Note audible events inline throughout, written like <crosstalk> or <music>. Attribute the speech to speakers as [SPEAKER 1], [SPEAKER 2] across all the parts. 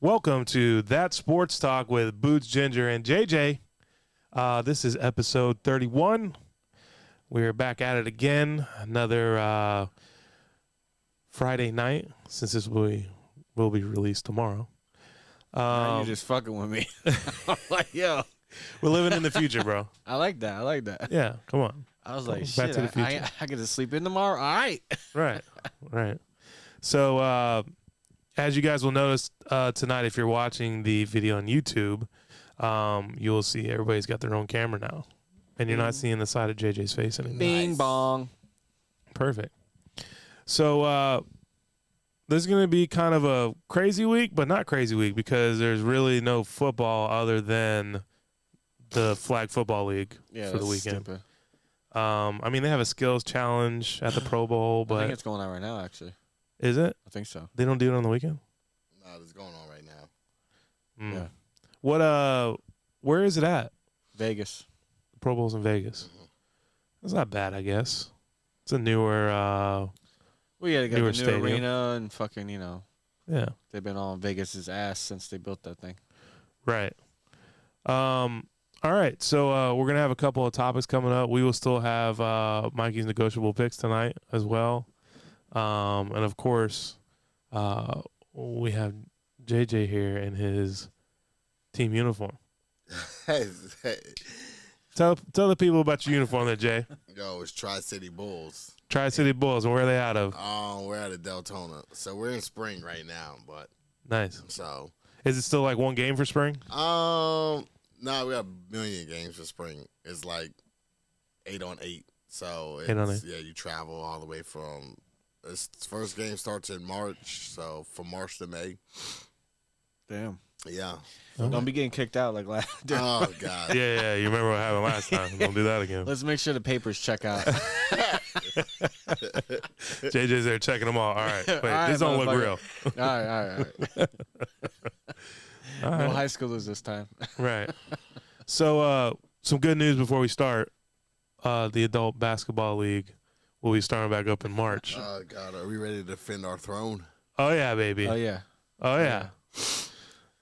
[SPEAKER 1] welcome to That Sports Talk with Boots Ginger and JJ. Uh, this is episode 31. We're back at it again. Another uh, Friday night, since this will be, will be released tomorrow.
[SPEAKER 2] Now
[SPEAKER 1] Um,
[SPEAKER 2] you're just fucking with <laughs> me. I'm like, yo,
[SPEAKER 1] we're living in the future, bro.
[SPEAKER 2] I like that. I like that.
[SPEAKER 1] Yeah, come on.
[SPEAKER 2] I was like,
[SPEAKER 1] Back
[SPEAKER 2] shit,
[SPEAKER 1] to the
[SPEAKER 2] I, I,
[SPEAKER 1] future.
[SPEAKER 2] I get to sleep in tomorrow. All
[SPEAKER 1] <laughs>
[SPEAKER 2] right.
[SPEAKER 1] right right so uh as you guys will notice uh tonight if you're watching the video on youtube um you'll see everybody's got their own camera now and you're not
[SPEAKER 2] Mm-hmm.
[SPEAKER 1] seeing the side of jj's face anymore
[SPEAKER 2] Bing bong.
[SPEAKER 1] perfect so uh this is going to be kind of a crazy week but not crazy week because there's really no football other than the flag football league
[SPEAKER 2] Yeah,
[SPEAKER 1] for the
[SPEAKER 2] that's
[SPEAKER 1] weekend
[SPEAKER 2] stupid.
[SPEAKER 1] um i mean they have a skills challenge at the pro bowl
[SPEAKER 2] <sighs> I think
[SPEAKER 1] but
[SPEAKER 2] it's going on right now, actually.
[SPEAKER 1] is it
[SPEAKER 2] I think so.
[SPEAKER 1] they don't do it on the weekend
[SPEAKER 3] Nah, that's going on right now.
[SPEAKER 1] Mm.
[SPEAKER 2] Yeah.
[SPEAKER 1] What uh where is it at?
[SPEAKER 2] Vegas.
[SPEAKER 1] The Pro Bowl's in Vegas. That's not bad, I guess. It's a newer uh
[SPEAKER 2] We had to get
[SPEAKER 1] Newer
[SPEAKER 2] the new
[SPEAKER 1] stadium.
[SPEAKER 2] arena and fucking, you know,
[SPEAKER 1] yeah.
[SPEAKER 2] they've been on Vegas's ass since they built that thing.
[SPEAKER 1] Right. Um all right, so uh, we're gonna have a couple of topics coming up. We will still have uh, Mikey's negotiable picks tonight as well, um, and of course, uh, we have JJ here in his team uniform. Tell tell the people about your uniform, there, Jay.
[SPEAKER 3] Yo, it's Tri City Bulls.
[SPEAKER 1] Tri City Bulls, and where are they out of?
[SPEAKER 3] Um, we're out of Deltona, so we're in spring right now. But
[SPEAKER 1] Nice.
[SPEAKER 3] so,
[SPEAKER 1] Is it still like one game for spring?
[SPEAKER 3] um, nah, we got a million games for spring. It's like eight on eight. So it's,
[SPEAKER 1] Eight on eight.
[SPEAKER 3] yeah, you travel all the way from. This first game starts in March, so from March to May.
[SPEAKER 2] Damn.
[SPEAKER 3] Yeah.
[SPEAKER 2] Don't be getting kicked out like last. <laughs> Dude,
[SPEAKER 3] Oh God.
[SPEAKER 1] yeah, yeah. You remember what happened last time. Don't do that <laughs> again.
[SPEAKER 2] Let's make sure the papers
[SPEAKER 1] <laughs>
[SPEAKER 2] check out.
[SPEAKER 1] JJ's there checking them <laughs> all. All right. Wait,
[SPEAKER 2] All right,
[SPEAKER 1] this don't look
[SPEAKER 2] motherfucker.
[SPEAKER 1] real.
[SPEAKER 2] all right, all right, all right.
[SPEAKER 1] All
[SPEAKER 2] No
[SPEAKER 1] right.
[SPEAKER 2] high schoolers this time.
[SPEAKER 1] right. So, uh, some good news before we start. Uh, the Adult Basketball League will be starting back up in March.
[SPEAKER 3] Oh God. Are we ready to defend our throne?
[SPEAKER 1] Oh, yeah, baby.
[SPEAKER 2] Oh,
[SPEAKER 1] Oh, yeah.
[SPEAKER 2] yeah. yeah.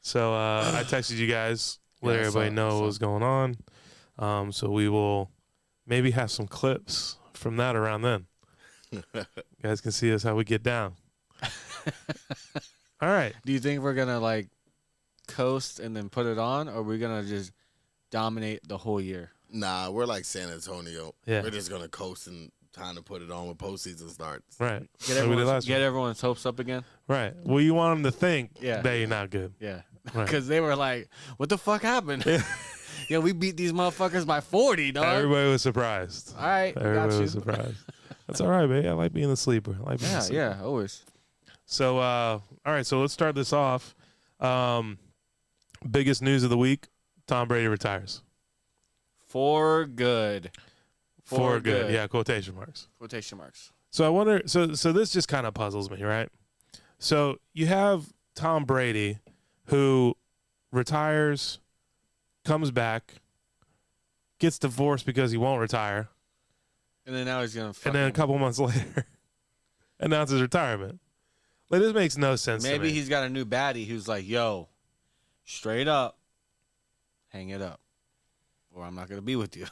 [SPEAKER 1] So, uh, I texted you
[SPEAKER 2] <sighs>
[SPEAKER 1] guys, let
[SPEAKER 2] Yeah, I saw
[SPEAKER 1] everybody
[SPEAKER 2] it, I
[SPEAKER 1] know
[SPEAKER 2] saw
[SPEAKER 1] what was going on. Um, so, we will maybe have some clips from that around
[SPEAKER 2] <laughs>
[SPEAKER 1] then. you guys can see us how we get down. all right.
[SPEAKER 2] Do you think we're gonna like coast and then put it on, or we're gonna just dominate the whole year?
[SPEAKER 3] Nah, we're like San Antonio.
[SPEAKER 1] Yeah.
[SPEAKER 3] We're just gonna coast and time to put it on when postseason starts.
[SPEAKER 1] Right. Like
[SPEAKER 2] Get
[SPEAKER 1] we did
[SPEAKER 2] everyone's,
[SPEAKER 1] last
[SPEAKER 2] get
[SPEAKER 1] year.
[SPEAKER 2] everyone's hopes up again.
[SPEAKER 1] Right. Well, you want them to think
[SPEAKER 2] Yeah.
[SPEAKER 1] that you're not
[SPEAKER 2] <laughs>
[SPEAKER 1] good.
[SPEAKER 2] Yeah,
[SPEAKER 1] Right.
[SPEAKER 2] because they were like, "What the fuck happened? <laughs> Yo, we beat these motherfuckers by forty, dog."
[SPEAKER 1] Everybody was surprised.
[SPEAKER 2] All right, we got
[SPEAKER 1] Everybody
[SPEAKER 2] you.
[SPEAKER 1] was
[SPEAKER 2] <laughs>
[SPEAKER 1] surprised. That's all right, baby. I like being the sleeper. I like being the <laughs>
[SPEAKER 2] Yeah,
[SPEAKER 1] sleeper.
[SPEAKER 2] yeah, always.
[SPEAKER 1] So, uh, all right. So let's start this off. Um, biggest news of the week: Tom Brady retires
[SPEAKER 2] For good.
[SPEAKER 1] for, good. Yeah, quotation marks.
[SPEAKER 2] Quotation marks.
[SPEAKER 1] So I wonder. So so this just kind of puzzles me, right? So you have Tom Brady, who retires, comes back, gets divorced because he won't retire,
[SPEAKER 2] And then now he's gonna.
[SPEAKER 1] and then a
[SPEAKER 2] fucking-
[SPEAKER 1] couple months <laughs> later announces retirement. Like this makes no sense. to
[SPEAKER 2] Maybe
[SPEAKER 1] me.
[SPEAKER 2] he's got a new baddie who's like, "Yo, straight up, hang it up, or I'm not gonna be with you."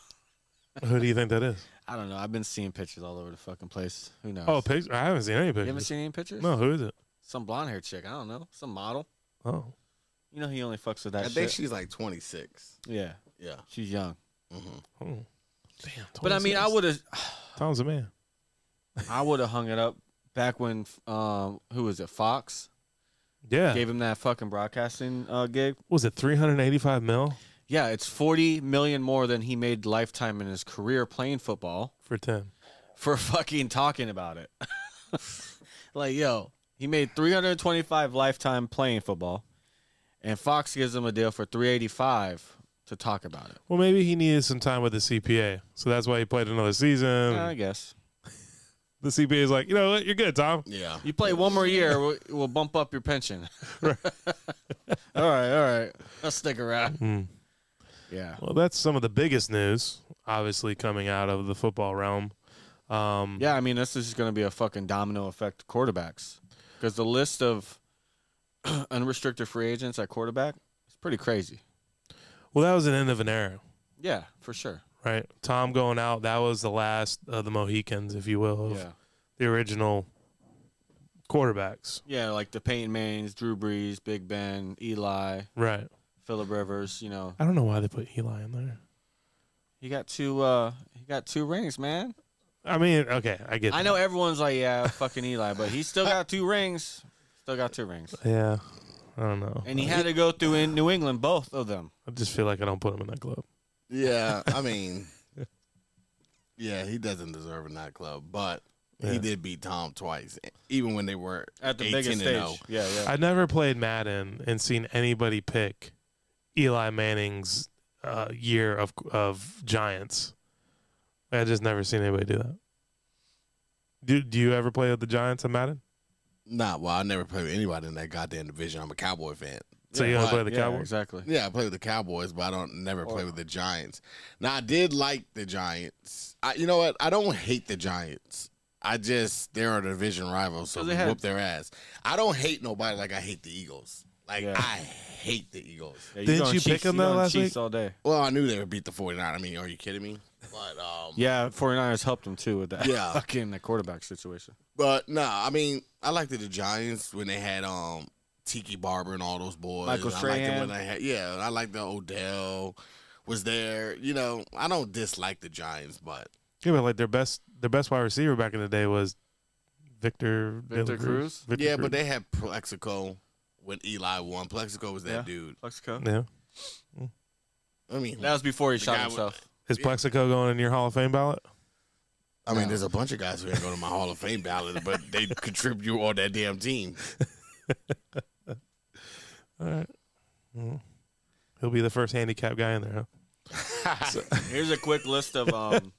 [SPEAKER 1] Who do you think that is?
[SPEAKER 2] I don't know. I've been seeing pictures all over the fucking place. Who knows?
[SPEAKER 1] Oh, picture. I haven't seen any
[SPEAKER 2] you haven't
[SPEAKER 1] pictures.
[SPEAKER 2] seen any pictures?
[SPEAKER 1] No, who is it?
[SPEAKER 2] Some blonde haired chick. I don't know. Some model.
[SPEAKER 1] Oh,
[SPEAKER 2] You know he only fucks with
[SPEAKER 3] I
[SPEAKER 2] that
[SPEAKER 3] think
[SPEAKER 2] shit.
[SPEAKER 3] she's like 26.
[SPEAKER 2] yeah,
[SPEAKER 3] Yeah.
[SPEAKER 2] she's young.
[SPEAKER 3] hmm
[SPEAKER 1] oh. damn.
[SPEAKER 2] But I mean, I
[SPEAKER 1] 26.
[SPEAKER 2] would have,
[SPEAKER 1] Tom's a man.
[SPEAKER 2] I would have hung it up back when, um, who was it? Fox
[SPEAKER 1] Yeah.
[SPEAKER 2] gave him that fucking broadcasting uh, gig.
[SPEAKER 1] was it 385 mil
[SPEAKER 2] Yeah, it's forty million more than he made lifetime in his career playing football
[SPEAKER 1] for 10?
[SPEAKER 2] for <laughs> fucking talking about it. <laughs> like, yo, he made three hundred twenty-five lifetime playing football, and Fox gives him a deal for three eighty-five to talk about it.
[SPEAKER 1] Well, maybe he needed some time with the CPA, so that's why he played another season.
[SPEAKER 2] Yeah, I guess.
[SPEAKER 1] the CPA is like, you know what, you're good, Tom.
[SPEAKER 3] Yeah.
[SPEAKER 2] You play one more year, we'll, we'll bump up your pension. <laughs> all right, all right. I'll stick around.
[SPEAKER 1] Mm.
[SPEAKER 2] Yeah.
[SPEAKER 1] Well, that's some of the biggest news, obviously coming out of the football realm. Um,
[SPEAKER 2] Yeah, I mean, this is going to be a fucking domino effect to quarterbacks because the list of <clears throat> unrestricted free agents at quarterback. It's pretty crazy.
[SPEAKER 1] Well, that was an end of an era,
[SPEAKER 2] Yeah, for sure.
[SPEAKER 1] right? Tom going out. That was the last of the Mohicans, if you will, of
[SPEAKER 2] Yeah.
[SPEAKER 1] the original quarterbacks,
[SPEAKER 2] Yeah, like the Peyton Mannings, Drew Brees, Big Ben, Eli,
[SPEAKER 1] right?
[SPEAKER 2] Phillip Rivers, you know.
[SPEAKER 1] I don't know why they put Eli in there.
[SPEAKER 2] He got two uh he got two rings, man.
[SPEAKER 1] I mean, okay, I get.
[SPEAKER 2] I
[SPEAKER 1] that.
[SPEAKER 2] know everyone's like, yeah, fucking Eli, but he still got two rings. Still got two rings.
[SPEAKER 1] Yeah, I don't know.
[SPEAKER 2] And he had to go through in New England, both of them.
[SPEAKER 1] I just feel like I don't put him in that club.
[SPEAKER 3] Yeah, I mean, <laughs> yeah, he doesn't deserve a nightclub, but
[SPEAKER 1] Yeah.
[SPEAKER 3] he did beat Tom twice, even when they were
[SPEAKER 2] At the
[SPEAKER 3] 18
[SPEAKER 2] biggest
[SPEAKER 3] and
[SPEAKER 2] stage.
[SPEAKER 3] 0.
[SPEAKER 2] Yeah, yeah.
[SPEAKER 1] I never played Madden and seen anybody pick Eli Manning's uh, year of of Giants. I just never seen anybody do that. Do Do you ever play with the Giants in Madden?
[SPEAKER 3] Nah, well, I never played with anybody in that goddamn division. I'm a Cowboy fan.
[SPEAKER 1] So you
[SPEAKER 3] Yeah,
[SPEAKER 1] don't play the
[SPEAKER 3] but-
[SPEAKER 2] yeah,
[SPEAKER 1] Cowboys?
[SPEAKER 2] Exactly.
[SPEAKER 3] Yeah, I played with the Cowboys, but I don't never play
[SPEAKER 2] Or-
[SPEAKER 3] with the Giants. Now I did like the Giants. I, you know what? I don't hate the Giants. I just they're a division rival, so
[SPEAKER 2] So they had-
[SPEAKER 3] whoop their ass. I don't hate nobody like I hate the Eagles. Like
[SPEAKER 2] Yeah.
[SPEAKER 3] I hate the Eagles.
[SPEAKER 2] Yeah,
[SPEAKER 1] Didn't
[SPEAKER 2] going
[SPEAKER 1] you pick
[SPEAKER 2] Chiefs-
[SPEAKER 1] him
[SPEAKER 2] you going
[SPEAKER 1] though last
[SPEAKER 2] Chiefs
[SPEAKER 1] week?
[SPEAKER 2] all day.
[SPEAKER 3] Well, I knew they would beat the 49. I mean, are you kidding me? But um
[SPEAKER 2] Yeah, 49ers helped him too with that.
[SPEAKER 3] Yeah.
[SPEAKER 2] fucking the quarterback situation.
[SPEAKER 3] but no, I mean, I liked the Giants when they had um Tiki Barber and all those boys.
[SPEAKER 2] Michael
[SPEAKER 3] I liked them
[SPEAKER 2] Strahan.
[SPEAKER 3] when they had yeah, and I liked the Odell was there. You know, I don't dislike the Giants, but
[SPEAKER 1] Yeah, but like their best their best wide receiver back in the day was Victor
[SPEAKER 2] Victor
[SPEAKER 1] Dela
[SPEAKER 2] Cruz?
[SPEAKER 1] Victor
[SPEAKER 3] yeah,
[SPEAKER 1] Cruz.
[SPEAKER 3] but they had Plexico when Eli won. Plexico was that
[SPEAKER 2] Yeah.
[SPEAKER 3] dude.
[SPEAKER 2] Plexico.
[SPEAKER 1] yeah.
[SPEAKER 3] I mean,
[SPEAKER 2] That was before he
[SPEAKER 3] The
[SPEAKER 2] shot
[SPEAKER 3] guy with-
[SPEAKER 2] himself.
[SPEAKER 1] Is Plexico going in your Hall of Fame ballot?
[SPEAKER 3] I mean, there's a bunch of guys who didn't go to my Hall of Fame ballot, but <laughs> they contribute on that damn team.
[SPEAKER 1] All right. He'll be the first handicap guy in there, huh?
[SPEAKER 3] <laughs>
[SPEAKER 2] Here's a quick list of um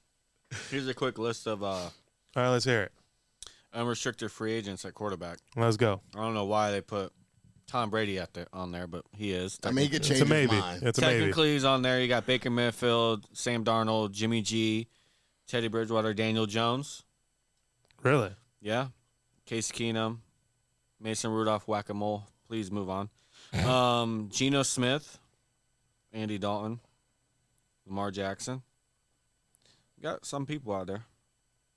[SPEAKER 2] here's a quick list of uh
[SPEAKER 1] All right, let's hear it.
[SPEAKER 2] unrestricted free agents at quarterback.
[SPEAKER 1] Let's go.
[SPEAKER 2] I don't know why they put Tom Brady out there on there, but he is.
[SPEAKER 3] I mean, he could
[SPEAKER 1] It's
[SPEAKER 3] change
[SPEAKER 1] a
[SPEAKER 3] his
[SPEAKER 1] maybe.
[SPEAKER 3] mind.
[SPEAKER 1] It's a maybe.
[SPEAKER 2] technically he's on there. You got Baker Mayfield, Sam Darnold, Jimmy G, Teddy Bridgewater, Daniel Jones.
[SPEAKER 1] Really?
[SPEAKER 2] Yeah. Case Keenum, Mason Rudolph, whack a mole. Please move
[SPEAKER 3] <laughs>
[SPEAKER 2] on. Um, Geno Smith, Andy Dalton, Lamar Jackson. Got some people out there.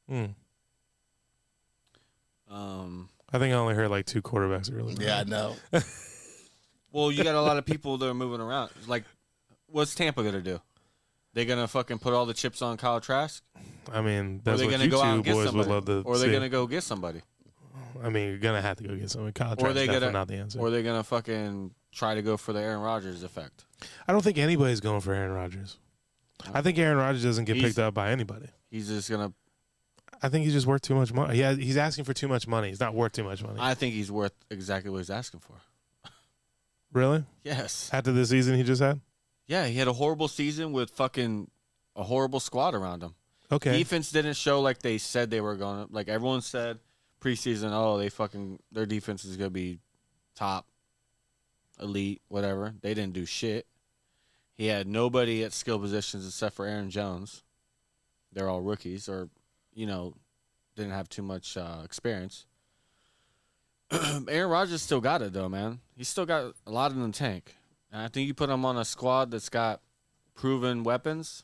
[SPEAKER 1] Hmm.
[SPEAKER 2] Um,
[SPEAKER 1] I think I only heard like two quarterbacks that really.
[SPEAKER 3] Yeah, I
[SPEAKER 1] matter.
[SPEAKER 3] know.
[SPEAKER 2] well, you got a lot of people that are moving around. Like, what's Tampa gonna do? They gonna fucking put all the chips on Kyle Trask,
[SPEAKER 1] I mean,
[SPEAKER 2] or
[SPEAKER 1] that's
[SPEAKER 2] they
[SPEAKER 1] what
[SPEAKER 2] gonna
[SPEAKER 1] you
[SPEAKER 2] go out
[SPEAKER 1] two
[SPEAKER 2] and get
[SPEAKER 1] boys would
[SPEAKER 2] somebody,
[SPEAKER 1] love to
[SPEAKER 2] or they
[SPEAKER 1] see.
[SPEAKER 2] gonna go get somebody,
[SPEAKER 1] I mean, you're gonna have to go get someone. Kyle
[SPEAKER 2] Or
[SPEAKER 1] Trask
[SPEAKER 2] they
[SPEAKER 1] definitely
[SPEAKER 2] gonna-
[SPEAKER 1] not the answer.
[SPEAKER 2] or they gonna fucking try to go for the Aaron Rodgers effect.
[SPEAKER 1] I don't think anybody's going for Aaron Rodgers. I think Aaron Rodgers doesn't get
[SPEAKER 2] He's-
[SPEAKER 1] picked up by anybody.
[SPEAKER 2] He's just gonna.
[SPEAKER 1] I think he's just worth too much money. Yeah, he's asking for too much money. He's not worth too much money.
[SPEAKER 2] I think he's worth exactly what he's asking for.
[SPEAKER 1] really?
[SPEAKER 2] Yes.
[SPEAKER 1] After the season he just had?
[SPEAKER 2] Yeah, he had a horrible season with fucking a horrible squad around him.
[SPEAKER 1] Okay.
[SPEAKER 2] Defense didn't show like they said they were going to. Like everyone said preseason, oh, they fucking their defense is going to be top, elite, whatever. They didn't do shit. He had nobody at skill positions except for Aaron Jones. They're all rookies or you know, didn't have too much uh, experience. <clears throat> Aaron Rodgers still got it though, man. He's still got a lot in the tank, and I think you put him on a squad that's got proven weapons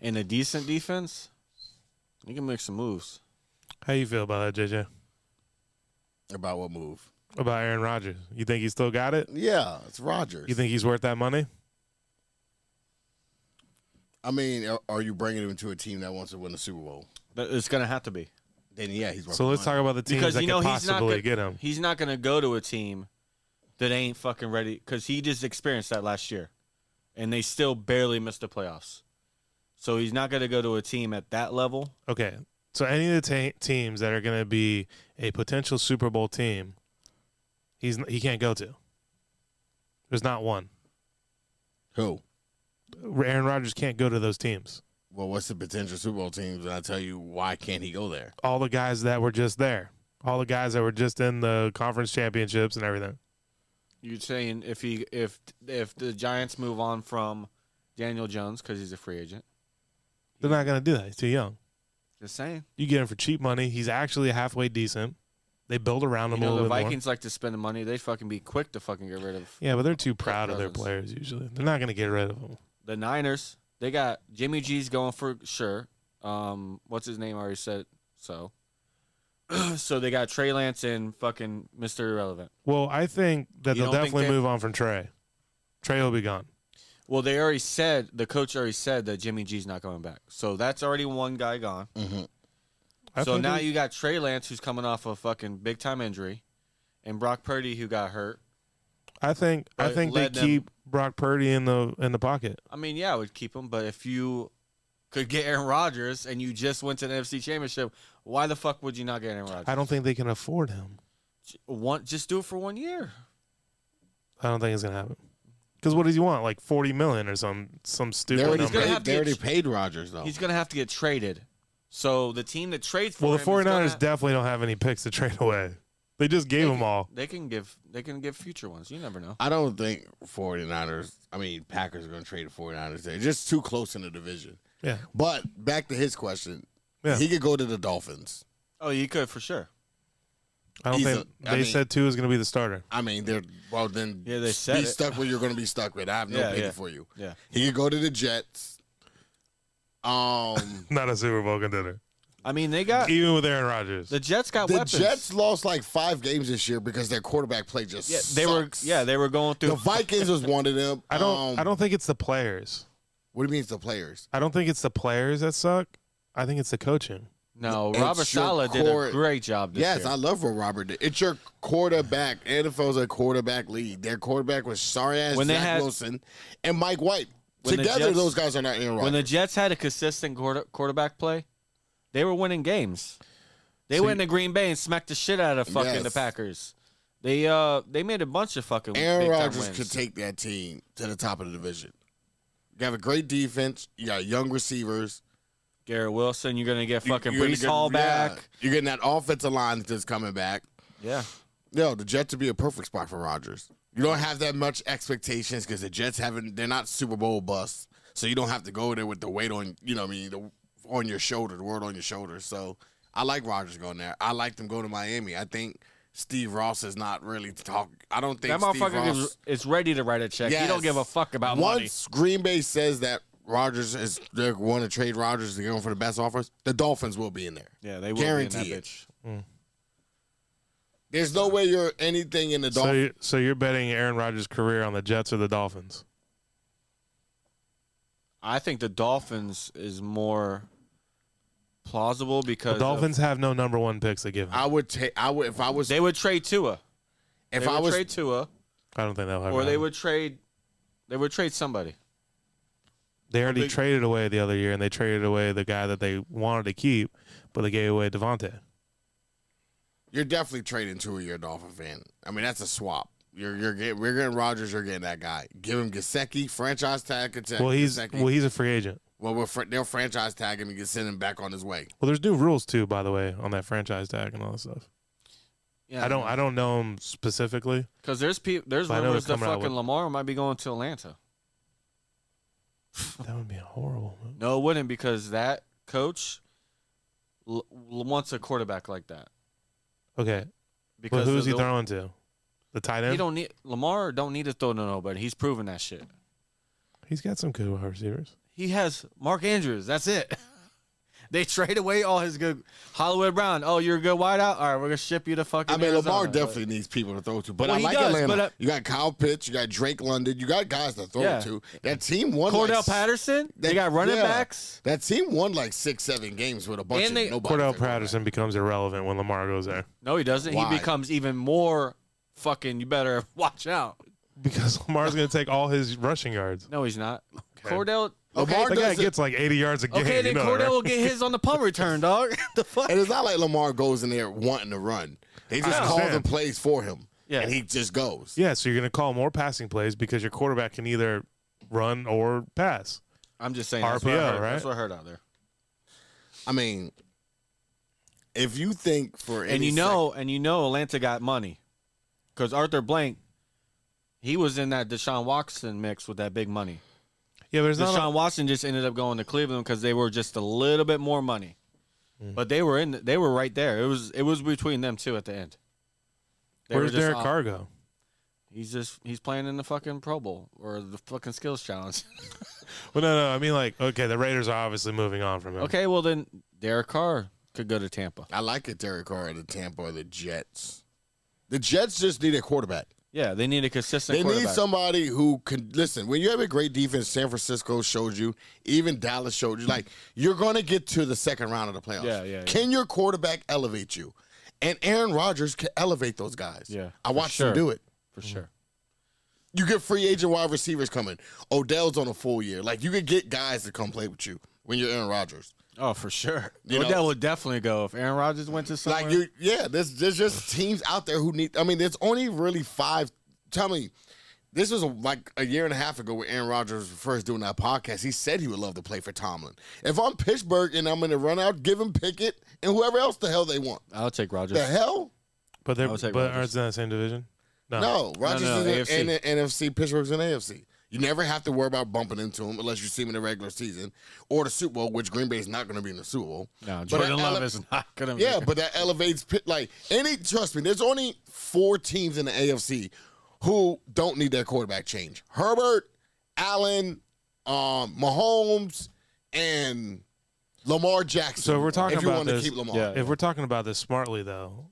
[SPEAKER 2] and a decent defense. You can make some moves.
[SPEAKER 1] How you feel about that, JJ?
[SPEAKER 3] About what move?
[SPEAKER 1] About Aaron Rodgers? You think he still got it?
[SPEAKER 3] Yeah, it's Rogers.
[SPEAKER 1] You think he's worth that money?
[SPEAKER 3] I mean, are- are you bringing him to a team that wants to win the Super Bowl?
[SPEAKER 2] But it's gonna have to be
[SPEAKER 3] Then yeah, he's worth
[SPEAKER 1] So
[SPEAKER 3] the
[SPEAKER 1] let's
[SPEAKER 3] money.
[SPEAKER 1] talk about the teams
[SPEAKER 2] because
[SPEAKER 1] that
[SPEAKER 2] you know
[SPEAKER 1] could
[SPEAKER 2] he's not.
[SPEAKER 1] possibly
[SPEAKER 2] Gonna,
[SPEAKER 1] get him.
[SPEAKER 2] He's not gonna go to a team that ain't fucking ready because he just experienced that last year, and they still barely missed the playoffs. So he's not gonna go to a team at that level.
[SPEAKER 1] Okay. So any of the ta teams that are going to be a potential Super Bowl team, he's n- he can't go to. There's not one.
[SPEAKER 3] who.
[SPEAKER 1] Aaron Rodgers can't go to those teams.
[SPEAKER 3] Well, what's the potential Super Bowl teams? And I tell you, why can't he go there?
[SPEAKER 1] All the guys that were just there, all the guys that were just in the conference championships and everything.
[SPEAKER 2] You're saying if he if if the Giants move on from Daniel Jones because he's a free agent.
[SPEAKER 1] They're not going to do that. He's too young.
[SPEAKER 2] Just saying.
[SPEAKER 1] You get him for cheap money. He's actually halfway decent. They build around
[SPEAKER 2] You
[SPEAKER 1] him a
[SPEAKER 2] know,
[SPEAKER 1] little
[SPEAKER 2] the
[SPEAKER 1] bit more.
[SPEAKER 2] Vikings like to spend the money. They'd fucking be quick to fucking get rid of
[SPEAKER 1] Yeah, but they're too proud of their
[SPEAKER 2] Cousins.
[SPEAKER 1] players usually. They're not going to get rid of them.
[SPEAKER 2] the Niners. They got Jimmy G's going for sure. Um, what's his name? I already said so. <clears throat> so they got Trey Lance and fucking Mr. Irrelevant.
[SPEAKER 1] Well, I think that
[SPEAKER 2] You
[SPEAKER 1] they'll
[SPEAKER 2] don't think
[SPEAKER 1] definitely
[SPEAKER 2] they-
[SPEAKER 1] move on from Trey. Trey will be gone.
[SPEAKER 2] Well, they already said the coach already said that Jimmy G's not coming back. So that's already one guy gone.
[SPEAKER 3] Mhm.
[SPEAKER 1] I
[SPEAKER 2] so
[SPEAKER 1] think
[SPEAKER 2] now
[SPEAKER 1] he-
[SPEAKER 2] you got Trey Lance who's coming off a fucking big time injury, and Brock Purdy who got hurt.
[SPEAKER 1] I think I
[SPEAKER 2] Right,
[SPEAKER 1] think they
[SPEAKER 2] let them-
[SPEAKER 1] keep Brock Purdy in the in the pocket.
[SPEAKER 2] I mean, yeah, I would keep him, but if you could get Aaron Rodgers and you just went to the NFC Championship, why the fuck would you not get Aaron Rodgers?
[SPEAKER 1] I don't think they can afford him.
[SPEAKER 2] J- one, just do it for one year.
[SPEAKER 1] I don't think it's gonna happen. Because what does he want? Like forty million or some some
[SPEAKER 3] They
[SPEAKER 1] stupid
[SPEAKER 3] already,
[SPEAKER 1] number.
[SPEAKER 2] gonna
[SPEAKER 3] paid,
[SPEAKER 2] have to
[SPEAKER 3] they
[SPEAKER 2] get-
[SPEAKER 3] already paid Rogers though.
[SPEAKER 2] He's gonna have to get traded. So the team that trades for
[SPEAKER 1] well,
[SPEAKER 2] him
[SPEAKER 1] the
[SPEAKER 2] is
[SPEAKER 1] 49ers
[SPEAKER 2] gonna-
[SPEAKER 1] definitely don't have any picks to trade <laughs> away. They just gave them all.
[SPEAKER 2] they can give they can give future ones. You never know.
[SPEAKER 3] I don't think 49ers, I mean, Packers are going to trade the 49ers. They're just too close in the division.
[SPEAKER 1] Yeah.
[SPEAKER 3] But back to his question,
[SPEAKER 1] Yeah.
[SPEAKER 3] he could go to the Dolphins.
[SPEAKER 2] Oh, you could for sure.
[SPEAKER 1] I don't
[SPEAKER 3] He's
[SPEAKER 1] think
[SPEAKER 3] a- I
[SPEAKER 1] they
[SPEAKER 3] mean-
[SPEAKER 1] said two is gonna be the starter. <laughs>
[SPEAKER 3] I mean, they're, well, then
[SPEAKER 2] Yeah, they
[SPEAKER 3] s-
[SPEAKER 2] said
[SPEAKER 3] be
[SPEAKER 2] it.
[SPEAKER 3] stuck where you're going to be stuck with. I have no
[SPEAKER 2] Yeah,
[SPEAKER 3] pity
[SPEAKER 2] yeah.
[SPEAKER 3] for you.
[SPEAKER 2] Yeah.
[SPEAKER 3] He could go to the Jets.
[SPEAKER 2] <laughs>
[SPEAKER 3] Um,
[SPEAKER 1] Not a Super Bowl contender.
[SPEAKER 2] I mean, they got
[SPEAKER 1] Even with Aaron Rodgers.
[SPEAKER 2] the Jets got
[SPEAKER 3] the
[SPEAKER 2] weapons.
[SPEAKER 3] Jets lost like five games this year because their quarterback play just
[SPEAKER 2] yeah, they
[SPEAKER 3] sucks.
[SPEAKER 2] were yeah they were going through.
[SPEAKER 3] the Vikings was one of them.
[SPEAKER 1] I don't
[SPEAKER 3] Um,
[SPEAKER 1] I don't think it's the players.
[SPEAKER 3] What do you mean it's the players?
[SPEAKER 1] I don't think it's the players that suck. I think it's the coaching.
[SPEAKER 2] no,
[SPEAKER 3] it's
[SPEAKER 2] Robert
[SPEAKER 3] your
[SPEAKER 2] Sala did
[SPEAKER 3] core-
[SPEAKER 2] a great job. This
[SPEAKER 3] yes,
[SPEAKER 2] year.
[SPEAKER 3] I love what Robert did. It's your quarterback. NFL's a quarterback league. Their quarterback was sorry ass
[SPEAKER 2] When
[SPEAKER 3] Zach
[SPEAKER 2] they had-
[SPEAKER 3] Wilson and Mike White.
[SPEAKER 2] When the
[SPEAKER 3] Together,
[SPEAKER 2] Jets-
[SPEAKER 3] those guys are not Aaron
[SPEAKER 2] when
[SPEAKER 3] Rodgers.
[SPEAKER 2] the Jets had a consistent quarter- quarterback play, they were winning games. They
[SPEAKER 1] So
[SPEAKER 2] went
[SPEAKER 1] you-
[SPEAKER 2] to Green Bay and smacked the shit out of fucking the
[SPEAKER 3] Yes.
[SPEAKER 2] Packers. They uh they made a bunch of fucking
[SPEAKER 3] Aaron
[SPEAKER 2] big time
[SPEAKER 3] Rodgers
[SPEAKER 2] wins.
[SPEAKER 3] could take that team to the top of the division. You have a great defense. You got young receivers.
[SPEAKER 2] Garrett Wilson, you're gonna get
[SPEAKER 3] You-
[SPEAKER 2] fucking
[SPEAKER 3] you're gonna
[SPEAKER 2] Brees
[SPEAKER 3] get-
[SPEAKER 2] Hall
[SPEAKER 3] yeah.
[SPEAKER 2] back.
[SPEAKER 3] You're getting that offensive line that's coming back.
[SPEAKER 2] Yeah.
[SPEAKER 3] No, the Jets would be a perfect spot for Rodgers. You don't have that much expectations because the Jets haven't. They're not Super Bowl busts, so you don't have to go there with the weight on. You know, what I mean, the, on your shoulder, the world on your shoulder. So I like Rodgers going there. I like them going to Miami. I think Steve Ross is not really talk. I don't think
[SPEAKER 2] That
[SPEAKER 3] Steve
[SPEAKER 2] motherfucker
[SPEAKER 3] Ross,
[SPEAKER 2] is, is ready to write a check. He
[SPEAKER 3] Yes.
[SPEAKER 2] don't give a fuck about money.
[SPEAKER 3] Once Green Bay says that Rodgers is they're going to trade Rodgers to get him for the best offers, the Dolphins will be in there.
[SPEAKER 2] Yeah, they will
[SPEAKER 3] Guarantee
[SPEAKER 2] be in that
[SPEAKER 3] it.
[SPEAKER 2] bitch.
[SPEAKER 3] There's no way you're anything in the
[SPEAKER 1] So,
[SPEAKER 3] Dolphins.
[SPEAKER 1] you, so you're betting Aaron Rodgers' career on the Jets or the Dolphins?
[SPEAKER 2] I think the Dolphins is more plausible
[SPEAKER 1] The
[SPEAKER 2] because
[SPEAKER 1] Dolphins have no number one picks to give. Him.
[SPEAKER 3] I would take. I would if I
[SPEAKER 2] of-
[SPEAKER 3] was
[SPEAKER 2] they would trade Tua.
[SPEAKER 3] if
[SPEAKER 2] they
[SPEAKER 3] I
[SPEAKER 2] would
[SPEAKER 3] was
[SPEAKER 2] trade Tua,
[SPEAKER 1] I don't think that'll happen.
[SPEAKER 2] or they would trade, they would trade somebody.
[SPEAKER 1] They already
[SPEAKER 3] big-
[SPEAKER 1] traded away the other year, and they traded away the guy that they wanted to keep, but they gave away Devontae.
[SPEAKER 3] You're definitely trading two of your Dolphin fan. I mean, that's a swap. You're you're getting we're getting Rogers. You're getting that guy. Give him Gasecki, franchise tag Gasecki.
[SPEAKER 1] Well, he's
[SPEAKER 3] Gasecki.
[SPEAKER 1] well,
[SPEAKER 3] well,
[SPEAKER 1] he's a free agent.
[SPEAKER 3] we're fr- they'll franchise tag him and get send him back on his way.
[SPEAKER 1] Well, there's new rules too, by the way, on that franchise tag and all that stuff.
[SPEAKER 2] Yeah,
[SPEAKER 1] I don't, I don't know him specifically.
[SPEAKER 2] because there's people, there's
[SPEAKER 1] But I know
[SPEAKER 2] rumors
[SPEAKER 1] they're
[SPEAKER 2] that
[SPEAKER 1] coming out
[SPEAKER 2] fucking
[SPEAKER 1] with-
[SPEAKER 2] Lamar might be going to Atlanta.
[SPEAKER 1] That would be horrible. man.
[SPEAKER 2] No, it wouldn't because that coach l- l- wants a quarterback like that.
[SPEAKER 1] Okay,
[SPEAKER 2] Because
[SPEAKER 1] but who's
[SPEAKER 2] of
[SPEAKER 1] he
[SPEAKER 2] the-
[SPEAKER 1] throwing to? The tight end.
[SPEAKER 2] He don't need Lamar. Don't need to throw no nobody. He's proven that shit.
[SPEAKER 1] he's got some good wide receivers.
[SPEAKER 2] He has Mark Andrews. That's it. <laughs> They trade away all his good Holloway Brown. Oh, you're a good wideout. All right, we're gonna ship you to fucking.
[SPEAKER 3] I mean, Lamar
[SPEAKER 2] Arizona.
[SPEAKER 3] definitely needs people to throw to, but
[SPEAKER 2] Well,
[SPEAKER 3] I
[SPEAKER 2] he
[SPEAKER 3] like
[SPEAKER 2] does,
[SPEAKER 3] Atlanta.
[SPEAKER 2] but, uh,
[SPEAKER 3] you got Kyle Pitts, you got Drake London, you got guys to throw
[SPEAKER 2] Yeah.
[SPEAKER 3] to. That team won. like,
[SPEAKER 2] Cordell
[SPEAKER 3] s-
[SPEAKER 2] Patterson. They,
[SPEAKER 3] They-
[SPEAKER 2] got running
[SPEAKER 3] yeah.
[SPEAKER 2] backs.
[SPEAKER 3] That team won like six, seven games with a bunch
[SPEAKER 2] And they-
[SPEAKER 3] of nobody.
[SPEAKER 1] Cordell Patterson becomes irrelevant when Lamar goes there
[SPEAKER 2] No, he doesn't.
[SPEAKER 3] Why?
[SPEAKER 2] He becomes even more fucking. You better <laughs> watch out.
[SPEAKER 1] because <laughs> Lamar's going to take all his rushing yards.
[SPEAKER 2] No, he's not. Cordell.
[SPEAKER 3] Lamar
[SPEAKER 1] The guy
[SPEAKER 3] doesn't,
[SPEAKER 1] gets like 80 yards a game.
[SPEAKER 2] Okay,
[SPEAKER 1] you
[SPEAKER 2] then
[SPEAKER 1] know that,
[SPEAKER 2] Cordell
[SPEAKER 1] right?
[SPEAKER 2] will get his on the punt return, dog. <laughs> the fuck.
[SPEAKER 3] and it's not like Lamar goes in there wanting to run. They just
[SPEAKER 1] I
[SPEAKER 3] call the
[SPEAKER 1] understand.
[SPEAKER 3] plays for him,
[SPEAKER 2] Yeah.
[SPEAKER 3] and he just goes.
[SPEAKER 1] Yeah, so you're going to call more passing plays because your quarterback can either run or pass.
[SPEAKER 2] I'm just saying. That's what I
[SPEAKER 1] RPO,
[SPEAKER 2] heard. That's
[SPEAKER 1] right?
[SPEAKER 2] what I heard out there.
[SPEAKER 3] I mean, if you think for
[SPEAKER 2] And
[SPEAKER 3] any
[SPEAKER 2] you
[SPEAKER 3] sec-
[SPEAKER 2] know, and you know, Atlanta got money because Arthur Blank, he was in that Deshaun Watson mix with that big money.
[SPEAKER 1] Yeah, but it's not.
[SPEAKER 2] Deshaun Watson just ended up going to Cleveland because they were just a little bit more money.
[SPEAKER 1] Mm.
[SPEAKER 2] But they were in. They were right there. It was. It was between them two at the end. They were
[SPEAKER 1] Where's
[SPEAKER 2] just
[SPEAKER 1] Derek
[SPEAKER 2] off.
[SPEAKER 1] Carr go?
[SPEAKER 2] He's just. He's playing in the fucking Pro Bowl or the fucking Skills Challenge.
[SPEAKER 3] <laughs>
[SPEAKER 1] Well, no, no. I mean, like, okay, the Raiders are obviously moving on from him.
[SPEAKER 2] okay. Well then, Derek Carr could go to Tampa.
[SPEAKER 3] I like it, Derek Carr, the Tampa or the Jets. The Jets just need a quarterback.
[SPEAKER 2] Yeah, they need a consistent.
[SPEAKER 3] they need
[SPEAKER 2] quarterback.
[SPEAKER 3] somebody who can listen. When you have a great defense, San Francisco showed you, even Dallas showed you. Like you're going to get to the second round of the playoffs.
[SPEAKER 2] Yeah, yeah, yeah.
[SPEAKER 3] Can your quarterback elevate you? And Aaron Rodgers can elevate those guys.
[SPEAKER 2] Yeah,
[SPEAKER 3] I
[SPEAKER 2] for
[SPEAKER 3] watched
[SPEAKER 2] sure.
[SPEAKER 3] him do it. Mm-hmm.
[SPEAKER 2] for sure.
[SPEAKER 3] You get free agent wide receivers coming. Odell's on a full year. Like you could get guys to come play with you when you're Aaron Rodgers.
[SPEAKER 2] Oh, for sure.
[SPEAKER 3] <laughs> You
[SPEAKER 2] Odell
[SPEAKER 3] know-
[SPEAKER 2] would definitely go if Aaron Rodgers went to somewhere.
[SPEAKER 3] Like you, yeah. There's there's just teams out there who need. I mean, there's only really five. Tell me, this was like a year and a half ago when Aaron Rodgers was first doing that podcast. He said he would love to play for Tomlin. If I'm Pittsburgh and I'm in the run out, give him Pickett and whoever else the hell they want.
[SPEAKER 2] I'll take Rodgers.
[SPEAKER 3] The hell.
[SPEAKER 1] But they're
[SPEAKER 2] I would take
[SPEAKER 1] but aren't
[SPEAKER 2] Rodgers.
[SPEAKER 1] they in the same division? No.
[SPEAKER 3] No, Rodgers
[SPEAKER 2] no,
[SPEAKER 3] is
[SPEAKER 2] AFC.
[SPEAKER 3] in the N- NFC. Pittsburgh's in the AFC. You never have to worry about bumping into him unless you see him in the regular season or the Super Bowl, which Green Bay's not going to be in the Super Bowl.
[SPEAKER 2] No,
[SPEAKER 3] But
[SPEAKER 2] Jordan
[SPEAKER 3] I- I
[SPEAKER 2] Love
[SPEAKER 3] like-
[SPEAKER 2] is not gonna.
[SPEAKER 3] Yeah,
[SPEAKER 2] be.
[SPEAKER 3] but that elevates Pitt. Like any, trust me, there's only four teams in the AFC who don't need their quarterback change: Herbert, Allen, um, Mahomes, and Lamar Jackson.
[SPEAKER 1] So we're talking
[SPEAKER 3] if you
[SPEAKER 1] about
[SPEAKER 3] want
[SPEAKER 1] this-
[SPEAKER 3] to keep Lamar.
[SPEAKER 2] Yeah.
[SPEAKER 1] If we're talking about this smartly, though,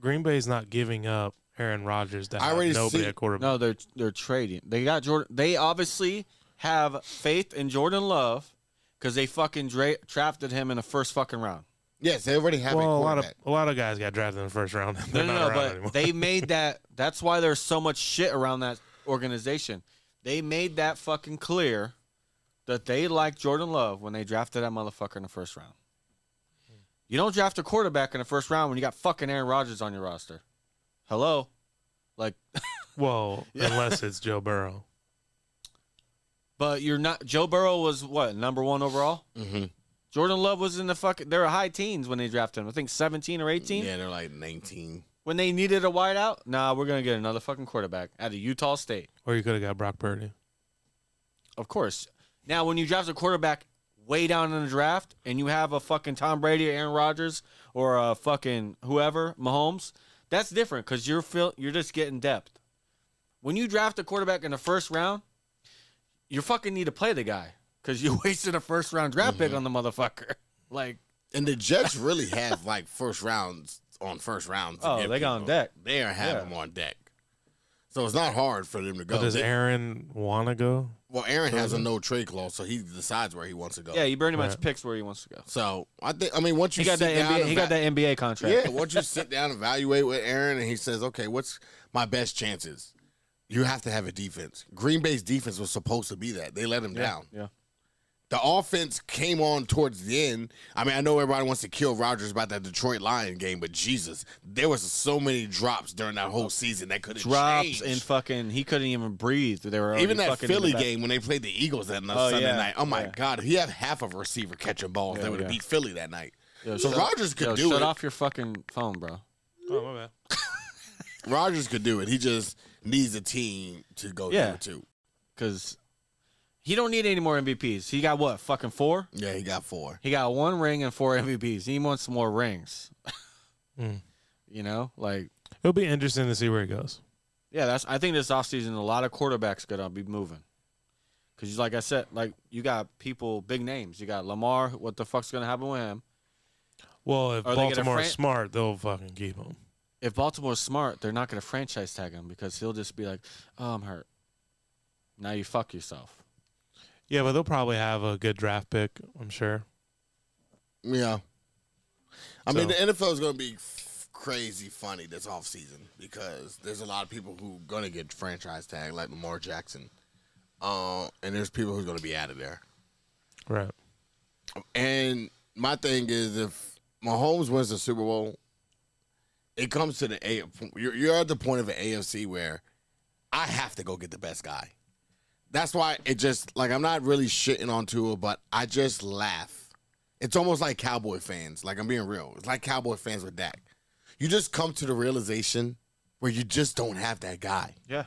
[SPEAKER 1] Green Bay's not giving up Aaron Rodgers to
[SPEAKER 3] I
[SPEAKER 1] have
[SPEAKER 3] already
[SPEAKER 1] nobody
[SPEAKER 3] see-
[SPEAKER 1] at quarterback.
[SPEAKER 2] No, they're they're trading. They got Jordan. They obviously have faith in Jordan Love because they fucking dra- drafted him in the first fucking round.
[SPEAKER 3] Yes, they already have
[SPEAKER 1] well,
[SPEAKER 3] a
[SPEAKER 1] a lot of
[SPEAKER 3] quarterback.
[SPEAKER 1] a lot of guys got drafted in the first round. <laughs>
[SPEAKER 2] No,
[SPEAKER 1] They're
[SPEAKER 2] no,
[SPEAKER 1] not
[SPEAKER 2] no.
[SPEAKER 1] around
[SPEAKER 2] But
[SPEAKER 1] anymore.
[SPEAKER 2] they made that. That's why there's so much shit around that organization. They made that fucking clear that they like Jordan Love when they drafted that motherfucker in the first round. You don't draft a quarterback in the first round when you got fucking Aaron Rodgers on your roster. Hello, like,
[SPEAKER 1] <laughs> well,
[SPEAKER 2] Yeah.
[SPEAKER 1] unless it's Joe Burrow.
[SPEAKER 2] but you're not. Joe Burrow was what number one overall.
[SPEAKER 3] mm-hmm.
[SPEAKER 2] Jordan Love was in the fucking. They were high teens when they drafted him. I think 17 or 18.
[SPEAKER 3] Yeah, they're like 19.
[SPEAKER 2] When they needed a wideout, nah, we're gonna get another fucking quarterback out of Utah State.
[SPEAKER 1] Or you could have got Brock Purdy.
[SPEAKER 2] Of course. Now, when you draft a quarterback way down in the draft and you have a fucking Tom Brady or Aaron Rodgers or a fucking whoever, Mahomes, that's different because you're feel, you're just getting depth. When you draft a quarterback in the first round, you fucking need to play the guy because <laughs> you wasted a first round draft pick on the motherfucker. <laughs> Like,
[SPEAKER 3] And the Jets really have <laughs> like first rounds on first rounds. to
[SPEAKER 2] Oh,
[SPEAKER 3] give
[SPEAKER 2] they got on
[SPEAKER 3] people.
[SPEAKER 2] deck.
[SPEAKER 3] They are have
[SPEAKER 2] Yeah.
[SPEAKER 3] them on deck. So it's not hard for them to go.
[SPEAKER 1] But does
[SPEAKER 3] They-
[SPEAKER 1] Aaron want to go?
[SPEAKER 3] well, Aaron has a no trade clause, so he decides where he wants to go.
[SPEAKER 2] yeah, he pretty much
[SPEAKER 1] Right.
[SPEAKER 2] picks where he wants to go.
[SPEAKER 3] So I think I mean once you
[SPEAKER 2] He got that
[SPEAKER 3] sit down
[SPEAKER 2] NBA.
[SPEAKER 3] and
[SPEAKER 2] He got that NBA contract.
[SPEAKER 3] Yeah, once you sit down, evaluate with Aaron, and he says, "Okay, what's my best chances?" You have to have a defense. Green Bay's defense was supposed to be that. They let him down.
[SPEAKER 2] Yeah.
[SPEAKER 3] The offense came on towards the end. I mean, I know everybody wants to kill Rodgers about that Detroit Lion game, but Jesus, there was so many drops during that whole season that could have
[SPEAKER 2] Drops
[SPEAKER 3] changed.
[SPEAKER 2] and fucking. He couldn't even breathe. They were already
[SPEAKER 3] Even that
[SPEAKER 2] fucking in the
[SPEAKER 3] Philly
[SPEAKER 2] back-
[SPEAKER 3] game when they played the Eagles that
[SPEAKER 2] Oh,
[SPEAKER 3] Sunday
[SPEAKER 2] yeah.
[SPEAKER 3] night. Oh my
[SPEAKER 2] Yeah.
[SPEAKER 3] God, if he had half of a receiver catching balls,
[SPEAKER 2] Yeah,
[SPEAKER 3] they would have
[SPEAKER 2] yeah.
[SPEAKER 3] beat Philly that night.
[SPEAKER 2] Yo,
[SPEAKER 3] So
[SPEAKER 2] shut-
[SPEAKER 3] Rodgers could
[SPEAKER 2] yo,
[SPEAKER 3] do
[SPEAKER 2] Shut
[SPEAKER 3] it.
[SPEAKER 2] off your fucking phone, bro.
[SPEAKER 1] Oh my bad.
[SPEAKER 3] Rodgers could do it. He just needs a team to go
[SPEAKER 2] Yeah.
[SPEAKER 3] do it too.
[SPEAKER 2] Because he don't need any more MVPs. He got what? Fucking four?
[SPEAKER 3] Yeah, he got four.
[SPEAKER 2] He got one ring and four <laughs> MVPs. He wants some more rings.
[SPEAKER 1] Mm.
[SPEAKER 2] You know, like
[SPEAKER 1] It'll be interesting to see where he goes.
[SPEAKER 2] yeah. That's I think this offseason a lot of quarterbacks gonna be moving. Because like I said, like you got people big names. You got Lamar. What the fuck's gonna happen with him?
[SPEAKER 1] Well, if
[SPEAKER 2] Are they gonna
[SPEAKER 1] Baltimore's
[SPEAKER 2] fran-
[SPEAKER 1] smart, they'll fucking keep him.
[SPEAKER 2] if Baltimore's smart, they're not going to franchise tag him because he'll just be like, "Oh, I'm hurt." Now you fuck yourself.
[SPEAKER 1] Yeah, but they'll probably have a good draft pick. I'm sure.
[SPEAKER 3] Yeah. I
[SPEAKER 1] So-
[SPEAKER 3] mean, the NFL is going to be f- crazy funny this offseason because there's a lot of people who going to get franchise tag, like Lamar Jackson. Uh, and there's people who's going to be out of there.
[SPEAKER 1] Right.
[SPEAKER 3] And my thing is, if Mahomes wins the Super Bowl, it comes to the A. You're, you're at the point of an AFC where I have to go get the best guy. That's why it just like I'm not really shitting on Tua, but I just laugh. It's almost like Cowboy fans. Like I'm being real. It's like Cowboy fans with Dak. You just come to the realization where you just don't have that guy.
[SPEAKER 2] Yeah.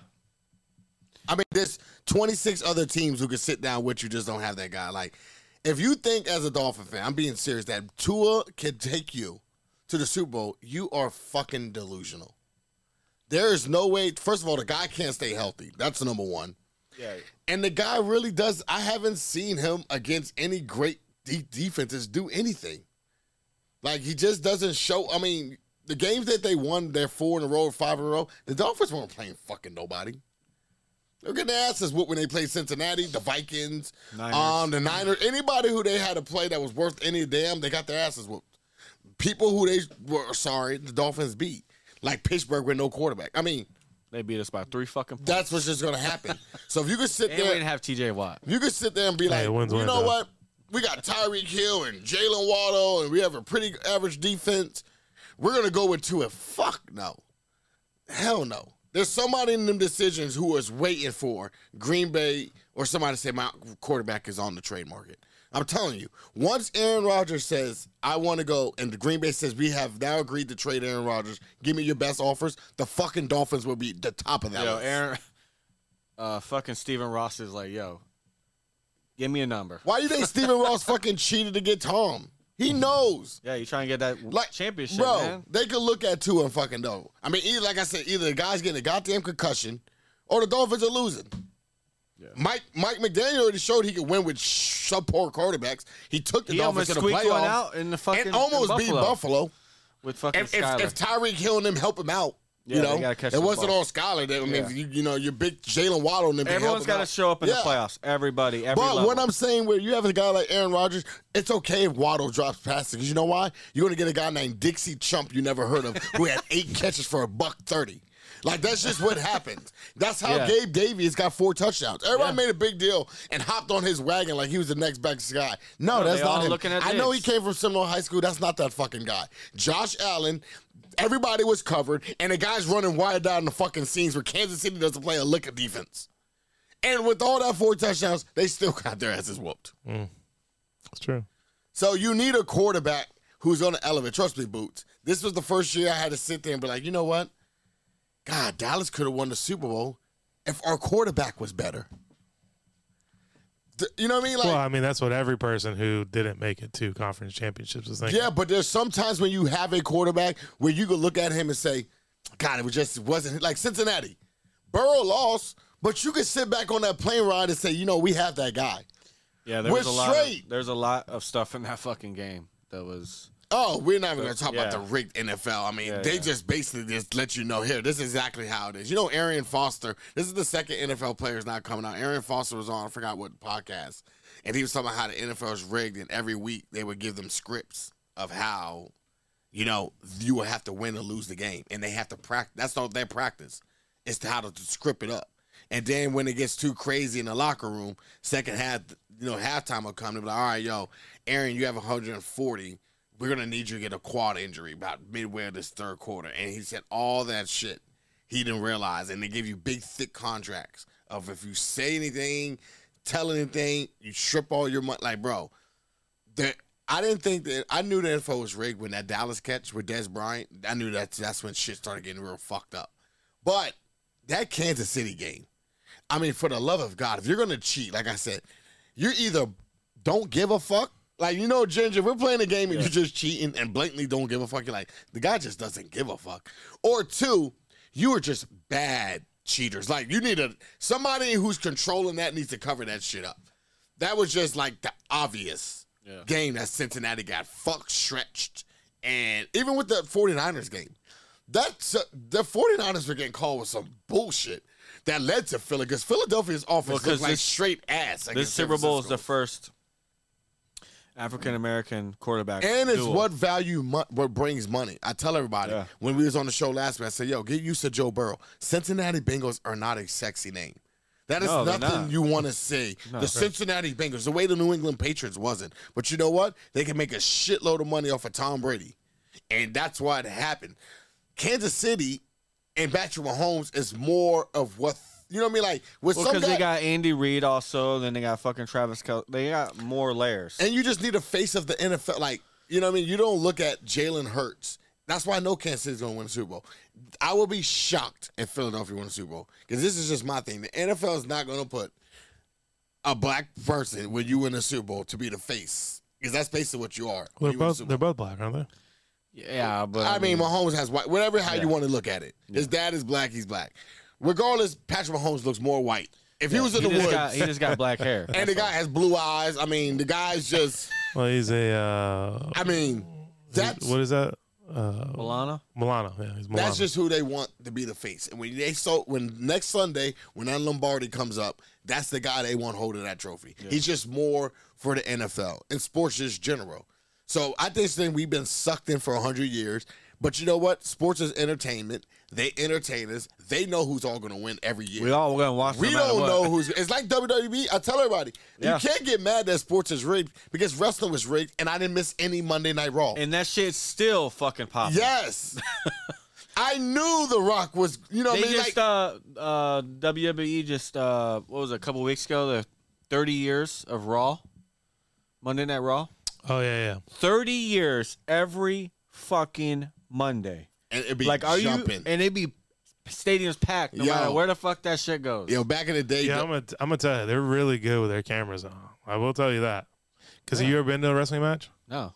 [SPEAKER 3] I mean, there's 26 other teams who could sit down with you, just don't have that guy. Like, If you think as a Dolphin fan, I'm being serious, that Tua can take you to the Super Bowl, you are fucking delusional. There is no way. First of all, the guy can't stay healthy. That's number one.
[SPEAKER 2] Yeah.
[SPEAKER 3] And the guy really does. I haven't seen him against any great de- defenses do anything. Like he just doesn't show. I mean, the games that they won, they're four in a row, or five in a row. The Dolphins weren't playing fucking nobody. They're getting their asses whooped when they played Cincinnati, the Vikings,
[SPEAKER 2] Niners.
[SPEAKER 3] um, the Niners. Anybody who they had to play that was worth any damn, they got their asses whooped. People who they were sorry, the Dolphins beat, like Pittsburgh with no quarterback. I mean,
[SPEAKER 2] They beat us by three fucking points.
[SPEAKER 3] that's what's just gonna happen. so if you could sit
[SPEAKER 2] and we
[SPEAKER 3] there,
[SPEAKER 2] didn't have TJ Watt.
[SPEAKER 3] you could sit there and be like,
[SPEAKER 1] Hey, wins,
[SPEAKER 3] you
[SPEAKER 1] wins,
[SPEAKER 3] know
[SPEAKER 1] though."
[SPEAKER 3] what? We got Tyreek Hill and Jalen Waddle, and we have a pretty average defense. We're gonna go with two. And fuck no, hell no. There's somebody in them decisions who is waiting for Green Bay or somebody to say my quarterback is on the trade market. I'm telling you, once Aaron Rodgers says I want to go, and the Green Bay says we have now agreed to trade Aaron Rodgers, give me your best offers. The fucking Dolphins will be the top of that.
[SPEAKER 2] Yo,
[SPEAKER 3] list.
[SPEAKER 2] Aaron, <laughs> uh, fucking Steven Ross is like, yo, give me a number.
[SPEAKER 3] Why do you think Stephen Ross fucking cheated to get Tom? He knows.
[SPEAKER 2] Yeah, you trying to get that
[SPEAKER 3] Like
[SPEAKER 2] championship,
[SPEAKER 3] bro,
[SPEAKER 2] man.
[SPEAKER 3] they could look at two and fucking know. I mean, either, like I said, either the guy's getting a goddamn concussion, or the Dolphins are losing.
[SPEAKER 2] Yeah.
[SPEAKER 3] Mike Mike McDaniel already showed he could win with sh- subpar quarterbacks. He took the
[SPEAKER 2] He almost
[SPEAKER 3] Dolphins to the
[SPEAKER 2] squeaked one
[SPEAKER 3] playoffs
[SPEAKER 2] out in the fucking
[SPEAKER 3] and almost
[SPEAKER 2] in
[SPEAKER 3] beat Buffalo.
[SPEAKER 2] with fucking
[SPEAKER 3] If, if,
[SPEAKER 2] Skyler.
[SPEAKER 3] if Tyreek Hill and them help him out,
[SPEAKER 2] Yeah,
[SPEAKER 3] you
[SPEAKER 2] they
[SPEAKER 3] know,
[SPEAKER 2] gotta catch
[SPEAKER 3] it
[SPEAKER 2] the
[SPEAKER 3] wasn't
[SPEAKER 2] ball.
[SPEAKER 3] all Skyler. That, I mean,
[SPEAKER 2] Yeah.
[SPEAKER 3] you, you know, your big Jalen Waddle and them. can help
[SPEAKER 2] Everyone's
[SPEAKER 3] him
[SPEAKER 2] got to
[SPEAKER 3] out.
[SPEAKER 2] show up in
[SPEAKER 3] Yeah.
[SPEAKER 2] the playoffs. Everybody, every
[SPEAKER 3] But
[SPEAKER 2] level.
[SPEAKER 3] what I'm saying, where you have a guy like Aaron Rodgers, it's okay if Waddle drops passes because you know why? You're gonna get a guy named Dixie Chump you never heard of
[SPEAKER 2] <laughs>
[SPEAKER 3] who had eight catches for a buck thirty. Like that's just what happens. That's how
[SPEAKER 2] Yeah.
[SPEAKER 3] Gabe Davies got four touchdowns. Everybody
[SPEAKER 2] Yeah.
[SPEAKER 3] made a big deal and hopped on his wagon like he was the next best guy. No,
[SPEAKER 2] No,
[SPEAKER 3] that's
[SPEAKER 2] Oh, they
[SPEAKER 3] not
[SPEAKER 2] all
[SPEAKER 3] him.
[SPEAKER 2] looking at
[SPEAKER 3] I know he
[SPEAKER 2] Diggs.
[SPEAKER 3] came from Seminole High School. That's not that fucking guy. Josh Allen. Everybody was covered, and the guy's running wide down the fucking scenes where Kansas City doesn't play a lick of defense. And with all that four touchdowns, they still <laughs> got their asses whooped.
[SPEAKER 1] It's true.
[SPEAKER 3] So you need a quarterback who's going to elevate. Trust me, Boots. This was the first year I had to sit there and be like, you know what? God, Dallas could have won the Super Bowl if our quarterback was better. Th- You know what I mean? Like,
[SPEAKER 1] well, I mean, that's what every person who didn't make it to conference championships is thinking.
[SPEAKER 3] yeah, but there's sometimes when you have a quarterback where you could look at him and say, God, it was just it wasn't like Cincinnati. Burrow lost, but you could sit back on that plane ride and say, you know, we have that guy.
[SPEAKER 2] yeah, there
[SPEAKER 3] we're
[SPEAKER 2] was a lot.
[SPEAKER 3] straight.
[SPEAKER 2] Of, there's a lot of stuff in that fucking game that was.
[SPEAKER 3] Oh, we're not even going to talk about
[SPEAKER 2] yeah.
[SPEAKER 3] the rigged NFL. I mean,
[SPEAKER 2] Yeah,
[SPEAKER 3] they
[SPEAKER 2] yeah.
[SPEAKER 3] just basically just let you know here, this is exactly how it is. You know, Arian Foster, this is the second NFL player is not coming out. Arian Foster was on, I forgot what podcast, and he was talking about how the NFL is rigged, and every week they would give them scripts of how, you know, you will have to win or lose the game, and they have to practice. That's all their practice is to how to script it up. And then when it gets too crazy in the locker room, second half, you know, halftime will come. They'll be like, all right, yo, Aaron, you have 140. We're going to need you to get a quad injury about midway of this third quarter. And he said all that shit he didn't realize. And they give you big, thick contracts of if you say anything, tell anything, you strip all your money. Like, bro, that I didn't think that I knew the info was rigged when that Dallas catch with Des Bryant. I knew that that's when shit started getting real fucked up. But that Kansas City game, I mean, for the love of God, if you're gonna cheat, like I said, you're either don't give a fuck. Like you know, Ginger, we're playing a game and you're just cheating and blatantly don't give a fuck. You're like, the guy just doesn't give a fuck. Or two, you are just bad cheaters. Like you need a somebody who's controlling that needs to cover that shit up. That was just like the obvious
[SPEAKER 2] Yeah.
[SPEAKER 3] game that Cincinnati got fuck stretched. And even with the 49ers game, that's the 49ers were getting called with some bullshit that led to Philly because Philadelphia's offense
[SPEAKER 2] Well, 'cause
[SPEAKER 3] looked like
[SPEAKER 2] this-
[SPEAKER 3] straight ass.
[SPEAKER 2] This
[SPEAKER 3] against San
[SPEAKER 2] Super Bowl is the
[SPEAKER 3] Francisco.
[SPEAKER 2] first African American quarterback.
[SPEAKER 3] and it's
[SPEAKER 2] duel.
[SPEAKER 3] what value mo- what brings money. I tell everybody
[SPEAKER 2] Yeah.
[SPEAKER 3] when we was on the show last week, I said, "Yo, get used to Joe Burrow." Cincinnati Bengals are not a sexy name. That is
[SPEAKER 2] No, they're
[SPEAKER 3] nothing
[SPEAKER 2] not.
[SPEAKER 3] you want
[SPEAKER 2] <laughs>
[SPEAKER 3] to see. the Cincinnati Bengals, the way the New England Patriots wasn't, but you know what? They can make a shitload of money off of Tom Brady, and that's why it happened. Kansas City and Patrick Mahomes is more of what you know what I mean. Like with
[SPEAKER 2] Well,
[SPEAKER 3] some
[SPEAKER 2] because
[SPEAKER 3] guy,
[SPEAKER 2] they got Andy Reid also, then they got fucking Travis. Kel- they got more layers.
[SPEAKER 3] And you just need a face of the NFL. Like, you know what I mean? You don't look at Jalen Hurts. That's why I know Kansas City's going to win the Super Bowl. I will be shocked if Philadelphia wins the Super Bowl because this is just my thing. The NFL is not going to put a a black person when you win a Super Bowl to be the face. Because that's basically what you are.
[SPEAKER 1] Well, they're
[SPEAKER 3] You win a
[SPEAKER 1] both
[SPEAKER 3] Super
[SPEAKER 1] they're both black, aren't they?
[SPEAKER 2] Yeah, but
[SPEAKER 3] I mean, Mahomes has white. Whatever, how
[SPEAKER 2] Yeah.
[SPEAKER 3] you want to look at it. His dad is black. He's black. Regardless, Patrick Mahomes looks more white. If he was in
[SPEAKER 2] he
[SPEAKER 3] the
[SPEAKER 2] just
[SPEAKER 3] woods
[SPEAKER 2] got he just got black <laughs> hair.
[SPEAKER 3] and the guy has blue eyes, I mean, the guy's just.
[SPEAKER 1] Well, he's a. Uh,
[SPEAKER 3] I mean, that's
[SPEAKER 1] what is that?
[SPEAKER 3] Oh.
[SPEAKER 1] Uh,
[SPEAKER 2] Milana.
[SPEAKER 1] Milano. Yeah, he's Milano.
[SPEAKER 3] that's just who they want to be the face. And when they so when next Sunday when that Lombardi comes up, that's the guy they want holding that trophy. He's just more for the NFL and sports just general. So I just think we've been sucked in for hundred years. But you know what? Sports is entertainment. They entertain us. They know who's all going to win every year.
[SPEAKER 2] We all gonna watch.
[SPEAKER 3] We
[SPEAKER 2] no matter
[SPEAKER 3] don't
[SPEAKER 2] what.
[SPEAKER 3] know who's. It's like WWE. I tell everybody,
[SPEAKER 2] Yeah.
[SPEAKER 3] you can't get mad that sports is rigged because wrestling was rigged, and I didn't miss any Monday Night Raw.
[SPEAKER 2] And that shit's still fucking popping.
[SPEAKER 3] yes, I knew The Rock was. You know, what
[SPEAKER 2] They
[SPEAKER 3] I mean,
[SPEAKER 2] just
[SPEAKER 3] like
[SPEAKER 2] uh uh WWE just uh what was it, a couple weeks ago the 30 years of Raw, Monday Night Raw.
[SPEAKER 1] oh yeah, yeah.
[SPEAKER 2] 30 years every fucking Monday.
[SPEAKER 3] and it'd be
[SPEAKER 2] like are
[SPEAKER 3] jumping.
[SPEAKER 2] you and they be stadiums packed no
[SPEAKER 3] Yo.
[SPEAKER 2] matter where the fuck that shit goes.
[SPEAKER 3] you know, back in the day,
[SPEAKER 1] Yeah, I'm gonna I'm gonna tell you, they're really good with their cameras on. I will tell you that. Because have you ever been to a wrestling match?
[SPEAKER 2] No.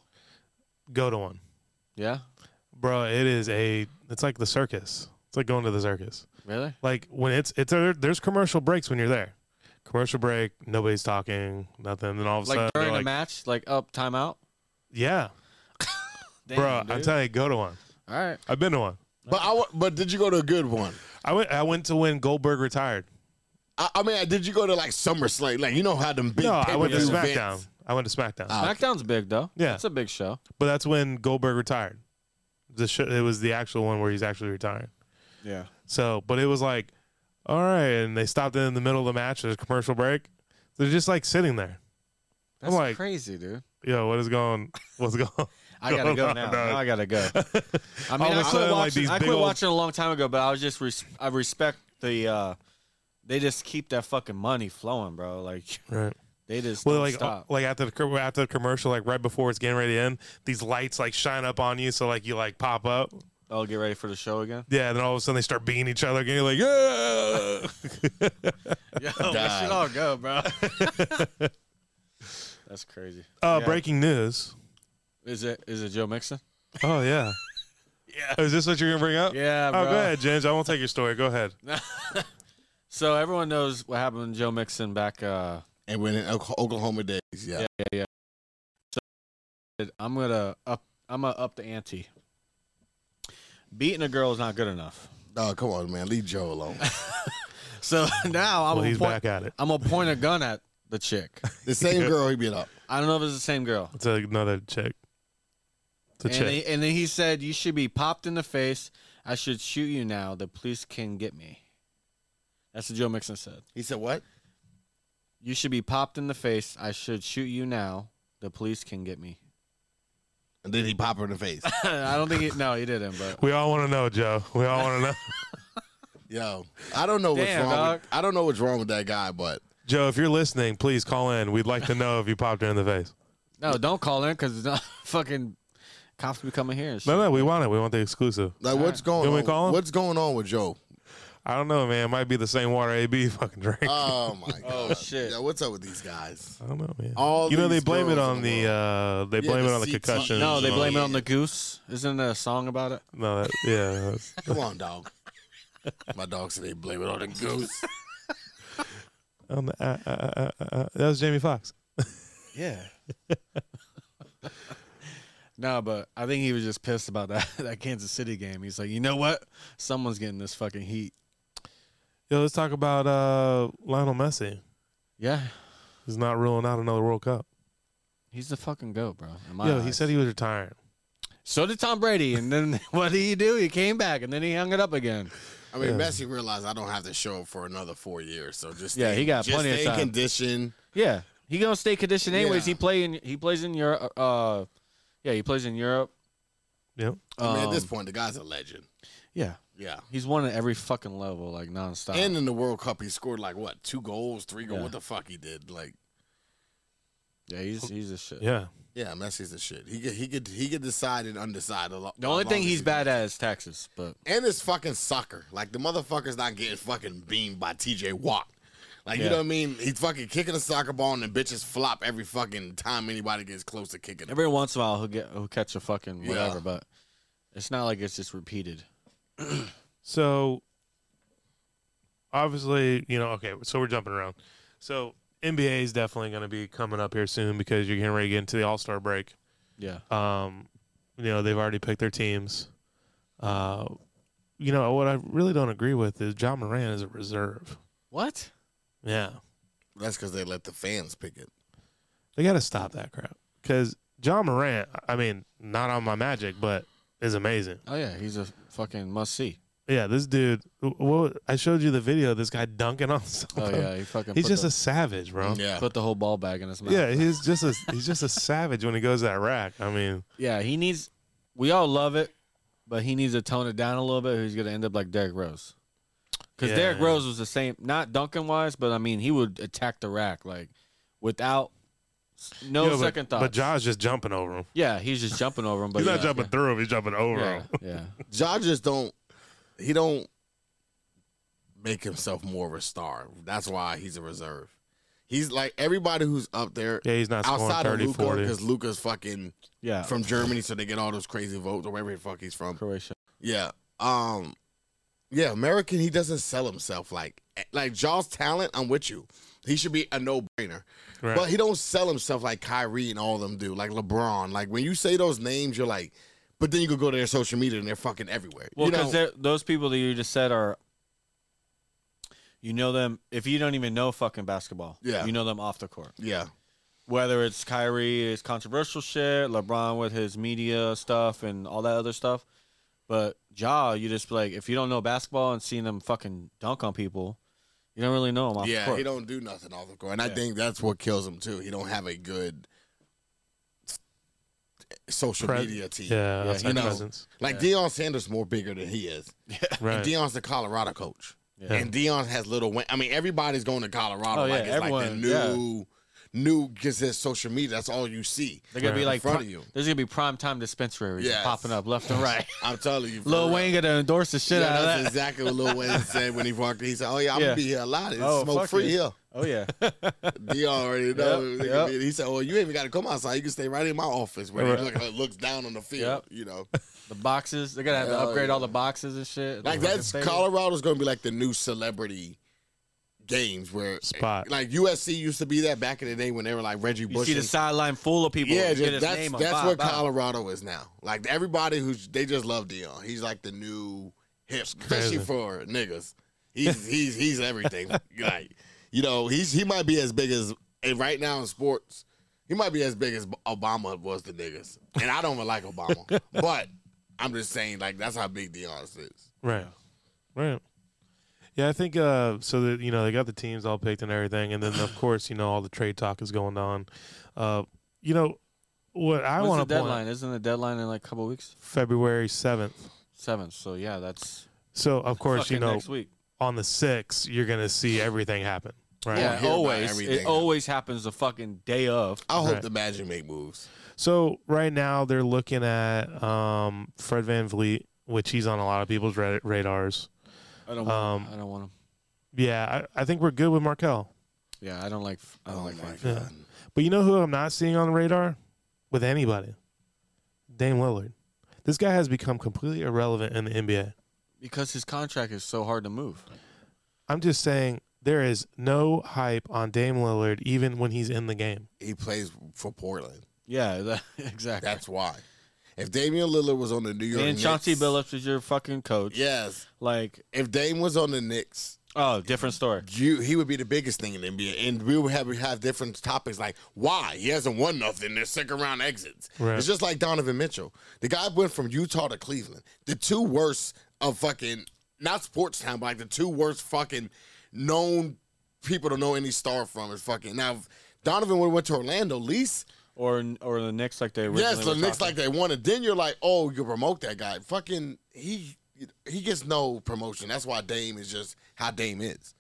[SPEAKER 1] Go to one,
[SPEAKER 2] Yeah.
[SPEAKER 1] bro. It is a. It's like the circus. It's like going to the circus.
[SPEAKER 2] Really?
[SPEAKER 1] Like when it's it's there, there's commercial breaks when you're there. Commercial break, nobody's talking, nothing. Then all of a sudden,
[SPEAKER 2] Like during
[SPEAKER 1] they're
[SPEAKER 2] the
[SPEAKER 1] like,
[SPEAKER 2] match, like up timeout.
[SPEAKER 1] yeah,
[SPEAKER 2] Damn,
[SPEAKER 1] bro. I'm
[SPEAKER 2] dude.
[SPEAKER 1] telling you, go to one.
[SPEAKER 2] All right.
[SPEAKER 1] I've been to one.
[SPEAKER 3] but I wa- but did you go to a good one?
[SPEAKER 1] I went. I went to when Goldberg retired.
[SPEAKER 3] I, I mean, did you go to like SummerSlam? Like you know how them big
[SPEAKER 1] no, I went to
[SPEAKER 3] pay-per-view
[SPEAKER 1] SmackDown.
[SPEAKER 3] events-
[SPEAKER 1] I went to SmackDown.
[SPEAKER 3] Ah. Okay.
[SPEAKER 2] SmackDown's big though.
[SPEAKER 1] Yeah.
[SPEAKER 2] It's a big show.
[SPEAKER 1] but that's when Goldberg retired. The sh- it was the actual one where he's actually retiring.
[SPEAKER 2] Yeah.
[SPEAKER 1] So, but it was like, all right, and they stopped in the middle of the match. There's a commercial break. They're just like sitting there. I'm
[SPEAKER 2] That's
[SPEAKER 1] like-
[SPEAKER 2] crazy, dude.
[SPEAKER 1] Yo, what is going? What's <laughs> going? on?
[SPEAKER 2] I
[SPEAKER 1] <laughs>
[SPEAKER 2] gotta go
[SPEAKER 1] on,
[SPEAKER 2] now.
[SPEAKER 1] dog?
[SPEAKER 2] Now I gotta go. I
[SPEAKER 1] Oh, All
[SPEAKER 2] mean,
[SPEAKER 1] of a
[SPEAKER 2] I quit,
[SPEAKER 1] sudden, like,
[SPEAKER 2] watching,
[SPEAKER 1] these
[SPEAKER 2] I
[SPEAKER 1] big
[SPEAKER 2] quit
[SPEAKER 1] old-
[SPEAKER 2] watching a long time ago, but I was just res- I respect the. uh They just keep that fucking money flowing, bro. Like
[SPEAKER 1] Right.
[SPEAKER 2] they just
[SPEAKER 1] Well,
[SPEAKER 2] don't
[SPEAKER 1] like, uh,
[SPEAKER 2] stop.
[SPEAKER 1] like after the co- after the commercial, like right before it's getting ready to end, these lights like shine up on you, so like you like pop up.
[SPEAKER 2] oh, get ready for the
[SPEAKER 1] <laughs>
[SPEAKER 2] show again.
[SPEAKER 1] Yeah, and then all of a sudden they start beating each other again. You're like, yeah.
[SPEAKER 2] <laughs> Yo, we
[SPEAKER 3] Dog.
[SPEAKER 2] should all go, bro. <laughs> That's crazy.
[SPEAKER 1] Uh,
[SPEAKER 2] Yeah.
[SPEAKER 1] Breaking news.
[SPEAKER 2] Is it is it Joe Mixon?
[SPEAKER 1] Oh yeah.
[SPEAKER 2] <laughs> Yeah.
[SPEAKER 1] Is this what you're gonna bring up? <laughs>
[SPEAKER 2] Yeah,
[SPEAKER 1] Oh,
[SPEAKER 2] bro.
[SPEAKER 1] go ahead, James. I won't take your story. Go ahead.
[SPEAKER 2] So everyone knows what happened to Joe Mixon back. uh
[SPEAKER 3] and when in Ok- Oklahoma days, yeah.
[SPEAKER 2] Yeah, yeah, yeah. So I'm gonna up. I'm gonna up the ante. Beating a girl is not good enough.
[SPEAKER 3] Oh come on, man, leave
[SPEAKER 2] <laughs>
[SPEAKER 3] Joe alone.
[SPEAKER 2] So <laughs> now
[SPEAKER 1] well,
[SPEAKER 2] I'm gonna
[SPEAKER 1] he's
[SPEAKER 2] point,
[SPEAKER 1] back at it.
[SPEAKER 2] I'm gonna point a gun at the chick.
[SPEAKER 3] the same girl he beat up.
[SPEAKER 2] I don't know if it's the
[SPEAKER 1] <laughs>
[SPEAKER 2] same girl.
[SPEAKER 1] It's another chick. It's a
[SPEAKER 2] and,
[SPEAKER 1] chick.
[SPEAKER 2] he- and then he said, "You should be popped in the face. I should shoot you now. The police can get me." That's what Joe Mixon said.
[SPEAKER 3] He said what?
[SPEAKER 2] You should be popped in the face. I should shoot you now. The police can get me. <laughs>
[SPEAKER 3] And then he pop her in the face.
[SPEAKER 2] I don't think he. No, he didn't. But
[SPEAKER 1] We all want to know, Joe. We all want to
[SPEAKER 2] <laughs>
[SPEAKER 1] know.
[SPEAKER 3] Yo, I don't know what's
[SPEAKER 2] Damn,
[SPEAKER 3] wrong.
[SPEAKER 2] dog.
[SPEAKER 3] With, I don't know what's wrong with that guy, but
[SPEAKER 1] Joe, if you're listening, please call in. We'd like to know if you popped her in the face.
[SPEAKER 2] no, don't call in because it's not <laughs> fucking cops be coming here. And shit.
[SPEAKER 1] No, no, we want it. We want the exclusive.
[SPEAKER 3] like, what's going?
[SPEAKER 1] Can we
[SPEAKER 3] on?
[SPEAKER 1] call him?
[SPEAKER 3] What's going on with
[SPEAKER 2] <laughs>
[SPEAKER 3] Joe?
[SPEAKER 1] I don't know, man. It might be the same water AB fucking drink.
[SPEAKER 2] Uh,
[SPEAKER 3] Oh my god!
[SPEAKER 2] Oh, shit.
[SPEAKER 3] Yo, what's up with these guys?
[SPEAKER 1] I don't know, man.
[SPEAKER 3] all
[SPEAKER 1] you know they
[SPEAKER 3] these
[SPEAKER 1] blame it
[SPEAKER 3] girls
[SPEAKER 1] on
[SPEAKER 3] in the
[SPEAKER 1] the uh, they
[SPEAKER 3] Yeah,
[SPEAKER 1] blame
[SPEAKER 3] the
[SPEAKER 1] it on the
[SPEAKER 3] CT.
[SPEAKER 1] concussion.
[SPEAKER 2] No, they
[SPEAKER 3] Oh,
[SPEAKER 2] blame it on
[SPEAKER 3] yeah.
[SPEAKER 2] the goose. Isn't there a song about it?
[SPEAKER 1] No, that, yeah. that's-
[SPEAKER 3] Come on, dog. my dog said they blame it on the goose.
[SPEAKER 1] on the, uh, uh, uh, uh, uh, that was Jamie Foxx.
[SPEAKER 2] Yeah. <laughs> no, but I think he was just pissed about that <laughs> that Kansas City game. He's like, you know what? Someone's getting this fucking heat.
[SPEAKER 1] Yo, let's talk about uh, Lionel Messi.
[SPEAKER 2] Yeah,
[SPEAKER 1] He's not ruling out another World Cup.
[SPEAKER 2] he's the fucking goat, bro. in my
[SPEAKER 1] Yo, he
[SPEAKER 2] eyes.
[SPEAKER 1] said he was retiring.
[SPEAKER 2] So did Tom Brady, and then <laughs> what did he do? He came back, and then he hung it up again.
[SPEAKER 3] I mean,
[SPEAKER 1] Yeah.
[SPEAKER 3] Messi realized I don't have to show up for another four years, so just
[SPEAKER 2] Yeah,
[SPEAKER 3] stay-
[SPEAKER 2] he got
[SPEAKER 3] just
[SPEAKER 2] plenty of
[SPEAKER 3] stay in
[SPEAKER 2] time.
[SPEAKER 3] condition.
[SPEAKER 2] Yeah, he gonna stay conditioned anyways.
[SPEAKER 3] Yeah.
[SPEAKER 2] He play in he plays in Europe. Uh, yeah, he plays in Europe.
[SPEAKER 1] Yep.
[SPEAKER 3] I mean, at this
[SPEAKER 2] Um,
[SPEAKER 3] point, the guy's a legend.
[SPEAKER 2] yeah,
[SPEAKER 3] Yeah.
[SPEAKER 2] he's won at every fucking level, like nonstop.
[SPEAKER 3] And in the World Cup, he scored like what, two goals, three goals?
[SPEAKER 2] Yeah.
[SPEAKER 3] What the fuck he did? Like,
[SPEAKER 2] yeah, he's he's a shit.
[SPEAKER 1] Yeah.
[SPEAKER 3] yeah, Messi's the shit. He could, he could, he could decide and undecide a lot.
[SPEAKER 2] The only thing he's bad at is taxes, but
[SPEAKER 3] and it's fucking soccer. Like the motherfucker's not getting fucking beamed by T.J. Watt. Like
[SPEAKER 2] Yeah.
[SPEAKER 3] you know what I mean? He's fucking kicking a soccer ball and the bitches flop every fucking time anybody gets close to kicking it.
[SPEAKER 2] Every once in a while, he'll get he'll catch a fucking
[SPEAKER 3] Yeah.
[SPEAKER 2] whatever, but it's not like it's just repeated.
[SPEAKER 1] So obviously, you know, okay, so we're jumping around. So NBA is definitely going to be coming up here soon because you're getting ready to get into the All Star break.
[SPEAKER 2] Yeah,
[SPEAKER 1] Um, you know, they've already picked their teams. Uh, you know, what I really don't agree with is John Moran is a reserve.
[SPEAKER 2] what?
[SPEAKER 1] Yeah.
[SPEAKER 3] That's because they let the fans pick it.
[SPEAKER 1] They got to stop that crap because John Morant, I mean, not on my magic, but is amazing.
[SPEAKER 2] Oh yeah, he's a fucking must see.
[SPEAKER 1] Yeah, this dude. wh- What I showed you the video. of This guy dunking on <laughs>
[SPEAKER 2] Oh
[SPEAKER 1] something.
[SPEAKER 2] yeah, he fucking.
[SPEAKER 1] he's
[SPEAKER 2] put
[SPEAKER 1] just
[SPEAKER 2] the,
[SPEAKER 1] a savage, bro.
[SPEAKER 3] Yeah.
[SPEAKER 2] put the whole ball bag in his mouth.
[SPEAKER 1] Yeah, he's just a he's just a savage when he goes to that rack. I mean,
[SPEAKER 2] yeah. He needs. We all love it, but he needs to tone it down a little bit. Or he's gonna end up like Derrick Rose, because
[SPEAKER 1] Yeah.
[SPEAKER 2] Derrick Rose was the same, not dunking wise, but I mean he would attack the rack like without s- no
[SPEAKER 1] yo, but-
[SPEAKER 2] second thought.
[SPEAKER 1] But John's just jumping over him.
[SPEAKER 2] yeah, he's just jumping over him. But
[SPEAKER 1] he's not
[SPEAKER 2] yeah,
[SPEAKER 1] jumping through him. He's jumping over
[SPEAKER 2] Yeah,
[SPEAKER 1] him.
[SPEAKER 2] yeah.
[SPEAKER 3] Ja just don't. He don't make himself more of a star. That's why he's a reserve. He's like everybody who's up there
[SPEAKER 1] Yeah, he's not scoring
[SPEAKER 3] outside of
[SPEAKER 1] 30,
[SPEAKER 3] Luca
[SPEAKER 1] 40.
[SPEAKER 3] because Luca's fucking
[SPEAKER 2] yeah. <laughs>
[SPEAKER 3] from Germany, so they get all those crazy votes or wherever the fuck he's from.
[SPEAKER 2] Croatia.
[SPEAKER 3] Yeah. Um yeah, American he doesn't sell himself like like Jaw's talent, I'm with you. He should be a no-brainer.
[SPEAKER 1] Right.
[SPEAKER 3] But he don't sell himself like Kyrie and all of them do, like LeBron. Like when you say those names, you're like but then you could go to their social media and they're fucking everywhere.
[SPEAKER 2] Well,
[SPEAKER 3] you
[SPEAKER 2] because
[SPEAKER 3] know,
[SPEAKER 2] those people that you just said are, you know them if you don't even know fucking basketball.
[SPEAKER 3] Yeah.
[SPEAKER 2] you know them off the court.
[SPEAKER 3] yeah.
[SPEAKER 2] Whether it's Kyrie, his controversial shit, LeBron with his media stuff and all that other stuff, but Ja, you just be like if you don't know basketball and seeing them fucking dunk on people, you don't really know them off the
[SPEAKER 3] Yeah,
[SPEAKER 2] court.
[SPEAKER 3] he don't do nothing off the court. And I
[SPEAKER 2] Yeah.
[SPEAKER 3] think that's what kills him too. He don't have a good social
[SPEAKER 1] Pre-
[SPEAKER 3] media team.
[SPEAKER 1] yeah, outside
[SPEAKER 3] you know. <laughs>
[SPEAKER 1] presence.
[SPEAKER 3] Like Deion Sanders more bigger than he is.
[SPEAKER 1] Right.
[SPEAKER 3] Deion's the Colorado coach.
[SPEAKER 2] Yeah.
[SPEAKER 3] And Dion has little. Win- I mean, everybody's going to Colorado.
[SPEAKER 2] Oh, yeah,
[SPEAKER 3] like it's like the
[SPEAKER 2] everyone,
[SPEAKER 3] new, new because there's social media. That's all you see.
[SPEAKER 2] They're gonna be
[SPEAKER 1] Right.
[SPEAKER 2] like
[SPEAKER 3] front
[SPEAKER 2] pri-
[SPEAKER 3] of you.
[SPEAKER 2] There's gonna be prime time dispensaries
[SPEAKER 3] Yes.
[SPEAKER 2] popping up left
[SPEAKER 3] <laughs>
[SPEAKER 2] and right.
[SPEAKER 3] I'm telling you, for
[SPEAKER 2] Lil
[SPEAKER 3] real.
[SPEAKER 2] Wayne gonna endorse the shit
[SPEAKER 3] Yeah,
[SPEAKER 2] out of
[SPEAKER 3] that's
[SPEAKER 2] that.
[SPEAKER 3] exactly what Lil Wayne said when he walked. in. He said, "Oh yeah, I'm
[SPEAKER 2] Yeah.
[SPEAKER 3] gonna be here a lot. It's
[SPEAKER 2] Oh,
[SPEAKER 3] smoke
[SPEAKER 2] fuck
[SPEAKER 3] free
[SPEAKER 2] yeah.
[SPEAKER 3] here."
[SPEAKER 2] Oh yeah. <laughs>
[SPEAKER 3] Dion already know.
[SPEAKER 2] Yep,
[SPEAKER 3] They
[SPEAKER 2] yep.
[SPEAKER 3] gonna be- He said, "Well, you ain't even got to come outside. You can stay right in my office where
[SPEAKER 1] Right.
[SPEAKER 3] he look, uh, looks down on the field.
[SPEAKER 2] Yep. <laughs>
[SPEAKER 3] You know,
[SPEAKER 2] The boxes, they're gonna have to
[SPEAKER 3] Hell
[SPEAKER 2] upgrade
[SPEAKER 3] Oh, yeah.
[SPEAKER 2] all the boxes and shit.
[SPEAKER 3] like
[SPEAKER 2] The fucking
[SPEAKER 3] that's
[SPEAKER 2] stadium.
[SPEAKER 3] Colorado's gonna be like the new celebrity." Games where
[SPEAKER 1] Spot.
[SPEAKER 3] like USC used to be that back in the day when they were like Reggie
[SPEAKER 2] You
[SPEAKER 3] Bush.
[SPEAKER 2] see the
[SPEAKER 3] and-
[SPEAKER 2] sideline full of people.
[SPEAKER 3] Yeah,
[SPEAKER 2] get
[SPEAKER 3] just,
[SPEAKER 2] his
[SPEAKER 3] that's
[SPEAKER 2] name on
[SPEAKER 3] that's
[SPEAKER 2] Bob,
[SPEAKER 3] what
[SPEAKER 2] Bob.
[SPEAKER 3] Colorado is now. Like everybody who's they just love Dion. He's like the new hip, especially
[SPEAKER 1] crazy.
[SPEAKER 3] for niggas. He's he's he's everything. <laughs> like you know, he's he might be as big as and right now in sports. He might be as big as Obama was to niggas, and I don't even
[SPEAKER 1] <laughs>
[SPEAKER 3] like Obama, but I'm just saying like that's how big Dion is.
[SPEAKER 1] Right. Right. Yeah, I think uh, so that you know they got the teams all picked and everything, and then of course you know all the trade talk is going on. Uh, you know what I
[SPEAKER 2] When's
[SPEAKER 1] want
[SPEAKER 2] the
[SPEAKER 1] to
[SPEAKER 2] deadline?
[SPEAKER 1] point
[SPEAKER 2] Isn't the deadline in like a couple weeks?
[SPEAKER 1] February seventh.
[SPEAKER 2] Seventh. So yeah, that's
[SPEAKER 1] So of course
[SPEAKER 2] fucking
[SPEAKER 1] you know
[SPEAKER 2] next week.
[SPEAKER 1] on the sixth you're gonna see everything happen, right?
[SPEAKER 3] Yeah.
[SPEAKER 2] Yeah,
[SPEAKER 3] hear about
[SPEAKER 2] always. It
[SPEAKER 3] everything.
[SPEAKER 2] always happens the fucking day of.
[SPEAKER 3] I hope
[SPEAKER 1] Right.
[SPEAKER 3] the Magic make moves.
[SPEAKER 1] So right now they're looking at um, Fred Van Vliet, which he's on a lot of people's ra- radars.
[SPEAKER 2] I don't.
[SPEAKER 1] Um,
[SPEAKER 2] I don't want him.
[SPEAKER 1] Yeah, I, I think we're good with Markel,
[SPEAKER 2] Yeah, I don't like. I
[SPEAKER 3] Oh
[SPEAKER 2] don't like. Frank.
[SPEAKER 1] Oh God. but you know who I'm not seeing on the radar with anybody? Dame Lillard. This guy has become completely irrelevant in the NBA.
[SPEAKER 2] Because his contract is so hard to move.
[SPEAKER 1] I'm just saying there is no hype on Dame Lillard even when he's in the game.
[SPEAKER 3] He plays for Portland.
[SPEAKER 2] Yeah, <laughs> that, exactly.
[SPEAKER 3] That's why. If Damian Lillard was on the New York
[SPEAKER 2] and Chauncey
[SPEAKER 3] Knicks-
[SPEAKER 2] Billups is your fucking coach.
[SPEAKER 3] yes.
[SPEAKER 2] Like,
[SPEAKER 3] If Dame was on the Knicks,
[SPEAKER 2] oh, different story.
[SPEAKER 3] you he would be the biggest thing in the NBA, and we would have we have different topics like why he hasn't won nothing. Their second round exits.
[SPEAKER 1] Right.
[SPEAKER 3] It's just like Donovan Mitchell. The guy went from Utah to Cleveland, the two worst of fucking not sports town, but like the two worst fucking known people to know any star from is fucking now. if Donovan would have went to Orlando, least
[SPEAKER 2] Or or the Knicks like they originally.
[SPEAKER 3] Yes, the
[SPEAKER 2] were
[SPEAKER 3] Knicks
[SPEAKER 2] talking.
[SPEAKER 3] like they wanted. Then you're like, oh, you promote that guy. Fucking he he gets no promotion. That's why Dame is just how Dame is.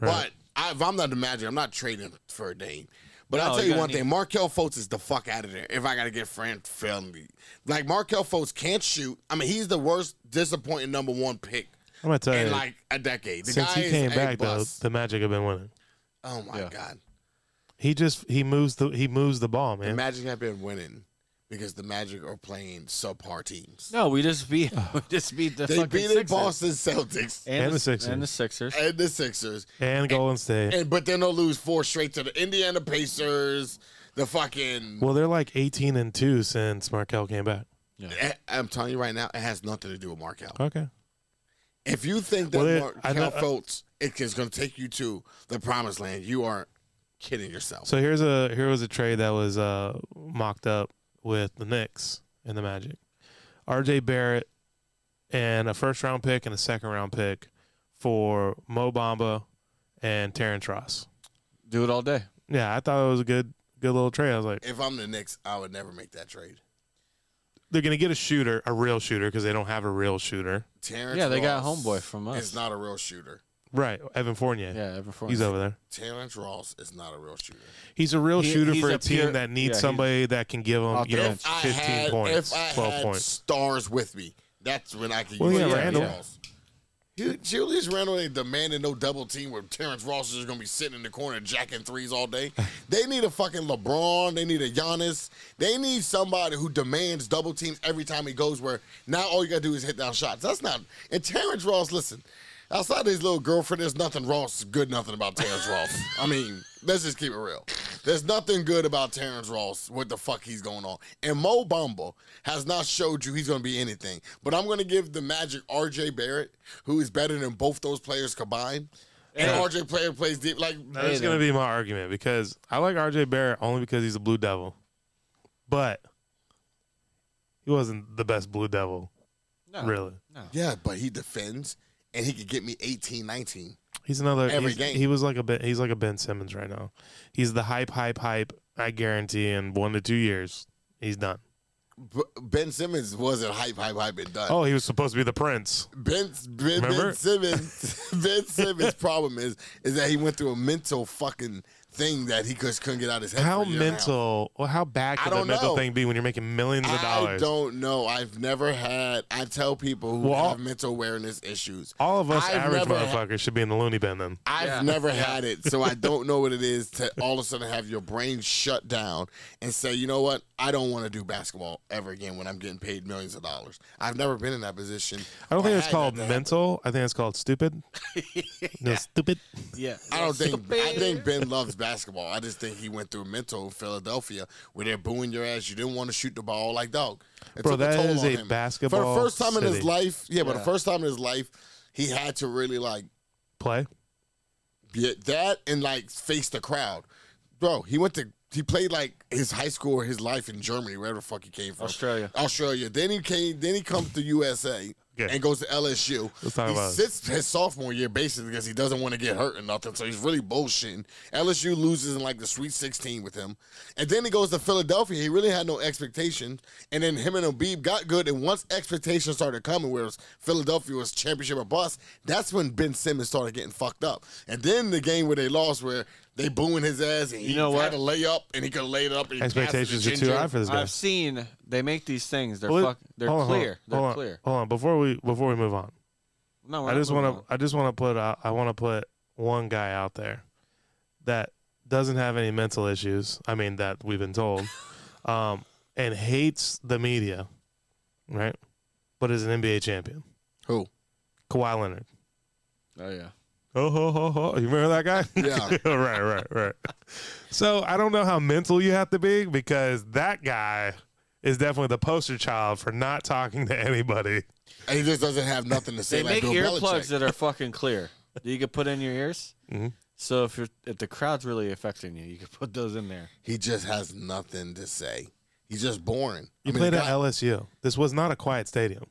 [SPEAKER 1] Right.
[SPEAKER 3] But I, if I'm not the Magic, I'm not trading for Dame. But
[SPEAKER 2] No,
[SPEAKER 3] I'll tell
[SPEAKER 2] you
[SPEAKER 3] you one
[SPEAKER 2] gotta
[SPEAKER 3] thing: Markel Fultz is the fuck out of there. If I gotta get Fran Felmy, like Markel Fultz can't shoot. I mean, he's the worst disappointing number one pick
[SPEAKER 1] I'm gonna tell
[SPEAKER 3] in
[SPEAKER 1] you,
[SPEAKER 3] like a decade. The
[SPEAKER 1] since
[SPEAKER 3] guy
[SPEAKER 1] he came
[SPEAKER 3] is
[SPEAKER 1] back
[SPEAKER 3] a bust.
[SPEAKER 1] though, the Magic have been winning.
[SPEAKER 3] Oh my
[SPEAKER 2] Yeah.
[SPEAKER 3] god!
[SPEAKER 1] He just he moves the he moves the ball,
[SPEAKER 3] The
[SPEAKER 1] man.
[SPEAKER 3] Magic have been winning because the Magic are playing subpar teams.
[SPEAKER 2] No, we just
[SPEAKER 1] <laughs>
[SPEAKER 2] beat we just beat the
[SPEAKER 3] they
[SPEAKER 2] fucking
[SPEAKER 3] beat the
[SPEAKER 2] Sixers.
[SPEAKER 3] Boston Celtics
[SPEAKER 1] And the Sixers.
[SPEAKER 2] and the Sixers.
[SPEAKER 3] and the Sixers,
[SPEAKER 1] and Golden State.
[SPEAKER 3] and but then they'll lose four straight to the Indiana Pacers. The fucking
[SPEAKER 1] well, they're like eighteen and two since Markel came back.
[SPEAKER 3] Eh, I'm telling you right now, it has nothing to do with Markel.
[SPEAKER 1] Okay.
[SPEAKER 3] If you think that
[SPEAKER 1] Well, they- I
[SPEAKER 3] Markel
[SPEAKER 1] know-
[SPEAKER 2] uh,
[SPEAKER 3] Fultz it is going to take you to the promised land, you are kidding yourself.
[SPEAKER 1] So here's a here was a trade that was uh, mocked up with the Knicks and the Magic. RJ Barrett and a first round pick and a second round pick for Mo Bamba and Terrence Ross.
[SPEAKER 2] Do it all day.
[SPEAKER 1] Yeah, I thought it was a good good little trade. I was like,
[SPEAKER 3] if I'm the Knicks, I would never make that trade.
[SPEAKER 1] they're gonna get a shooter, a real shooter, because they don't have a real shooter.
[SPEAKER 3] Terrence
[SPEAKER 2] yeah, they got
[SPEAKER 3] Ross
[SPEAKER 2] homeboy from us.
[SPEAKER 3] Is not a real shooter.
[SPEAKER 1] Right, Evan Fournier.
[SPEAKER 2] yeah, ever for
[SPEAKER 1] He's over there.
[SPEAKER 3] Terrence Ross is not a real shooter.
[SPEAKER 1] He's a real
[SPEAKER 2] He-
[SPEAKER 1] shooter
[SPEAKER 2] he's
[SPEAKER 1] for a,
[SPEAKER 2] a
[SPEAKER 1] team
[SPEAKER 2] pure-
[SPEAKER 1] that
[SPEAKER 2] yeah,
[SPEAKER 1] needs
[SPEAKER 2] he's-
[SPEAKER 1] somebody that can give him,
[SPEAKER 2] Off
[SPEAKER 1] you
[SPEAKER 2] the
[SPEAKER 1] know,
[SPEAKER 2] bench.
[SPEAKER 3] I
[SPEAKER 1] 15
[SPEAKER 3] had,
[SPEAKER 1] points,
[SPEAKER 3] if I
[SPEAKER 1] 12
[SPEAKER 3] had
[SPEAKER 1] points.
[SPEAKER 3] stars with me, that's when I could
[SPEAKER 1] Well,
[SPEAKER 3] use
[SPEAKER 1] yeah,
[SPEAKER 3] Terrence
[SPEAKER 2] Randall.
[SPEAKER 3] Ross. Ju- Julius Randle ain't demanding no double team where Terrence Ross is going to be sitting in the corner jacking threes
[SPEAKER 1] <laughs>
[SPEAKER 3] all day. They need a fucking LeBron. They need a Giannis. They need somebody who demands double teams every time he goes where now all you got to do is hit down shots. That's not. And Terrence Ross, listen, outside his little girlfriend, there's nothing Ross good, nothing about Terrence Ross. I mean, let's just keep it real. There's nothing good about Terrence Ross, what the fuck he's going on. And Mo Bamba has not showed you he's going to be anything. But I'm going to give the Magic RJ Barrett, who is better than both those players combined. And RJ player plays deep. Like,
[SPEAKER 1] That's
[SPEAKER 2] Hey,
[SPEAKER 1] going to be my argument because I like RJ Barrett only because he's a Blue Devil, but he wasn't the best Blue Devil,
[SPEAKER 2] No,
[SPEAKER 1] really.
[SPEAKER 2] No.
[SPEAKER 3] yeah, but he defends and he could get me 18, 19.
[SPEAKER 1] He's another.
[SPEAKER 3] Every
[SPEAKER 1] he's-
[SPEAKER 3] game.
[SPEAKER 1] he was like a Ben- he's like a Ben Simmons right now. He's the hype, hype, hype. I guarantee in one to two years he's done.
[SPEAKER 3] B- Ben Simmons wasn't hype, hype, hype, and done.
[SPEAKER 1] Oh, he was supposed to be the prince.
[SPEAKER 3] Ben, ben, ben
[SPEAKER 1] Remember?
[SPEAKER 3] Simmons. <laughs>
[SPEAKER 1] <laughs>
[SPEAKER 3] Ben Simmons' problem is is that he went through a mental fucking thing that he just couldn't get out of his head.
[SPEAKER 1] How
[SPEAKER 3] for a year and a half.
[SPEAKER 1] mental? Well, how bad
[SPEAKER 3] I
[SPEAKER 1] can that
[SPEAKER 3] don't
[SPEAKER 1] mental
[SPEAKER 3] know.
[SPEAKER 1] thing be when you're making millions of
[SPEAKER 3] I
[SPEAKER 1] dollars?
[SPEAKER 3] don't know. I've never had. I tell people who
[SPEAKER 1] Well,
[SPEAKER 3] have mental awareness issues.
[SPEAKER 1] All of us
[SPEAKER 3] I've
[SPEAKER 1] average
[SPEAKER 3] never had-
[SPEAKER 1] motherfuckers should be in the loony bin then.
[SPEAKER 3] I've
[SPEAKER 2] Yeah.
[SPEAKER 3] never
[SPEAKER 2] Yeah.
[SPEAKER 3] had it, so I don't know what it is to all of a sudden have your brain shut down and say, you know what, I don't want to do basketball ever again when I'm getting paid millions of dollars. I've never been in that position.
[SPEAKER 1] I don't
[SPEAKER 3] or
[SPEAKER 1] think it's
[SPEAKER 3] had
[SPEAKER 1] called
[SPEAKER 3] that to
[SPEAKER 1] mental. I think it's called
[SPEAKER 3] <laughs>
[SPEAKER 1] stupid. No, stupid.
[SPEAKER 2] Yeah.
[SPEAKER 3] I don't think I think Ben loves basketball. I just think he went through mental in Philadelphia where they're booing your ass. You didn't want to shoot the ball like dog. It
[SPEAKER 1] Bro,
[SPEAKER 3] took a
[SPEAKER 1] that
[SPEAKER 3] toll
[SPEAKER 1] is
[SPEAKER 3] on
[SPEAKER 1] a
[SPEAKER 3] him.
[SPEAKER 1] basketball
[SPEAKER 3] For the first time in his
[SPEAKER 1] city.
[SPEAKER 3] life, yeah, but the
[SPEAKER 2] Yeah.
[SPEAKER 3] first time in his life, he had to really like
[SPEAKER 1] Play.
[SPEAKER 3] get that and like face the crowd. Bro, he went to he played like his high school or his life in Germany, wherever the fuck he came from.
[SPEAKER 2] Australia.
[SPEAKER 3] Australia. Then he came. Then he comes to USA
[SPEAKER 1] Okay.
[SPEAKER 3] and goes to LSU.
[SPEAKER 1] Let's talk
[SPEAKER 3] he
[SPEAKER 1] about it.
[SPEAKER 3] sits his sophomore year basically because he doesn't want to get hurt or nothing. So he's really bullshitting. LSU loses in like the Sweet 16 with him, and then he goes to Philadelphia. He really had no expectations, and then him and Embiid got good. And once expectations started coming, where it was Philadelphia was championship or bust, that's when Ben Simmons started getting fucked up. And then the game where they lost, where they booing his ass, and he
[SPEAKER 2] You know
[SPEAKER 3] had
[SPEAKER 2] what?
[SPEAKER 3] a layup, and he could lay it up. And he passed it to
[SPEAKER 1] Expectations are too
[SPEAKER 3] Ginger.
[SPEAKER 1] high for this guy.
[SPEAKER 2] I've seen they make these things. They're
[SPEAKER 1] Well,
[SPEAKER 2] fuck. They're
[SPEAKER 1] hold on, hold on,
[SPEAKER 2] clear. They're
[SPEAKER 1] hold on,
[SPEAKER 2] clear.
[SPEAKER 1] Hold on, before we before we move on,
[SPEAKER 2] No,
[SPEAKER 1] I just want to I just want to put out, I want to put one guy out there that doesn't have any mental issues. I mean that we've been
[SPEAKER 2] <laughs>
[SPEAKER 1] told, um, and hates the media, right? But is an NBA champion.
[SPEAKER 3] Who?
[SPEAKER 1] Kawhi Leonard.
[SPEAKER 2] to. Oh yeah.
[SPEAKER 1] Oh ho ho ho! You remember that guy?
[SPEAKER 3] Yeah.
[SPEAKER 1] <laughs> right, right, right. So I don't know how mental you have to be because that guy is definitely the poster child for not talking to anybody.
[SPEAKER 3] And he just doesn't have nothing to say.
[SPEAKER 2] They make
[SPEAKER 3] like Bill
[SPEAKER 2] earplugs
[SPEAKER 3] Belichick.
[SPEAKER 2] that are fucking clear. that You can put in your ears.
[SPEAKER 1] Mhm.
[SPEAKER 2] So if you're if the crowd's really affecting you, you can put those in there.
[SPEAKER 3] He just has nothing to say. He's just boring.
[SPEAKER 1] You
[SPEAKER 3] I mean,
[SPEAKER 1] played
[SPEAKER 3] the
[SPEAKER 1] at
[SPEAKER 3] guy-
[SPEAKER 1] LSU. This was not a quiet stadium.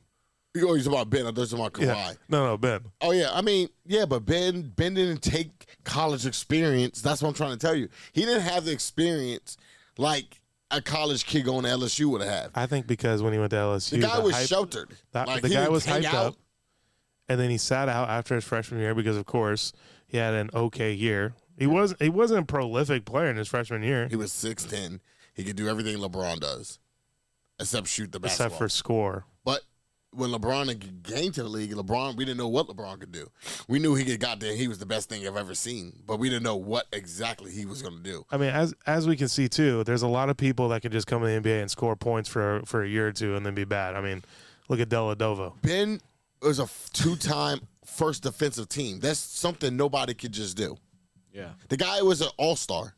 [SPEAKER 3] You always about Ben. I thought you were talking about Kawhi.
[SPEAKER 1] Yeah. No, no, Ben.
[SPEAKER 3] Oh yeah, I mean, yeah, but Ben Ben didn't take college experience. That's what I'm trying to tell you. He didn't have the experience like a college kid going to LSU would have.
[SPEAKER 1] I think because when he went to LSU,
[SPEAKER 3] The guy was
[SPEAKER 1] hype-
[SPEAKER 3] sheltered.
[SPEAKER 1] that-
[SPEAKER 3] Like,
[SPEAKER 1] the
[SPEAKER 3] he
[SPEAKER 1] guy
[SPEAKER 3] didn't
[SPEAKER 1] was
[SPEAKER 3] hang
[SPEAKER 1] hyped
[SPEAKER 3] out.
[SPEAKER 1] up, and then he sat out after his freshman year because, of course, he had an okay year. He was he wasn't a prolific player in his freshman year,
[SPEAKER 3] He was six ten. He could do everything LeBron does, except shoot the basketball.
[SPEAKER 1] except for score.
[SPEAKER 3] but when LeBron came to the league, LeBron, we didn't know what LeBron could do. We knew he could goddamn, he was the best thing I've ever seen, but we didn't know what exactly he was going to do.
[SPEAKER 1] I mean, as as we can see too, there's a lot of people that can just come in the NBA and score points for for a year or two and then be bad. I mean, look at Dellavedova.
[SPEAKER 3] Ben was a two time first defensive team. That's something nobody could just do.
[SPEAKER 2] Yeah.
[SPEAKER 3] The guy was an all star.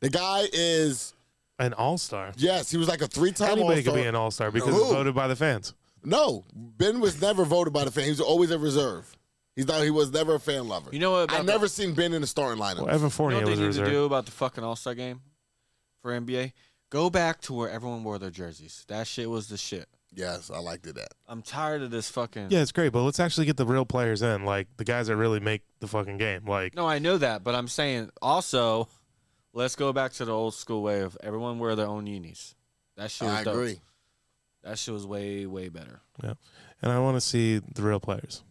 [SPEAKER 3] The guy is,
[SPEAKER 1] an All Star.
[SPEAKER 3] yes, he was like a three time all
[SPEAKER 1] Anybody could be
[SPEAKER 3] star.
[SPEAKER 1] an All Star because it's
[SPEAKER 3] Who?
[SPEAKER 1] voted by the fans.
[SPEAKER 3] No, Ben was never voted by the fans. He was always a reserve. He's not, he was never a fan lover.
[SPEAKER 2] You know what?
[SPEAKER 3] I
[SPEAKER 2] about
[SPEAKER 3] never seen Ben in the starting lineup.
[SPEAKER 1] Well, Evan
[SPEAKER 2] the, you
[SPEAKER 1] Fournier
[SPEAKER 2] know
[SPEAKER 1] was
[SPEAKER 2] what they
[SPEAKER 1] a
[SPEAKER 2] need to
[SPEAKER 1] reserve.
[SPEAKER 2] do about the fucking All Star game for NBA? Go back to where everyone wore their jerseys. That shit was the shit.
[SPEAKER 3] Yes, I liked it. That
[SPEAKER 2] I'm tired of this fucking.
[SPEAKER 1] Yeah, it's great, but let's actually get the real players in, like the guys that really make the fucking game. Like,
[SPEAKER 2] No, I know that, but I'm saying also, let's go back to the old school way of everyone wear their own unis. That shit was
[SPEAKER 3] I
[SPEAKER 2] dope.
[SPEAKER 3] agree.
[SPEAKER 2] That shit was way way better.
[SPEAKER 1] and I want to see the real players.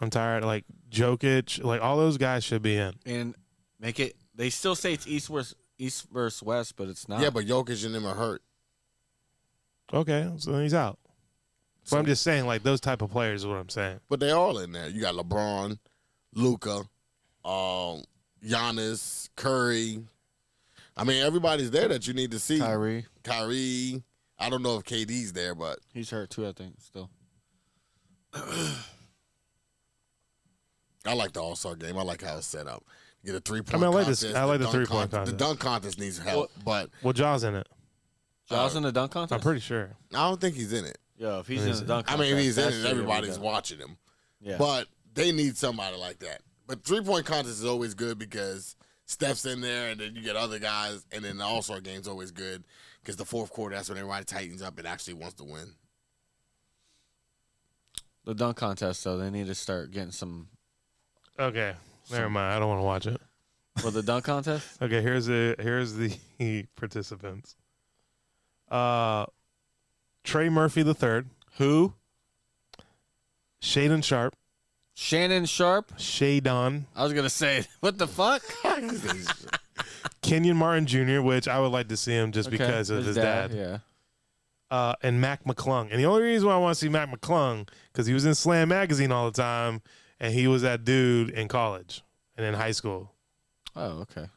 [SPEAKER 1] I'm tired. Like Jokic, like all those guys should be in.
[SPEAKER 2] And make it. They still say it's east versus east versus west, but it's not.
[SPEAKER 3] Yeah, but Jokic and them are hurt.
[SPEAKER 1] Okay, so then he's out. But I'm just saying, like those type of players is what I'm saying.
[SPEAKER 3] But they all in there. You got LeBron, Luca, um, Giannis, Curry. I mean, everybody's there that you need to see. Kyrie.
[SPEAKER 2] Kyrie,
[SPEAKER 3] I don't know if KD's there, but
[SPEAKER 2] he's hurt too. I think still.
[SPEAKER 3] I like the All Star game. I like how it's set up. You get a three point.
[SPEAKER 1] I mean, I like this-
[SPEAKER 3] contest,
[SPEAKER 1] I like the
[SPEAKER 3] dunk
[SPEAKER 1] three-point
[SPEAKER 3] contest.
[SPEAKER 1] contest.
[SPEAKER 3] The dunk contest needs help, but
[SPEAKER 1] Well, Jaw's in it.
[SPEAKER 2] Jaws
[SPEAKER 3] Uh,
[SPEAKER 2] in the dunk contest.
[SPEAKER 1] I'm pretty sure.
[SPEAKER 3] I don't think he's in it.
[SPEAKER 2] Yo, if he's in
[SPEAKER 1] Is
[SPEAKER 2] the
[SPEAKER 1] it?
[SPEAKER 2] dunk
[SPEAKER 3] I
[SPEAKER 2] contest,
[SPEAKER 3] mean, if he's in
[SPEAKER 2] that
[SPEAKER 3] it.
[SPEAKER 2] shit would be
[SPEAKER 3] Everybody's
[SPEAKER 2] dope.
[SPEAKER 3] watching him.
[SPEAKER 2] Yeah.
[SPEAKER 3] But they need somebody like that. But three point contest is always good because Steph's in there, and then you get other guys, and then the All Star game's always good because the fourth quarter that's when everybody tightens up and actually wants to win. <laughs>
[SPEAKER 2] the dunk contest, though, they need to start getting
[SPEAKER 3] <laughs>
[SPEAKER 2] some.
[SPEAKER 1] Okay, never mind. I don't want to watch it.
[SPEAKER 2] For the dunk contest,
[SPEAKER 1] Okay, here's the here's the <laughs> participants. Uh, Trey Murphy the third,
[SPEAKER 2] who?
[SPEAKER 1] Shaden Sharp,
[SPEAKER 2] Shannon Sharp.
[SPEAKER 1] Shadon,
[SPEAKER 2] I was gonna say, <laughs> what the
[SPEAKER 3] <laughs>
[SPEAKER 2] fuck?
[SPEAKER 1] Kenyon Martin Jr., which I would like to see him just
[SPEAKER 2] Okay,
[SPEAKER 1] because of his, dad,
[SPEAKER 2] Yeah.
[SPEAKER 1] uh, and Mac McClung. And the only reason why I want to see Mac McClung because he was in Slam magazine all the time, and he was that dude in college and in high school,
[SPEAKER 2] Oh, okay.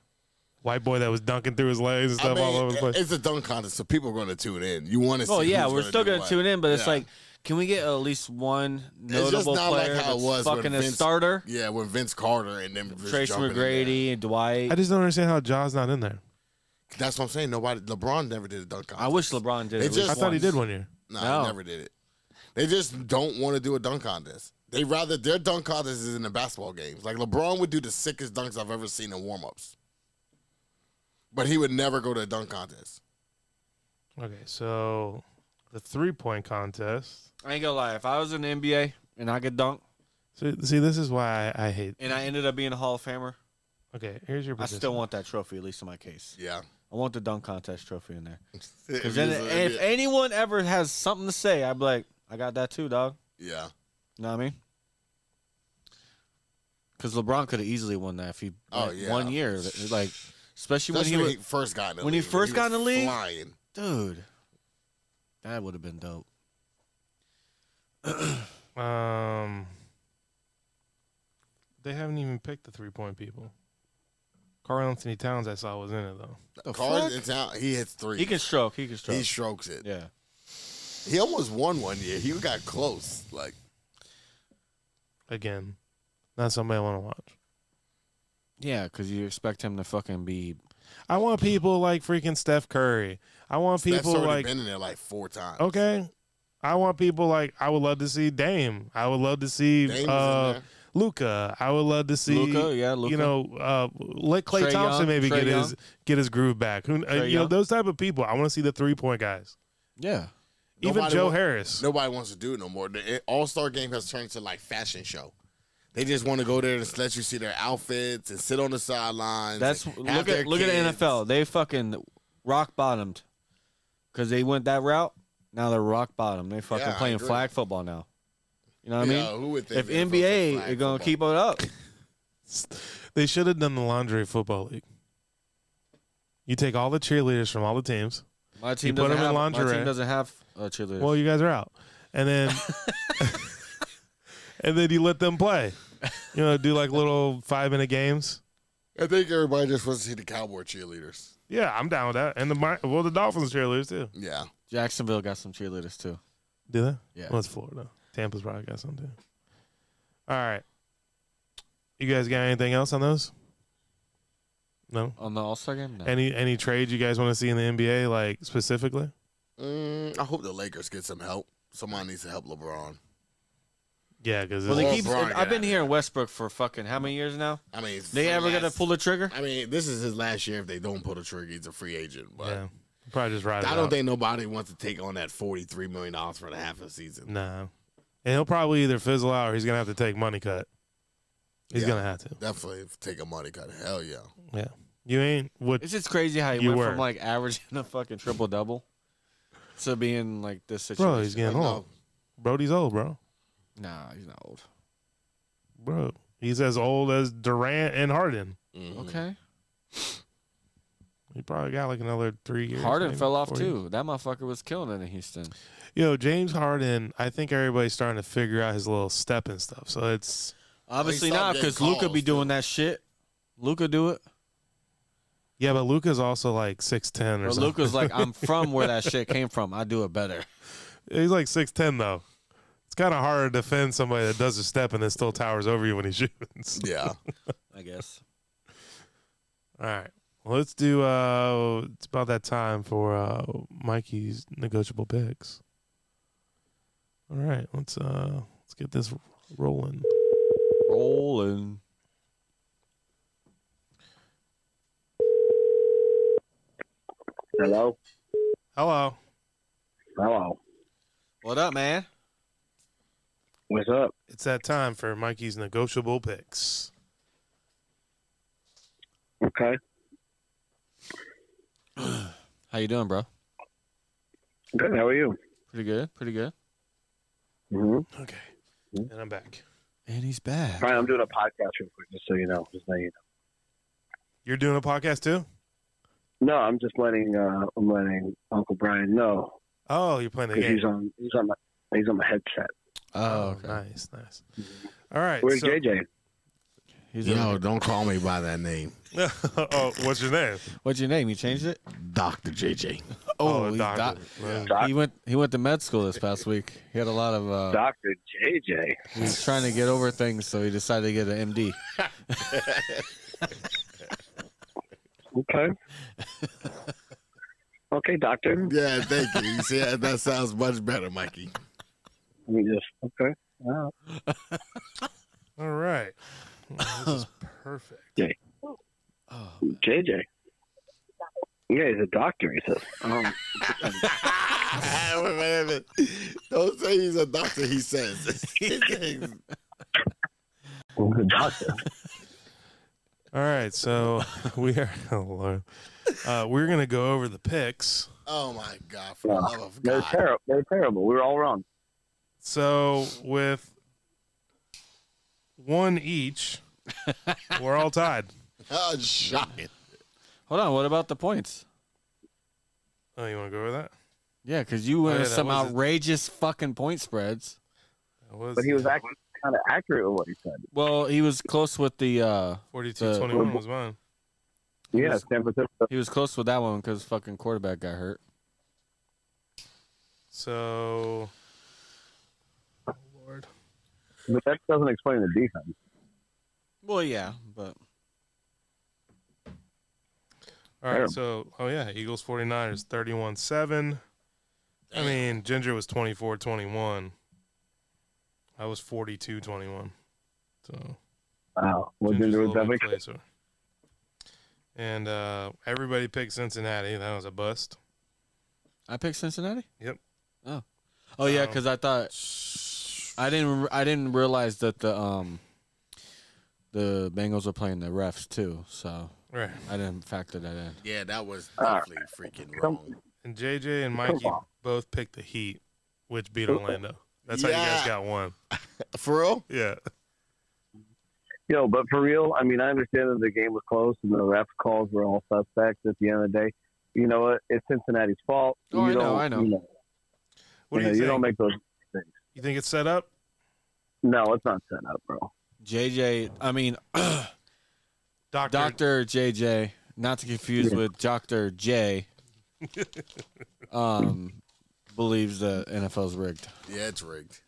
[SPEAKER 1] white boy that was dunking through his legs and
[SPEAKER 3] I
[SPEAKER 1] stuff all
[SPEAKER 3] mean, uh,
[SPEAKER 1] over the place.
[SPEAKER 3] it's a dunk contest, so people are going to tune in. You want to see?
[SPEAKER 2] Well, yeah,
[SPEAKER 3] who's
[SPEAKER 2] we're
[SPEAKER 3] gonna
[SPEAKER 2] still
[SPEAKER 3] do
[SPEAKER 2] going to
[SPEAKER 3] what.
[SPEAKER 2] tune in, but it's
[SPEAKER 3] Yeah.
[SPEAKER 2] like, can we get at least one
[SPEAKER 3] just
[SPEAKER 2] notable
[SPEAKER 3] not like
[SPEAKER 2] player
[SPEAKER 3] how it
[SPEAKER 2] that's
[SPEAKER 3] was when
[SPEAKER 2] fucking a
[SPEAKER 3] Vince-
[SPEAKER 2] starter?
[SPEAKER 3] Yeah, when Vince Carter and them just
[SPEAKER 2] Trace
[SPEAKER 3] jumping in
[SPEAKER 2] McGrady and Dwight.
[SPEAKER 1] I
[SPEAKER 2] I,
[SPEAKER 1] just don't understand how Jaw's not in there.
[SPEAKER 3] there. That's what I'm saying. Nobody, LeBron never did a dunk contest.
[SPEAKER 2] wish LeBron did.
[SPEAKER 3] They
[SPEAKER 2] at least
[SPEAKER 3] just-
[SPEAKER 1] I thought he
[SPEAKER 2] once.
[SPEAKER 1] did one year.
[SPEAKER 3] No,
[SPEAKER 2] No.
[SPEAKER 3] they never did it. They just don't want to do a dunk contest. They rather their dunk contest is in the basketball games. Like LeBron would do the sickest dunks I've ever seen in warmups, but he would never go to a dunk contest.
[SPEAKER 1] Okay, so the three point contest.
[SPEAKER 2] I ain't gonna lie. If I was in the NBA and I could dunk,
[SPEAKER 1] So, see, this is why I, I hate.
[SPEAKER 2] and I ended up being a Hall of Famer,
[SPEAKER 1] Okay, here's your.
[SPEAKER 2] I still
[SPEAKER 1] participant.
[SPEAKER 2] want that trophy, at least in my case.
[SPEAKER 3] Yeah, uh,
[SPEAKER 2] I want the dunk contest trophy in there.
[SPEAKER 3] If
[SPEAKER 2] Because then,
[SPEAKER 3] he's a-
[SPEAKER 2] if anyone ever has something to say, I'd be like, I got that too, dog.
[SPEAKER 3] yeah,
[SPEAKER 2] You know what I mean? Because LeBron could have easily won that if he
[SPEAKER 3] Oh,
[SPEAKER 2] like,
[SPEAKER 3] yeah.
[SPEAKER 2] one year, like especially when
[SPEAKER 3] That's
[SPEAKER 2] he
[SPEAKER 3] when
[SPEAKER 2] was
[SPEAKER 3] he first got in the
[SPEAKER 2] when he
[SPEAKER 3] league,
[SPEAKER 2] first got in the
[SPEAKER 3] was
[SPEAKER 2] league?
[SPEAKER 3] flying.
[SPEAKER 2] dude. That would have been dope.
[SPEAKER 1] Um, they haven't even picked the three point people. Carl Anthony Towns, I saw was in it though.
[SPEAKER 2] The
[SPEAKER 3] Carter
[SPEAKER 2] fuck?
[SPEAKER 3] in town, he hits three.
[SPEAKER 2] He can stroke. He can stroke.
[SPEAKER 3] he strokes it.
[SPEAKER 2] yeah.
[SPEAKER 3] He almost won one year. He got close. Like
[SPEAKER 1] Again, not somebody I want to watch.
[SPEAKER 2] Yeah, because you expect him to fucking be.
[SPEAKER 1] I want people like freaking Steph Curry. I want
[SPEAKER 3] Steph's
[SPEAKER 1] people
[SPEAKER 3] already
[SPEAKER 1] like
[SPEAKER 3] been in there like four times.
[SPEAKER 1] okay. I want people like I would love to see Dame. I would love to see
[SPEAKER 3] Dame was in
[SPEAKER 1] uh,
[SPEAKER 3] there.
[SPEAKER 1] Luca. I would love to see
[SPEAKER 2] Luka, yeah, Luka.
[SPEAKER 1] you know, uh, let Clay
[SPEAKER 2] Trae
[SPEAKER 1] Thompson
[SPEAKER 2] Young,
[SPEAKER 1] maybe
[SPEAKER 2] Trae
[SPEAKER 1] get his
[SPEAKER 2] Young.
[SPEAKER 1] get his groove back. Who, uh,
[SPEAKER 2] Trae
[SPEAKER 1] you know,
[SPEAKER 2] Young.
[SPEAKER 1] those type of people. I want to see the three point guys.
[SPEAKER 2] Yeah.
[SPEAKER 1] Even
[SPEAKER 3] Nobody
[SPEAKER 1] Joe
[SPEAKER 3] wa-
[SPEAKER 1] Harris.
[SPEAKER 3] Nobody wants to do it no more. The All Star Game has turned to like fashion show. They just want to go there and just let you see their outfits and sit on the sidelines.
[SPEAKER 2] That's
[SPEAKER 3] and have
[SPEAKER 2] look
[SPEAKER 3] their
[SPEAKER 2] at look at
[SPEAKER 3] kids.
[SPEAKER 2] the NFL. They fucking rock bottomed because they went that route. Now they're rock bottom. They fucking
[SPEAKER 3] Yeah, I
[SPEAKER 2] playing
[SPEAKER 3] agree.
[SPEAKER 2] flag football now. You know what I mean?
[SPEAKER 3] Yeah, who would think
[SPEAKER 2] if
[SPEAKER 3] that folks are
[SPEAKER 2] NBA
[SPEAKER 3] flag
[SPEAKER 2] is gonna
[SPEAKER 3] football?
[SPEAKER 2] keep it up,
[SPEAKER 1] They should have done the laundry football league. You take all the cheerleaders from all the teams.
[SPEAKER 2] my team
[SPEAKER 1] put 'em
[SPEAKER 2] doesn't
[SPEAKER 1] in
[SPEAKER 2] have. My
[SPEAKER 1] lingerie.
[SPEAKER 2] team doesn't have Oh, cheerleaders.
[SPEAKER 1] Well, you guys are out, and
[SPEAKER 2] <laughs>
[SPEAKER 1] then <laughs> and then you let them play. You know, do like little five minute games.
[SPEAKER 3] I think everybody just wants to see the cowboy cheerleaders.
[SPEAKER 1] Yeah, I'm down with that. And the Mi- well, the Dolphins cheerleaders too.
[SPEAKER 3] Yeah.
[SPEAKER 2] Jacksonville got some cheerleaders too.
[SPEAKER 1] Do they?
[SPEAKER 2] Yeah.
[SPEAKER 1] Well, it's Florida. Tampa's probably got some too. All right. You guys got anything else on those? No.
[SPEAKER 2] On the All Star game? No.
[SPEAKER 1] Any any trades you guys want to see in the NBA, like specifically?
[SPEAKER 3] Mm, I hope the Lakers get some help. Someone needs to help LeBron.
[SPEAKER 1] Yeah, because
[SPEAKER 2] well,
[SPEAKER 3] Oh,
[SPEAKER 2] they keep.
[SPEAKER 3] Brian got
[SPEAKER 2] I've been
[SPEAKER 3] it.
[SPEAKER 2] hearing Westbrook for fucking how many years now?
[SPEAKER 3] I mean, it's
[SPEAKER 2] They
[SPEAKER 3] his
[SPEAKER 2] ever
[SPEAKER 3] last-
[SPEAKER 2] gonna pull the trigger?
[SPEAKER 3] I mean, this is his last year. If they don't pull the trigger, he's a free agent. But
[SPEAKER 1] yeah, probably just ride.
[SPEAKER 3] I
[SPEAKER 1] it
[SPEAKER 3] don't
[SPEAKER 1] out.
[SPEAKER 3] think nobody wants to take on that forty-three million dollars for the half a season.
[SPEAKER 1] Nah, and he'll probably either fizzle out or he's gonna have to take money cut. He's
[SPEAKER 3] Yeah.
[SPEAKER 1] gonna have to.
[SPEAKER 3] Definitely take a money cut. Hell yeah.
[SPEAKER 1] Yeah, you ain't what?
[SPEAKER 2] It's just crazy how he
[SPEAKER 1] You
[SPEAKER 2] went
[SPEAKER 1] were.
[SPEAKER 2] from like averaging a fucking triple double to being like this situation.
[SPEAKER 1] Bro, he's getting
[SPEAKER 3] Like,
[SPEAKER 1] old. Brody's old, bro.
[SPEAKER 2] Nah, he's not old.
[SPEAKER 1] Bro, he's as old as Durant and Harden.
[SPEAKER 3] no. Mhm.
[SPEAKER 2] Okay.
[SPEAKER 1] He probably got like another three years.
[SPEAKER 2] Harden
[SPEAKER 1] maybe,
[SPEAKER 2] fell off
[SPEAKER 1] four years.
[SPEAKER 2] too. That motherfucker was killing it in Houston.
[SPEAKER 1] Yo, James Harden. I think everybody's starting to figure out his little step and stuff. So it's
[SPEAKER 2] Obviously
[SPEAKER 3] stopped
[SPEAKER 2] not,
[SPEAKER 3] getting
[SPEAKER 2] because Luca be
[SPEAKER 3] calls,
[SPEAKER 2] doing that shit. Luca do it,
[SPEAKER 1] yeah, but Luca's also like six ten or
[SPEAKER 2] but
[SPEAKER 1] something.
[SPEAKER 2] Luca's like, I'm from where that shit came from. I do it better.
[SPEAKER 1] <laughs> He's like six ten though. It's kind of hard to defend somebody that does a step and then still towers over you when <laughs> he shoots.
[SPEAKER 3] Yeah.
[SPEAKER 2] I guess.
[SPEAKER 1] All right. Well, let's do. Uh, it's about that time for uh, Mikey's negotiable picks. All right. Let's uh, let's get this rolling.
[SPEAKER 2] Rolling.
[SPEAKER 4] Hello.
[SPEAKER 1] Hello.
[SPEAKER 4] Hello.
[SPEAKER 2] What up, man?
[SPEAKER 4] What's up?
[SPEAKER 1] It's that time for Mikey's negotiable picks.
[SPEAKER 4] Okay.
[SPEAKER 2] How you doing, bro?
[SPEAKER 4] Good. How are you?
[SPEAKER 2] Pretty good. Pretty good.
[SPEAKER 4] Mm-hmm.
[SPEAKER 1] Okay.
[SPEAKER 4] Mhm.
[SPEAKER 1] And I'm back.
[SPEAKER 2] And he's back.
[SPEAKER 4] Brian, I'm doing a podcast real quick, just so you know. Just so you
[SPEAKER 1] You're doing a podcast too?
[SPEAKER 4] know. No, I'm just letting uh, I'm letting Uncle Brian know
[SPEAKER 1] Oh, you're playing the
[SPEAKER 4] because
[SPEAKER 1] game.
[SPEAKER 4] he's on he's on my he's on my headset.
[SPEAKER 2] Oh, okay.
[SPEAKER 1] nice, nice.
[SPEAKER 4] Mm-hmm.
[SPEAKER 1] All right.
[SPEAKER 4] Where's
[SPEAKER 1] so-
[SPEAKER 4] JJ?
[SPEAKER 2] He's
[SPEAKER 3] Yo,
[SPEAKER 2] in-
[SPEAKER 3] don't call me by that name,
[SPEAKER 1] <laughs> oh, what's your name?
[SPEAKER 2] What's your name? You changed it?
[SPEAKER 3] Doctor JJ.
[SPEAKER 1] Oh,
[SPEAKER 2] he's
[SPEAKER 1] doctor.
[SPEAKER 2] doc-
[SPEAKER 1] Yeah.
[SPEAKER 4] Doc,
[SPEAKER 2] He went. He went to med school this past week. He had a lot of. Uh,
[SPEAKER 4] Doctor JJ.
[SPEAKER 2] he was trying to get over things, so he decided to get an MD.
[SPEAKER 4] Okay. okay, doctor.
[SPEAKER 3] Yeah, thank you. You see, that, that sounds much better, <laughs> Mikey.
[SPEAKER 4] Let me just okay. Uh,
[SPEAKER 1] All right. Well,
[SPEAKER 2] <laughs>
[SPEAKER 1] this is perfect.
[SPEAKER 2] Oh,
[SPEAKER 4] JJ. Yeah, he's a doctor. He says. Um,
[SPEAKER 3] Wait a minute. Don't say he's a doctor. He says.
[SPEAKER 4] he's a doctor.
[SPEAKER 1] All right, so <laughs> we are. Oh Lord, uh, we're gonna go over the picks.
[SPEAKER 3] <laughs> oh my God! For the love of
[SPEAKER 4] They're
[SPEAKER 3] God! <laughs>
[SPEAKER 4] terrible. They're terrible. We were all wrong.
[SPEAKER 1] So with one
[SPEAKER 2] <laughs>
[SPEAKER 1] each, we're all tied.
[SPEAKER 3] Oh, shocking.
[SPEAKER 2] Hold on. What about the points?
[SPEAKER 1] Oh, you want to go over that?
[SPEAKER 2] Yeah, because you
[SPEAKER 1] Oh,
[SPEAKER 2] went
[SPEAKER 1] yeah,
[SPEAKER 2] with
[SPEAKER 1] that
[SPEAKER 2] some
[SPEAKER 1] was it.
[SPEAKER 2] outrageous fucking point spreads.
[SPEAKER 1] That was,
[SPEAKER 4] But he was actually kind of accurate with what he said.
[SPEAKER 2] Well, he was close with the. uh
[SPEAKER 1] forty-two twenty-one was mine.
[SPEAKER 2] He
[SPEAKER 4] Yeah,
[SPEAKER 2] was-
[SPEAKER 4] San Francisco.
[SPEAKER 2] He was close with that one because fucking quarterback got hurt.
[SPEAKER 1] So, oh, Lord,
[SPEAKER 4] But that doesn't explain the defense.
[SPEAKER 2] Well, yeah, but
[SPEAKER 1] all right.
[SPEAKER 4] Damn.
[SPEAKER 1] So, oh yeah, Eagles 49ers 31-7. I mean, Ginger was 24-21. I was 42-21. So.
[SPEAKER 4] Wow. Well,
[SPEAKER 1] Ginger's a
[SPEAKER 4] then there was
[SPEAKER 1] little bit
[SPEAKER 4] definitely
[SPEAKER 1] closer. And uh, everybody picked Cincinnati. That was a bust.
[SPEAKER 2] I picked Cincinnati.
[SPEAKER 1] Yep.
[SPEAKER 2] Oh. Oh yeah,
[SPEAKER 1] Um,
[SPEAKER 2] because I thought I didn't. I didn't realize that the um the Bengals were playing the refs too, so
[SPEAKER 1] Right.
[SPEAKER 2] I didn't factor that in.
[SPEAKER 3] Yeah, that was
[SPEAKER 4] Ah.
[SPEAKER 3] definitely freaking
[SPEAKER 4] Come-
[SPEAKER 3] wrong.
[SPEAKER 1] And JJ and
[SPEAKER 4] Come
[SPEAKER 1] Mikey
[SPEAKER 4] on.
[SPEAKER 1] both picked the Heat, which beat
[SPEAKER 4] Okay.
[SPEAKER 1] Orlando. That's how you guys
[SPEAKER 3] Yeah.
[SPEAKER 1] got one.
[SPEAKER 3] For real?
[SPEAKER 1] Yeah.
[SPEAKER 4] Yo, but for real, I mean, I understand that the game was close and the ref calls were all suspects at the end of the day. You know what? It's Cincinnati's fault.
[SPEAKER 2] Oh,
[SPEAKER 4] you
[SPEAKER 2] I know,
[SPEAKER 4] don't-
[SPEAKER 2] I know.
[SPEAKER 4] you
[SPEAKER 1] What do
[SPEAKER 4] you, know,
[SPEAKER 1] you
[SPEAKER 4] you
[SPEAKER 1] think?
[SPEAKER 4] don't make those.
[SPEAKER 1] you think it's set up?
[SPEAKER 4] No, it's not set up, bro.
[SPEAKER 2] JJ, I mean, <clears throat>
[SPEAKER 1] Doctor,
[SPEAKER 2] Dr. JJ, not to confuse with Dr.
[SPEAKER 4] <laughs>
[SPEAKER 2] J, um, believes the NFL's rigged.
[SPEAKER 3] Yeah, it's rigged.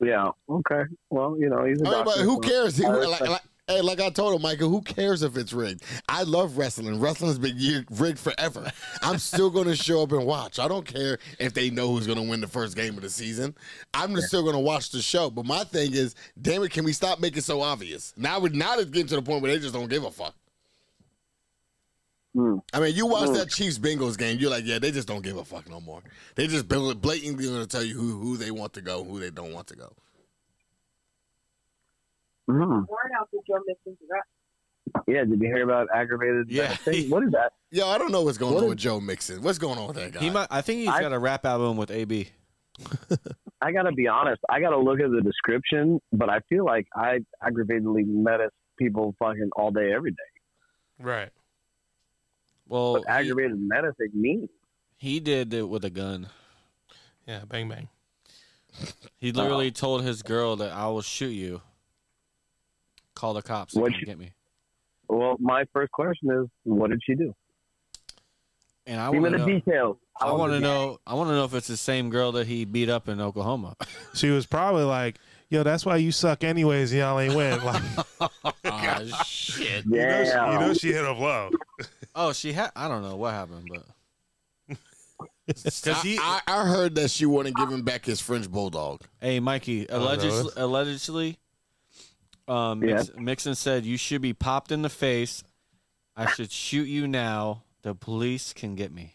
[SPEAKER 4] Yeah. Okay. Well, you know, he's a
[SPEAKER 3] I mean, but
[SPEAKER 4] doctor,
[SPEAKER 3] who
[SPEAKER 4] so-
[SPEAKER 3] cares? He-
[SPEAKER 4] I
[SPEAKER 3] like,
[SPEAKER 4] respect-
[SPEAKER 3] like- hey, like I told him, Michael, who cares if it's rigged? I love wrestling. Wrestling's been year, rigged forever. I'm still going to show up and watch. I don't care if they know who's going to win the first game of the season. I'm just still going to watch the show. But my thing is, damn it, can we stop making it so obvious? Now, we now it's getting to the point where they just don't give a fuck.
[SPEAKER 4] Hmm.
[SPEAKER 3] I mean, you watch
[SPEAKER 4] Mm.
[SPEAKER 3] that Chiefs Bengals game, you're like, yeah, they just don't give a fuck no more. They just bl- blatantly going to tell you who, who they want to go, who they don't want to go.
[SPEAKER 4] Hmm.
[SPEAKER 5] Word out that you're missing the rest.
[SPEAKER 4] Yeah. Did you hear about aggravated?
[SPEAKER 2] Yeah.
[SPEAKER 4] thing? What is that?
[SPEAKER 3] Yo, I don't know what's going
[SPEAKER 4] What
[SPEAKER 3] on
[SPEAKER 4] is-
[SPEAKER 3] with Joe Mixon. What's going on with that guy?
[SPEAKER 2] He might, I think he's
[SPEAKER 4] I-
[SPEAKER 2] got a rap album with AB.
[SPEAKER 4] I gotta be honest. I gotta look at the description, but I feel like I aggravatedly menace people fucking all day, every day.
[SPEAKER 1] right?
[SPEAKER 2] Well,
[SPEAKER 4] What
[SPEAKER 2] he,
[SPEAKER 4] aggravated menacing means?
[SPEAKER 2] he did it with a gun.
[SPEAKER 1] Yeah, bang bang.
[SPEAKER 2] He literally told his girl that I will shoot you. Call the cops. They
[SPEAKER 4] What'd
[SPEAKER 2] come
[SPEAKER 4] you-
[SPEAKER 2] get me.
[SPEAKER 4] Well, my first question is, what did she do?
[SPEAKER 2] And I
[SPEAKER 4] Give me
[SPEAKER 2] want
[SPEAKER 4] the
[SPEAKER 2] to know.
[SPEAKER 4] details.
[SPEAKER 2] I want to know. I want to know if it's the same girl that he beat up in Oklahoma.
[SPEAKER 1] She was probably like, "Yo, that's why you suck, anyways. and Y'all ain't win." <laughs> Like,
[SPEAKER 2] <laughs> Ah, shit.
[SPEAKER 1] you, know she,
[SPEAKER 4] Yeah.
[SPEAKER 1] you know she hit a
[SPEAKER 2] <laughs>
[SPEAKER 1] blow.
[SPEAKER 2] Oh, she had. I don't know what happened, but
[SPEAKER 3] I,
[SPEAKER 2] because he.
[SPEAKER 3] I, I heard that she wouldn't give him back his French bulldog.
[SPEAKER 2] hey, Mikey.
[SPEAKER 1] Oh, no.
[SPEAKER 2] Allegedly, allegedly, um, Mix, Mixon said you should be popped in the face. I should shoot you now. The police can get me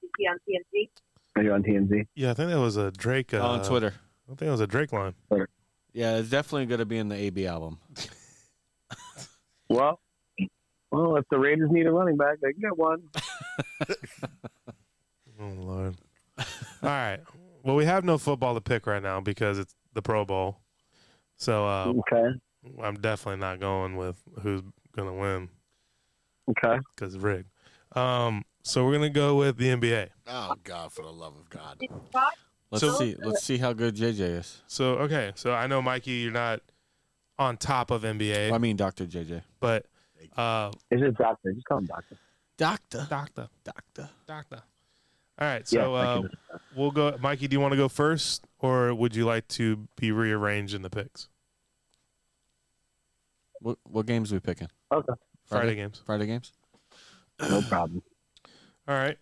[SPEAKER 5] You see on TNT.
[SPEAKER 4] Are you on TMZ?
[SPEAKER 1] Yeah, I think that was a Drake. Uh,
[SPEAKER 2] on Twitter.
[SPEAKER 1] I think it was a Drake line.
[SPEAKER 2] Yeah, it's definitely going to be in the AB album.
[SPEAKER 4] Well, well, if the Raiders need a running back, they can get one.
[SPEAKER 1] Oh lord. All right. Well, we have no football to pick right now because it's the Pro Bowl. So uh,
[SPEAKER 2] Oh.
[SPEAKER 4] Okay.
[SPEAKER 1] I'm definitely not going with who's gonna win
[SPEAKER 4] Okay.
[SPEAKER 1] because it's rigged. Um, so we're gonna go with the NBA.
[SPEAKER 3] Oh God, for the love of God!
[SPEAKER 5] Did you talk?
[SPEAKER 2] Let's
[SPEAKER 1] So-
[SPEAKER 2] see. Let's see how good JJ is.
[SPEAKER 1] So okay, so I know Mikey, you're not on top of NBA,
[SPEAKER 2] I mean, Doctor JJ.
[SPEAKER 1] but uh,
[SPEAKER 4] It's just doctor. Just call him doctor.
[SPEAKER 2] Doctor.
[SPEAKER 1] doctor,
[SPEAKER 2] Doctor.
[SPEAKER 1] doctor. All right, so
[SPEAKER 4] Yeah, I
[SPEAKER 1] uh,
[SPEAKER 4] can-
[SPEAKER 1] we'll go. Mikey, do you want to go first, or would you like to be rearranged in the picks?
[SPEAKER 2] What, what games we picking?
[SPEAKER 4] Okay.
[SPEAKER 1] Friday,
[SPEAKER 2] Friday.
[SPEAKER 1] games.
[SPEAKER 2] Friday games. <sighs>
[SPEAKER 4] No problem.
[SPEAKER 1] All right,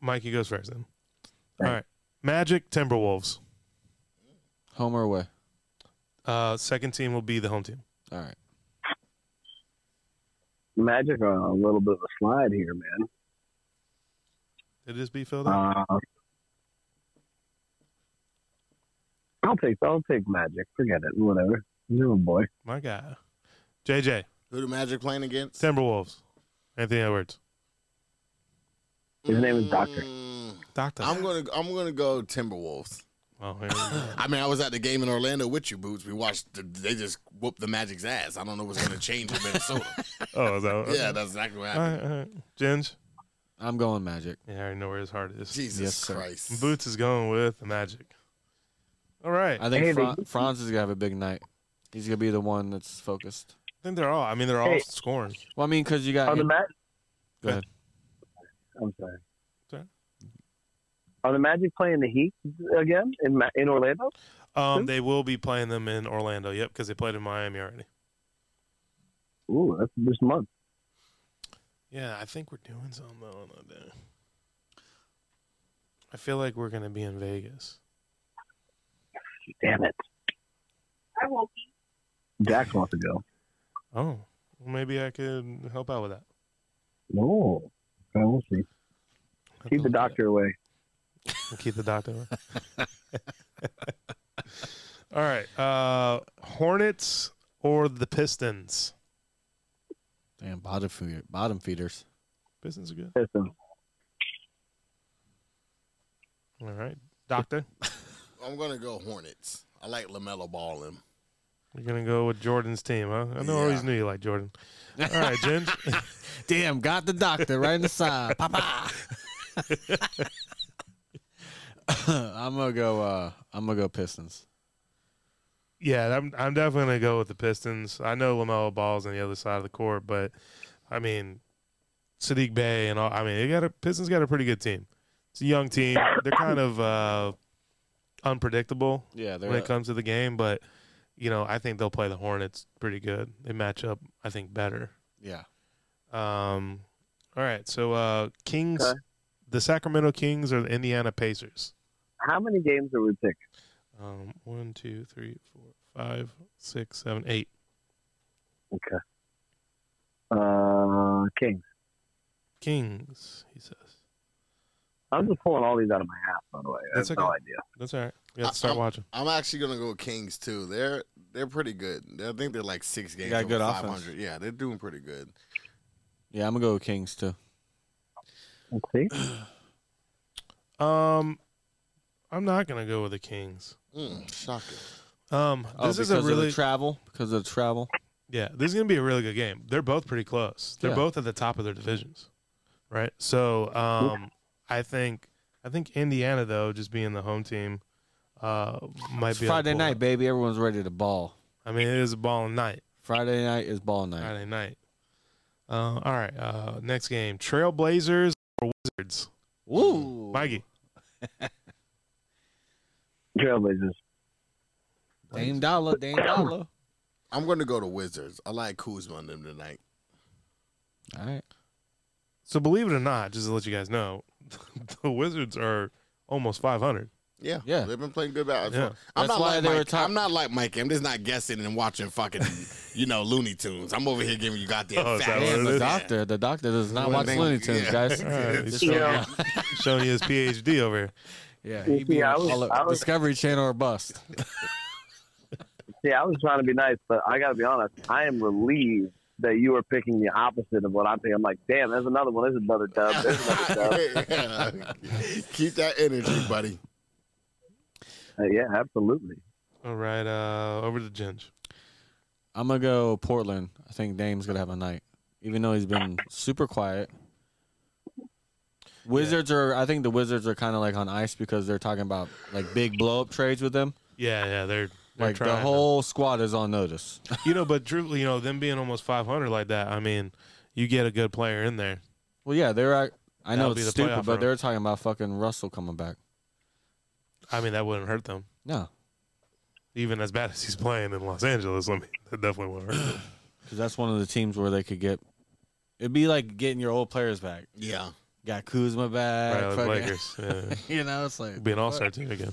[SPEAKER 1] Mikey goes first then. All
[SPEAKER 4] Right.
[SPEAKER 1] right, Magic Timberwolves.
[SPEAKER 2] Home or away?
[SPEAKER 1] Uh, second team will be the home team.
[SPEAKER 2] All right.
[SPEAKER 4] Magic are on a little bit of a slide here, man.
[SPEAKER 1] Did this be filled out?
[SPEAKER 4] Uh, I'll take I'll take Magic. Forget it. Whatever. You're a boy.
[SPEAKER 1] My guy, JJ
[SPEAKER 3] Who the Magic playing against?
[SPEAKER 1] Timberwolves. Anthony Edwards,
[SPEAKER 4] His name is Doctor.
[SPEAKER 3] Mm,
[SPEAKER 1] Doctor.
[SPEAKER 3] I'm gonna I'm gonna go Timberwolves.
[SPEAKER 1] Oh, here we
[SPEAKER 3] <laughs>
[SPEAKER 1] go.
[SPEAKER 3] I mean, I was at the game in Orlando with you, Boots. We watched. The, they just whooped the Magic's ass. I don't know what's gonna change in <laughs> Minnesota.
[SPEAKER 1] oh, is that
[SPEAKER 3] yeah, that's exactly what
[SPEAKER 1] All
[SPEAKER 3] happened.
[SPEAKER 1] right, all right. Ginge.
[SPEAKER 2] I'm going Magic.
[SPEAKER 1] Yeah, I already know where his heart is.
[SPEAKER 3] Jesus
[SPEAKER 2] Yes, sir.
[SPEAKER 3] Christ!
[SPEAKER 1] Boots is going with the Magic. All right. I
[SPEAKER 2] I think
[SPEAKER 4] Hey,
[SPEAKER 2] Fran-
[SPEAKER 4] they-
[SPEAKER 2] Franz is gonna have a big night. He's gonna be the one that's focused.
[SPEAKER 1] think they're all. I mean, they're all
[SPEAKER 4] Hey.
[SPEAKER 1] scoring.
[SPEAKER 2] Well, I mean, because Uh, you got
[SPEAKER 4] On the
[SPEAKER 2] him-
[SPEAKER 4] mat.
[SPEAKER 2] Go ahead.
[SPEAKER 4] I'm sorry.
[SPEAKER 1] Sorry.
[SPEAKER 4] Are the Magic playing the Heat again in Ma- in Orlando?
[SPEAKER 1] Um,
[SPEAKER 4] Who?
[SPEAKER 1] they will be playing them in Orlando. Yep, because they played in Miami already.
[SPEAKER 4] Ooh, that's this month.
[SPEAKER 1] Yeah, I think we're doing something though on that day. I feel like we're gonna be in Vegas.
[SPEAKER 4] Damn it,
[SPEAKER 5] I won't be.
[SPEAKER 4] Jack wants to go.
[SPEAKER 1] Oh, well, maybe I could help out with that.
[SPEAKER 4] No, I will Oh, see.
[SPEAKER 1] Have
[SPEAKER 4] Keep
[SPEAKER 1] to
[SPEAKER 4] the
[SPEAKER 1] look at
[SPEAKER 4] doctor away.
[SPEAKER 1] it. Keep the doctor. <laughs> away. all right, uh, Hornets or the Pistons.
[SPEAKER 2] damn bottom feeder, bottom feeders.
[SPEAKER 1] Pistons are good.
[SPEAKER 4] Listen,
[SPEAKER 1] All right, Doctor.
[SPEAKER 3] I'm gonna go Hornets. I like Lamelo Ball. Him.
[SPEAKER 1] You're gonna go with Jordan's team, huh? I know I always
[SPEAKER 3] Yeah.
[SPEAKER 1] knew you like Jordan. All right, Jen. <laughs>
[SPEAKER 2] Damn, got the doctor right in the side. Papa. <laughs> I'm gonna go. Uh, I'm gonna go Pistons.
[SPEAKER 1] Yeah, I'm I'm definitely gonna go with the Pistons. I know Lamelo Ball's on the other side of the court, but I mean, Sadiq Bay and all. I mean, they got a Pistons got a pretty good team. It's a young team. They're kind of uh, unpredictable
[SPEAKER 2] Yeah, they're
[SPEAKER 1] when it comes to the game, but you know, I think they'll play the Hornets pretty good. They match up, I think, better.
[SPEAKER 2] yeah.
[SPEAKER 1] Um, all right, so uh, Kings,
[SPEAKER 4] Okay.
[SPEAKER 1] the Sacramento Kings or the Indiana Pacers?
[SPEAKER 4] How many games are we picking?
[SPEAKER 1] Um, one, two, three, four, five, six, seven, eight.
[SPEAKER 4] Okay. Uh, Kings.
[SPEAKER 1] Kings, he says.
[SPEAKER 4] I'm just pulling all these out of my hat, by the way. I
[SPEAKER 1] That's
[SPEAKER 4] have
[SPEAKER 1] okay.
[SPEAKER 4] no idea.
[SPEAKER 1] That's all right. You have to start
[SPEAKER 3] Um,
[SPEAKER 1] watching.
[SPEAKER 3] I'm actually gonna go Kings too. They're they're pretty good. I think they're like six games
[SPEAKER 2] got
[SPEAKER 3] over
[SPEAKER 2] good offense.
[SPEAKER 3] 500. Yeah, they're doing pretty good.
[SPEAKER 2] Yeah, I'm gonna go with Kings too.
[SPEAKER 4] Let's see.
[SPEAKER 1] Um, I'm not gonna go with the Kings.
[SPEAKER 3] Mm, shocking.
[SPEAKER 1] Um,
[SPEAKER 2] Oh,
[SPEAKER 1] this is
[SPEAKER 2] because
[SPEAKER 1] a
[SPEAKER 2] of
[SPEAKER 1] really
[SPEAKER 2] the travel. Because of the travel.
[SPEAKER 1] yeah. This is gonna be a really good game. They're both pretty close. They're
[SPEAKER 2] Yeah.
[SPEAKER 1] both at the top of their divisions, right? So, um, I think I think Indiana though, just being the home team, uh, might
[SPEAKER 2] It's
[SPEAKER 1] be able to
[SPEAKER 2] Friday
[SPEAKER 1] pull
[SPEAKER 2] night,
[SPEAKER 1] it.
[SPEAKER 2] baby. Everyone's ready to ball.
[SPEAKER 1] I mean, it is a ball night.
[SPEAKER 2] Friday night is ball night.
[SPEAKER 1] Friday night. Uh, all right. Uh, next game: Trailblazers or Wizards.
[SPEAKER 2] Woo,
[SPEAKER 1] Mikey.
[SPEAKER 4] Trailblazers.
[SPEAKER 2] Dame Dollar, Dame Dollar.
[SPEAKER 3] I'm gonna go to Wizards. I like Kuzma on them tonight.
[SPEAKER 2] All right.
[SPEAKER 1] So believe it or not, just to let you guys know, <laughs> the Wizards are almost
[SPEAKER 2] <laughs>
[SPEAKER 1] 500.
[SPEAKER 3] Yeah,
[SPEAKER 2] Yeah.
[SPEAKER 3] They've been playing good basketball.
[SPEAKER 1] Yeah.
[SPEAKER 2] That's
[SPEAKER 3] I'm not
[SPEAKER 2] why
[SPEAKER 3] like
[SPEAKER 2] they were
[SPEAKER 3] Mike.
[SPEAKER 2] top-
[SPEAKER 3] I'm not like Mike. I'm just not guessing and watching fucking <laughs> you know Looney Tunes. I'm over here giving
[SPEAKER 2] <laughs>
[SPEAKER 3] you goddamn
[SPEAKER 1] Oh, is that
[SPEAKER 3] facts.
[SPEAKER 1] what it
[SPEAKER 2] Damn, the
[SPEAKER 1] is?
[SPEAKER 2] doctor. The doctor does not
[SPEAKER 3] Well,
[SPEAKER 2] watch
[SPEAKER 3] then-
[SPEAKER 2] Looney Tunes,
[SPEAKER 3] yeah.
[SPEAKER 2] guys. <laughs>
[SPEAKER 1] Alright, he's
[SPEAKER 4] You
[SPEAKER 1] showing,
[SPEAKER 4] know,
[SPEAKER 1] showing you his PhD over here.
[SPEAKER 2] Yeah,
[SPEAKER 4] You
[SPEAKER 2] he be
[SPEAKER 4] see,
[SPEAKER 2] on
[SPEAKER 4] I was-
[SPEAKER 2] all of-
[SPEAKER 4] I was-
[SPEAKER 2] Discovery Channel or bust.
[SPEAKER 4] see, I was trying to be nice, but I got to be honest. I am relieved that you are picking the opposite of what I pick. I'm like, damn, there's another one. There's another dub. There's
[SPEAKER 3] <laughs>
[SPEAKER 4] another dub.
[SPEAKER 3] Yeah. <laughs> Keep that energy, buddy.
[SPEAKER 4] Uh, yeah, absolutely.
[SPEAKER 1] All right, uh, over to Ginge.
[SPEAKER 2] I'm gonna go Portland. I think Dame's gonna have a night, even though he's been super quiet. Wizards are. I think the Wizards are kind of like on ice because they're talking about like big blow up trades with them.
[SPEAKER 1] Yeah, yeah, they're, they're
[SPEAKER 2] Like
[SPEAKER 1] trying
[SPEAKER 2] the
[SPEAKER 1] to-
[SPEAKER 2] whole squad is on notice. <laughs>
[SPEAKER 1] you know, but Drew, you know, them being almost 500 like that, I mean, you get a good player in there.
[SPEAKER 2] Well, yeah, they're. at- I know
[SPEAKER 1] That'll be
[SPEAKER 2] it's
[SPEAKER 1] the playoff
[SPEAKER 2] stupid, but
[SPEAKER 1] run.
[SPEAKER 2] they're talking about fucking Russell coming back.
[SPEAKER 1] I mean, that wouldn't hurt them,
[SPEAKER 2] No,
[SPEAKER 1] even as bad as he's playing in Los Angeles. I mean, that definitely wouldn't
[SPEAKER 2] <laughs>
[SPEAKER 1] hurt
[SPEAKER 2] Uh,
[SPEAKER 1] them.
[SPEAKER 2] because that's one of the teams where they could get. It'd be like getting your old players back.
[SPEAKER 3] Yeah.
[SPEAKER 2] Got Kuzma back.
[SPEAKER 1] Right,
[SPEAKER 2] fucking-
[SPEAKER 1] Lakers, yeah.
[SPEAKER 2] <laughs> you know, it's like
[SPEAKER 1] be an all-star team again.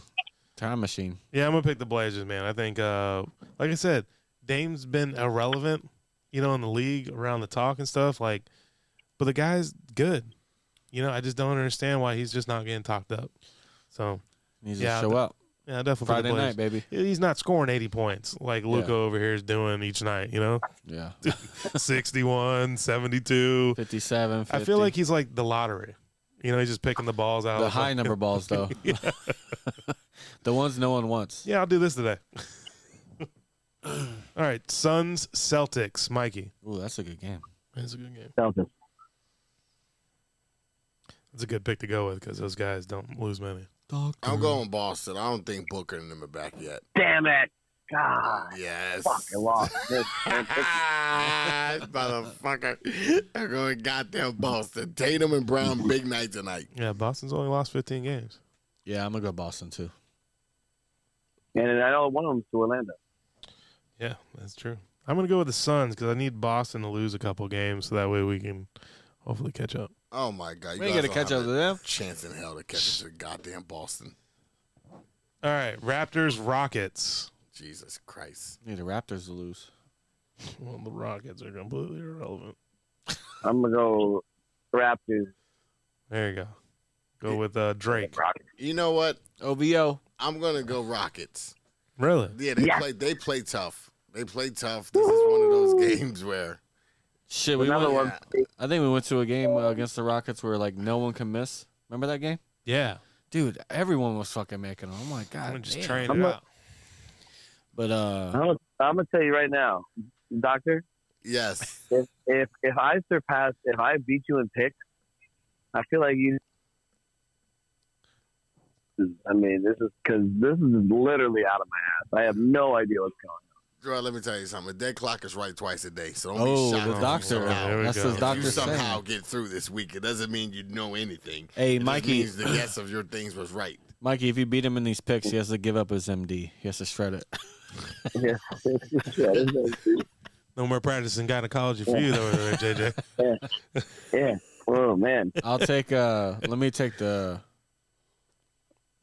[SPEAKER 2] time machine.
[SPEAKER 1] Yeah, I'm gonna pick the Blazers, man. I think, uh, like I said, Dame's been irrelevant, you know, in the league around the talk and stuff. Like, but the guy's good. You know, I just don't understand why he's just not getting talked up. So
[SPEAKER 2] Needs
[SPEAKER 1] Yeah,
[SPEAKER 2] to show
[SPEAKER 1] the-
[SPEAKER 2] up
[SPEAKER 1] yeah, I definitely
[SPEAKER 2] Friday
[SPEAKER 1] pick the
[SPEAKER 2] night,
[SPEAKER 1] Blazers.
[SPEAKER 2] baby.
[SPEAKER 1] He's not scoring 80 points like Luca
[SPEAKER 2] Yeah.
[SPEAKER 1] over here is doing each night. You
[SPEAKER 2] <laughs>
[SPEAKER 1] know,
[SPEAKER 2] Yeah,
[SPEAKER 1] 61, 72.
[SPEAKER 2] 57.
[SPEAKER 1] I feel like he's like the lottery. You know, he's just picking the balls out.
[SPEAKER 2] the
[SPEAKER 1] of <laughs>
[SPEAKER 2] high number balls though. <laughs> the ones no one wants.
[SPEAKER 1] Yeah, I'll do this today. <laughs> All right, Suns Celtics, Mikey.
[SPEAKER 2] Ooh, that's a good game.
[SPEAKER 1] That's a good game.
[SPEAKER 4] Celtics.
[SPEAKER 1] It's a good pick to go with because those guys don't lose many.
[SPEAKER 2] Mm-hmm.
[SPEAKER 3] I'm going Boston. I don't think Booker and them are back yet.
[SPEAKER 4] Damn it. God.
[SPEAKER 3] Yes.
[SPEAKER 4] Fuck, I lost. This-
[SPEAKER 3] <laughs> Motherfucker. I'm going goddamn Boston. Tatum and Brown, big night tonight.
[SPEAKER 1] Yeah, Boston's only lost 15 games.
[SPEAKER 2] Yeah, I'm gonna go Boston too.
[SPEAKER 4] and I know one of them's to Orlando.
[SPEAKER 1] Yeah, that's true. I'm gonna go with the Suns because I need Boston to lose a couple games so that way we can hopefully catch up.
[SPEAKER 3] Oh my god. You
[SPEAKER 2] We ain't
[SPEAKER 3] guys
[SPEAKER 2] gonna
[SPEAKER 3] don't
[SPEAKER 2] catch
[SPEAKER 3] have
[SPEAKER 2] up
[SPEAKER 3] a
[SPEAKER 2] to them.
[SPEAKER 3] Chance in hell to catch up to goddamn Boston.
[SPEAKER 1] All right, Raptors Rockets.
[SPEAKER 3] Jesus Christ.
[SPEAKER 2] Need the Raptors to lose.
[SPEAKER 1] Well, the Rockets are completely irrelevant.
[SPEAKER 4] I'm going to go Raptors.
[SPEAKER 1] There you go. Go with uh, Drake.
[SPEAKER 4] Rockets.
[SPEAKER 3] You know what?
[SPEAKER 2] OVO.
[SPEAKER 3] I'm gonna go Rockets.
[SPEAKER 1] Really?
[SPEAKER 3] Yeah, they
[SPEAKER 4] Yeah.
[SPEAKER 3] play they play tough. They play tough. This is one of those games where
[SPEAKER 2] Shit, we
[SPEAKER 4] Another
[SPEAKER 2] went,
[SPEAKER 4] one.
[SPEAKER 2] I think we went to a game uh, against the Rockets where like no one can miss. Remember that game?
[SPEAKER 1] Yeah.
[SPEAKER 2] Dude, everyone was fucking making them. Oh my
[SPEAKER 1] I'm
[SPEAKER 2] god.
[SPEAKER 1] gonna just
[SPEAKER 2] damn.
[SPEAKER 1] train
[SPEAKER 4] I'm
[SPEAKER 1] it
[SPEAKER 4] a-
[SPEAKER 1] out.
[SPEAKER 2] But uh,
[SPEAKER 4] I'm going to tell you right now, Doctor,
[SPEAKER 3] yes.
[SPEAKER 4] if, if if I surpass, if I beat you in picks, I feel like you is, I mean, this is because this is literally out of my ass. I have no idea what's going on.
[SPEAKER 3] Gerard, let me tell you something. A dead clock is right twice a day, so don't
[SPEAKER 2] Oh,
[SPEAKER 3] be shocked.
[SPEAKER 2] the
[SPEAKER 3] if
[SPEAKER 2] doctor.
[SPEAKER 3] you somehow-
[SPEAKER 1] There we
[SPEAKER 2] That's
[SPEAKER 1] go.
[SPEAKER 2] the
[SPEAKER 1] If
[SPEAKER 3] If
[SPEAKER 2] doctor
[SPEAKER 3] you somehow
[SPEAKER 2] saying.
[SPEAKER 3] get through this week, it doesn't mean you know anything.
[SPEAKER 2] Hey,
[SPEAKER 3] It just
[SPEAKER 2] Mikey.
[SPEAKER 3] means the guess of your things was right.
[SPEAKER 2] Mikey, if you beat him in these picks, he has to give up his MD. He has to shred
[SPEAKER 3] <laughs>
[SPEAKER 2] it.
[SPEAKER 4] Yeah. yeah, there's <laughs> no-
[SPEAKER 1] No more practicing gynecology for you, though,
[SPEAKER 2] <laughs>
[SPEAKER 1] there, JJ.
[SPEAKER 4] yeah. Oh man,
[SPEAKER 2] I'll take. uh Let me take the.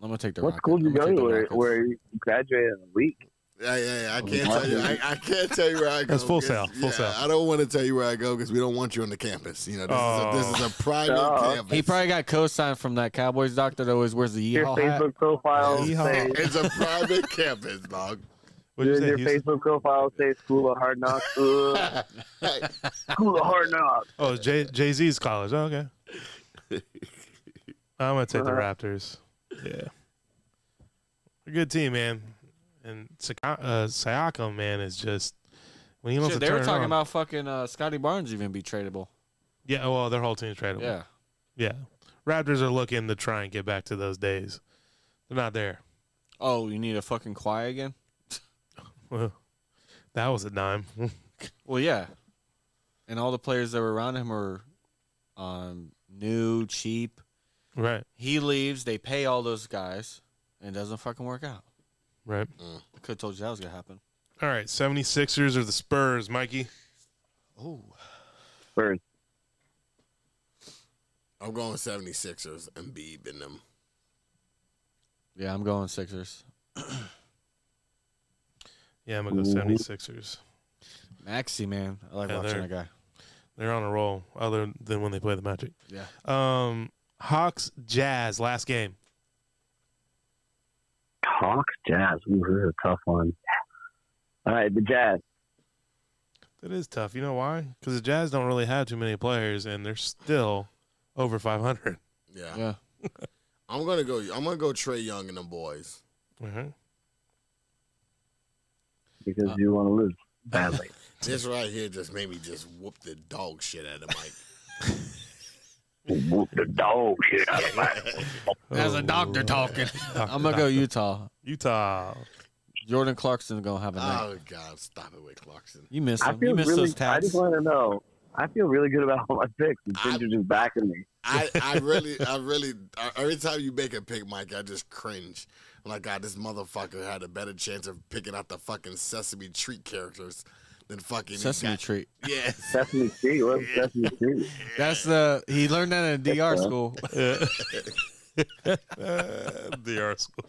[SPEAKER 2] I'm gonna take the.
[SPEAKER 4] what
[SPEAKER 2] Rockets.
[SPEAKER 4] school did you
[SPEAKER 2] I'm gonna
[SPEAKER 4] go
[SPEAKER 2] take
[SPEAKER 4] to
[SPEAKER 2] the
[SPEAKER 4] where,
[SPEAKER 2] Rockets.
[SPEAKER 4] where you graduated in a week?
[SPEAKER 3] Yeah, yeah, yeah. I can't tell you. I, I can't tell you where I go.
[SPEAKER 1] That's full
[SPEAKER 3] 'cause-
[SPEAKER 1] sale, full
[SPEAKER 3] yeah,
[SPEAKER 1] sale.
[SPEAKER 3] I don't want to tell you where I go because we don't want you on the campus. You know, this, is, a, this is a private
[SPEAKER 4] Oh.
[SPEAKER 3] campus.
[SPEAKER 2] He probably got co-signed from that Cowboys doctor that always wears the
[SPEAKER 4] Your
[SPEAKER 2] yeehaw hat.
[SPEAKER 4] Facebook profile
[SPEAKER 1] Yeehaw.
[SPEAKER 4] say
[SPEAKER 3] it's a private campus, dog. <laughs>
[SPEAKER 1] What'd you
[SPEAKER 4] Does
[SPEAKER 1] say,
[SPEAKER 4] your
[SPEAKER 1] Houston?
[SPEAKER 4] Facebook profile say School of Hard Knocks? Ugh. School of Hard Knocks.
[SPEAKER 1] Oh, Jay Jay Z's college. Oh, okay. I'm gonna take the Raptors. Yeah, a good team, man. And Saka- uh, Siakam, man, is just when he wants to
[SPEAKER 2] Shit, they
[SPEAKER 1] turn
[SPEAKER 2] were
[SPEAKER 1] it
[SPEAKER 2] talking
[SPEAKER 1] on-
[SPEAKER 2] about fucking uh, Scotty Barnes even be tradable.
[SPEAKER 1] Yeah, well, their whole team's tradable.
[SPEAKER 2] Yeah,
[SPEAKER 1] yeah. Raptors are looking to try and get back to those days. They're not there. <laughs>
[SPEAKER 2] Oh, you need a fucking choir again?
[SPEAKER 1] Well, that was a dime. <laughs>
[SPEAKER 2] Well, yeah. And all the players that were around him are um, new, cheap.
[SPEAKER 1] right,
[SPEAKER 2] He leaves, they pay all those guys, and it doesn't fucking work out.
[SPEAKER 1] right.
[SPEAKER 2] I could have told you that was going to happen.
[SPEAKER 1] All right, 76ers or the Spurs, Mikey.
[SPEAKER 2] Oh.
[SPEAKER 4] Spurs.
[SPEAKER 3] I'm going 76ers and Beeb in them.
[SPEAKER 2] Yeah, I'm going Sixers.
[SPEAKER 1] Yeah, I'm gonna go 76ers.
[SPEAKER 2] Maxi, man. I like
[SPEAKER 1] Yeah,
[SPEAKER 2] watching
[SPEAKER 1] they're-
[SPEAKER 2] that guy.
[SPEAKER 1] They're on a roll, other than when they play the Magic.
[SPEAKER 2] Yeah.
[SPEAKER 1] Um, Hawks Jazz last game.
[SPEAKER 4] Hawks, Jazz. Ooh, this is a tough one. All right, the Jazz.
[SPEAKER 1] That is tough. You know why? Because the Jazz don't really have too many players, and they're still over 500.
[SPEAKER 3] Yeah.
[SPEAKER 2] Yeah.
[SPEAKER 3] I'm gonna go. I'm gonna go Trey Young and them boys.
[SPEAKER 2] Mm-hmm.
[SPEAKER 1] Mhm.
[SPEAKER 4] because
[SPEAKER 2] Uh,
[SPEAKER 4] you want to lose badly.
[SPEAKER 3] This right here just made me just whoop the dog shit out of Mike. <laughs>
[SPEAKER 4] Whoop the dog shit out of my
[SPEAKER 2] As a
[SPEAKER 1] Oh,
[SPEAKER 2] doctor talking.
[SPEAKER 1] Doctor,
[SPEAKER 2] I'm going to go
[SPEAKER 1] doctor.
[SPEAKER 2] Utah. <laughs>
[SPEAKER 1] Utah. <laughs>
[SPEAKER 2] Jordan Clarkson's going to have a night.
[SPEAKER 3] oh God, stop it with Clarkson.
[SPEAKER 2] You missed
[SPEAKER 4] I
[SPEAKER 2] him. You
[SPEAKER 4] feel
[SPEAKER 2] missed
[SPEAKER 4] really.
[SPEAKER 2] those
[SPEAKER 4] I
[SPEAKER 2] tats.
[SPEAKER 4] just want to know. I feel really good about <laughs> all my picks. and
[SPEAKER 3] I-
[SPEAKER 4] Ginger's just backing me.
[SPEAKER 3] I,
[SPEAKER 2] <laughs>
[SPEAKER 3] I really, I really, I- every time you make a pick, Mike, I just cringe. I'm like, God, this motherfucker had a better chance of picking out the fucking Sesame Treat characters than fucking he
[SPEAKER 2] Sesame
[SPEAKER 3] got-
[SPEAKER 2] treat.
[SPEAKER 3] Yes.
[SPEAKER 4] Sesame Street. What's Sesame Street?
[SPEAKER 2] That's the. He learned that in DR school.
[SPEAKER 1] Uh, the R school.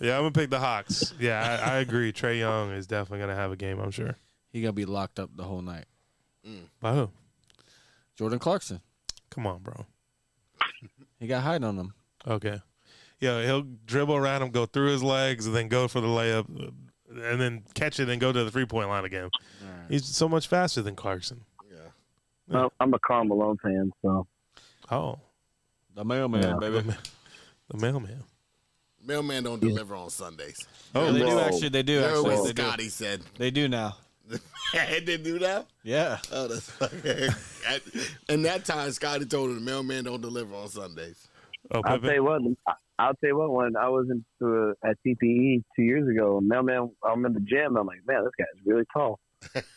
[SPEAKER 1] yeah, I'm gonna pick the Hawks. Yeah, I, I agree. Trey Young is definitely gonna have a game. I'm sure.
[SPEAKER 2] <laughs> He going to be locked up the whole night.
[SPEAKER 1] By who?
[SPEAKER 2] Jordan Clarkson.
[SPEAKER 1] Come on, bro.
[SPEAKER 2] He got hide on him.
[SPEAKER 1] Okay. Yeah, he'll dribble around him, go through his legs, and then go for the layup, and then catch it and go to the three point line again. He's so much faster than Clarkson.
[SPEAKER 3] Yeah.
[SPEAKER 4] Well, I'm a Carl Malone fan, so
[SPEAKER 1] Oh,
[SPEAKER 2] The mailman,
[SPEAKER 4] Yeah.
[SPEAKER 2] baby.
[SPEAKER 1] the mailman.
[SPEAKER 3] Mailman don't deliver on Sundays.
[SPEAKER 2] Oh, they do
[SPEAKER 4] no.
[SPEAKER 2] actually. They do
[SPEAKER 3] They're
[SPEAKER 2] actually.
[SPEAKER 3] what
[SPEAKER 2] They do.
[SPEAKER 3] Scotty said. <laughs>
[SPEAKER 2] they do now.
[SPEAKER 3] they didn't do that?
[SPEAKER 2] Yeah.
[SPEAKER 3] Oh, that's fucking. <laughs> At- and that time, Scotty told him the mailman don't deliver on Sundays.
[SPEAKER 1] Oh,
[SPEAKER 4] I'll
[SPEAKER 1] Pippen.
[SPEAKER 4] tell you what. I- I'll tell you what. When I was in uh, at TPE two years ago, and mailman, I'm in the gym. I'm like, man, this guy's really
[SPEAKER 2] <laughs>
[SPEAKER 4] tall,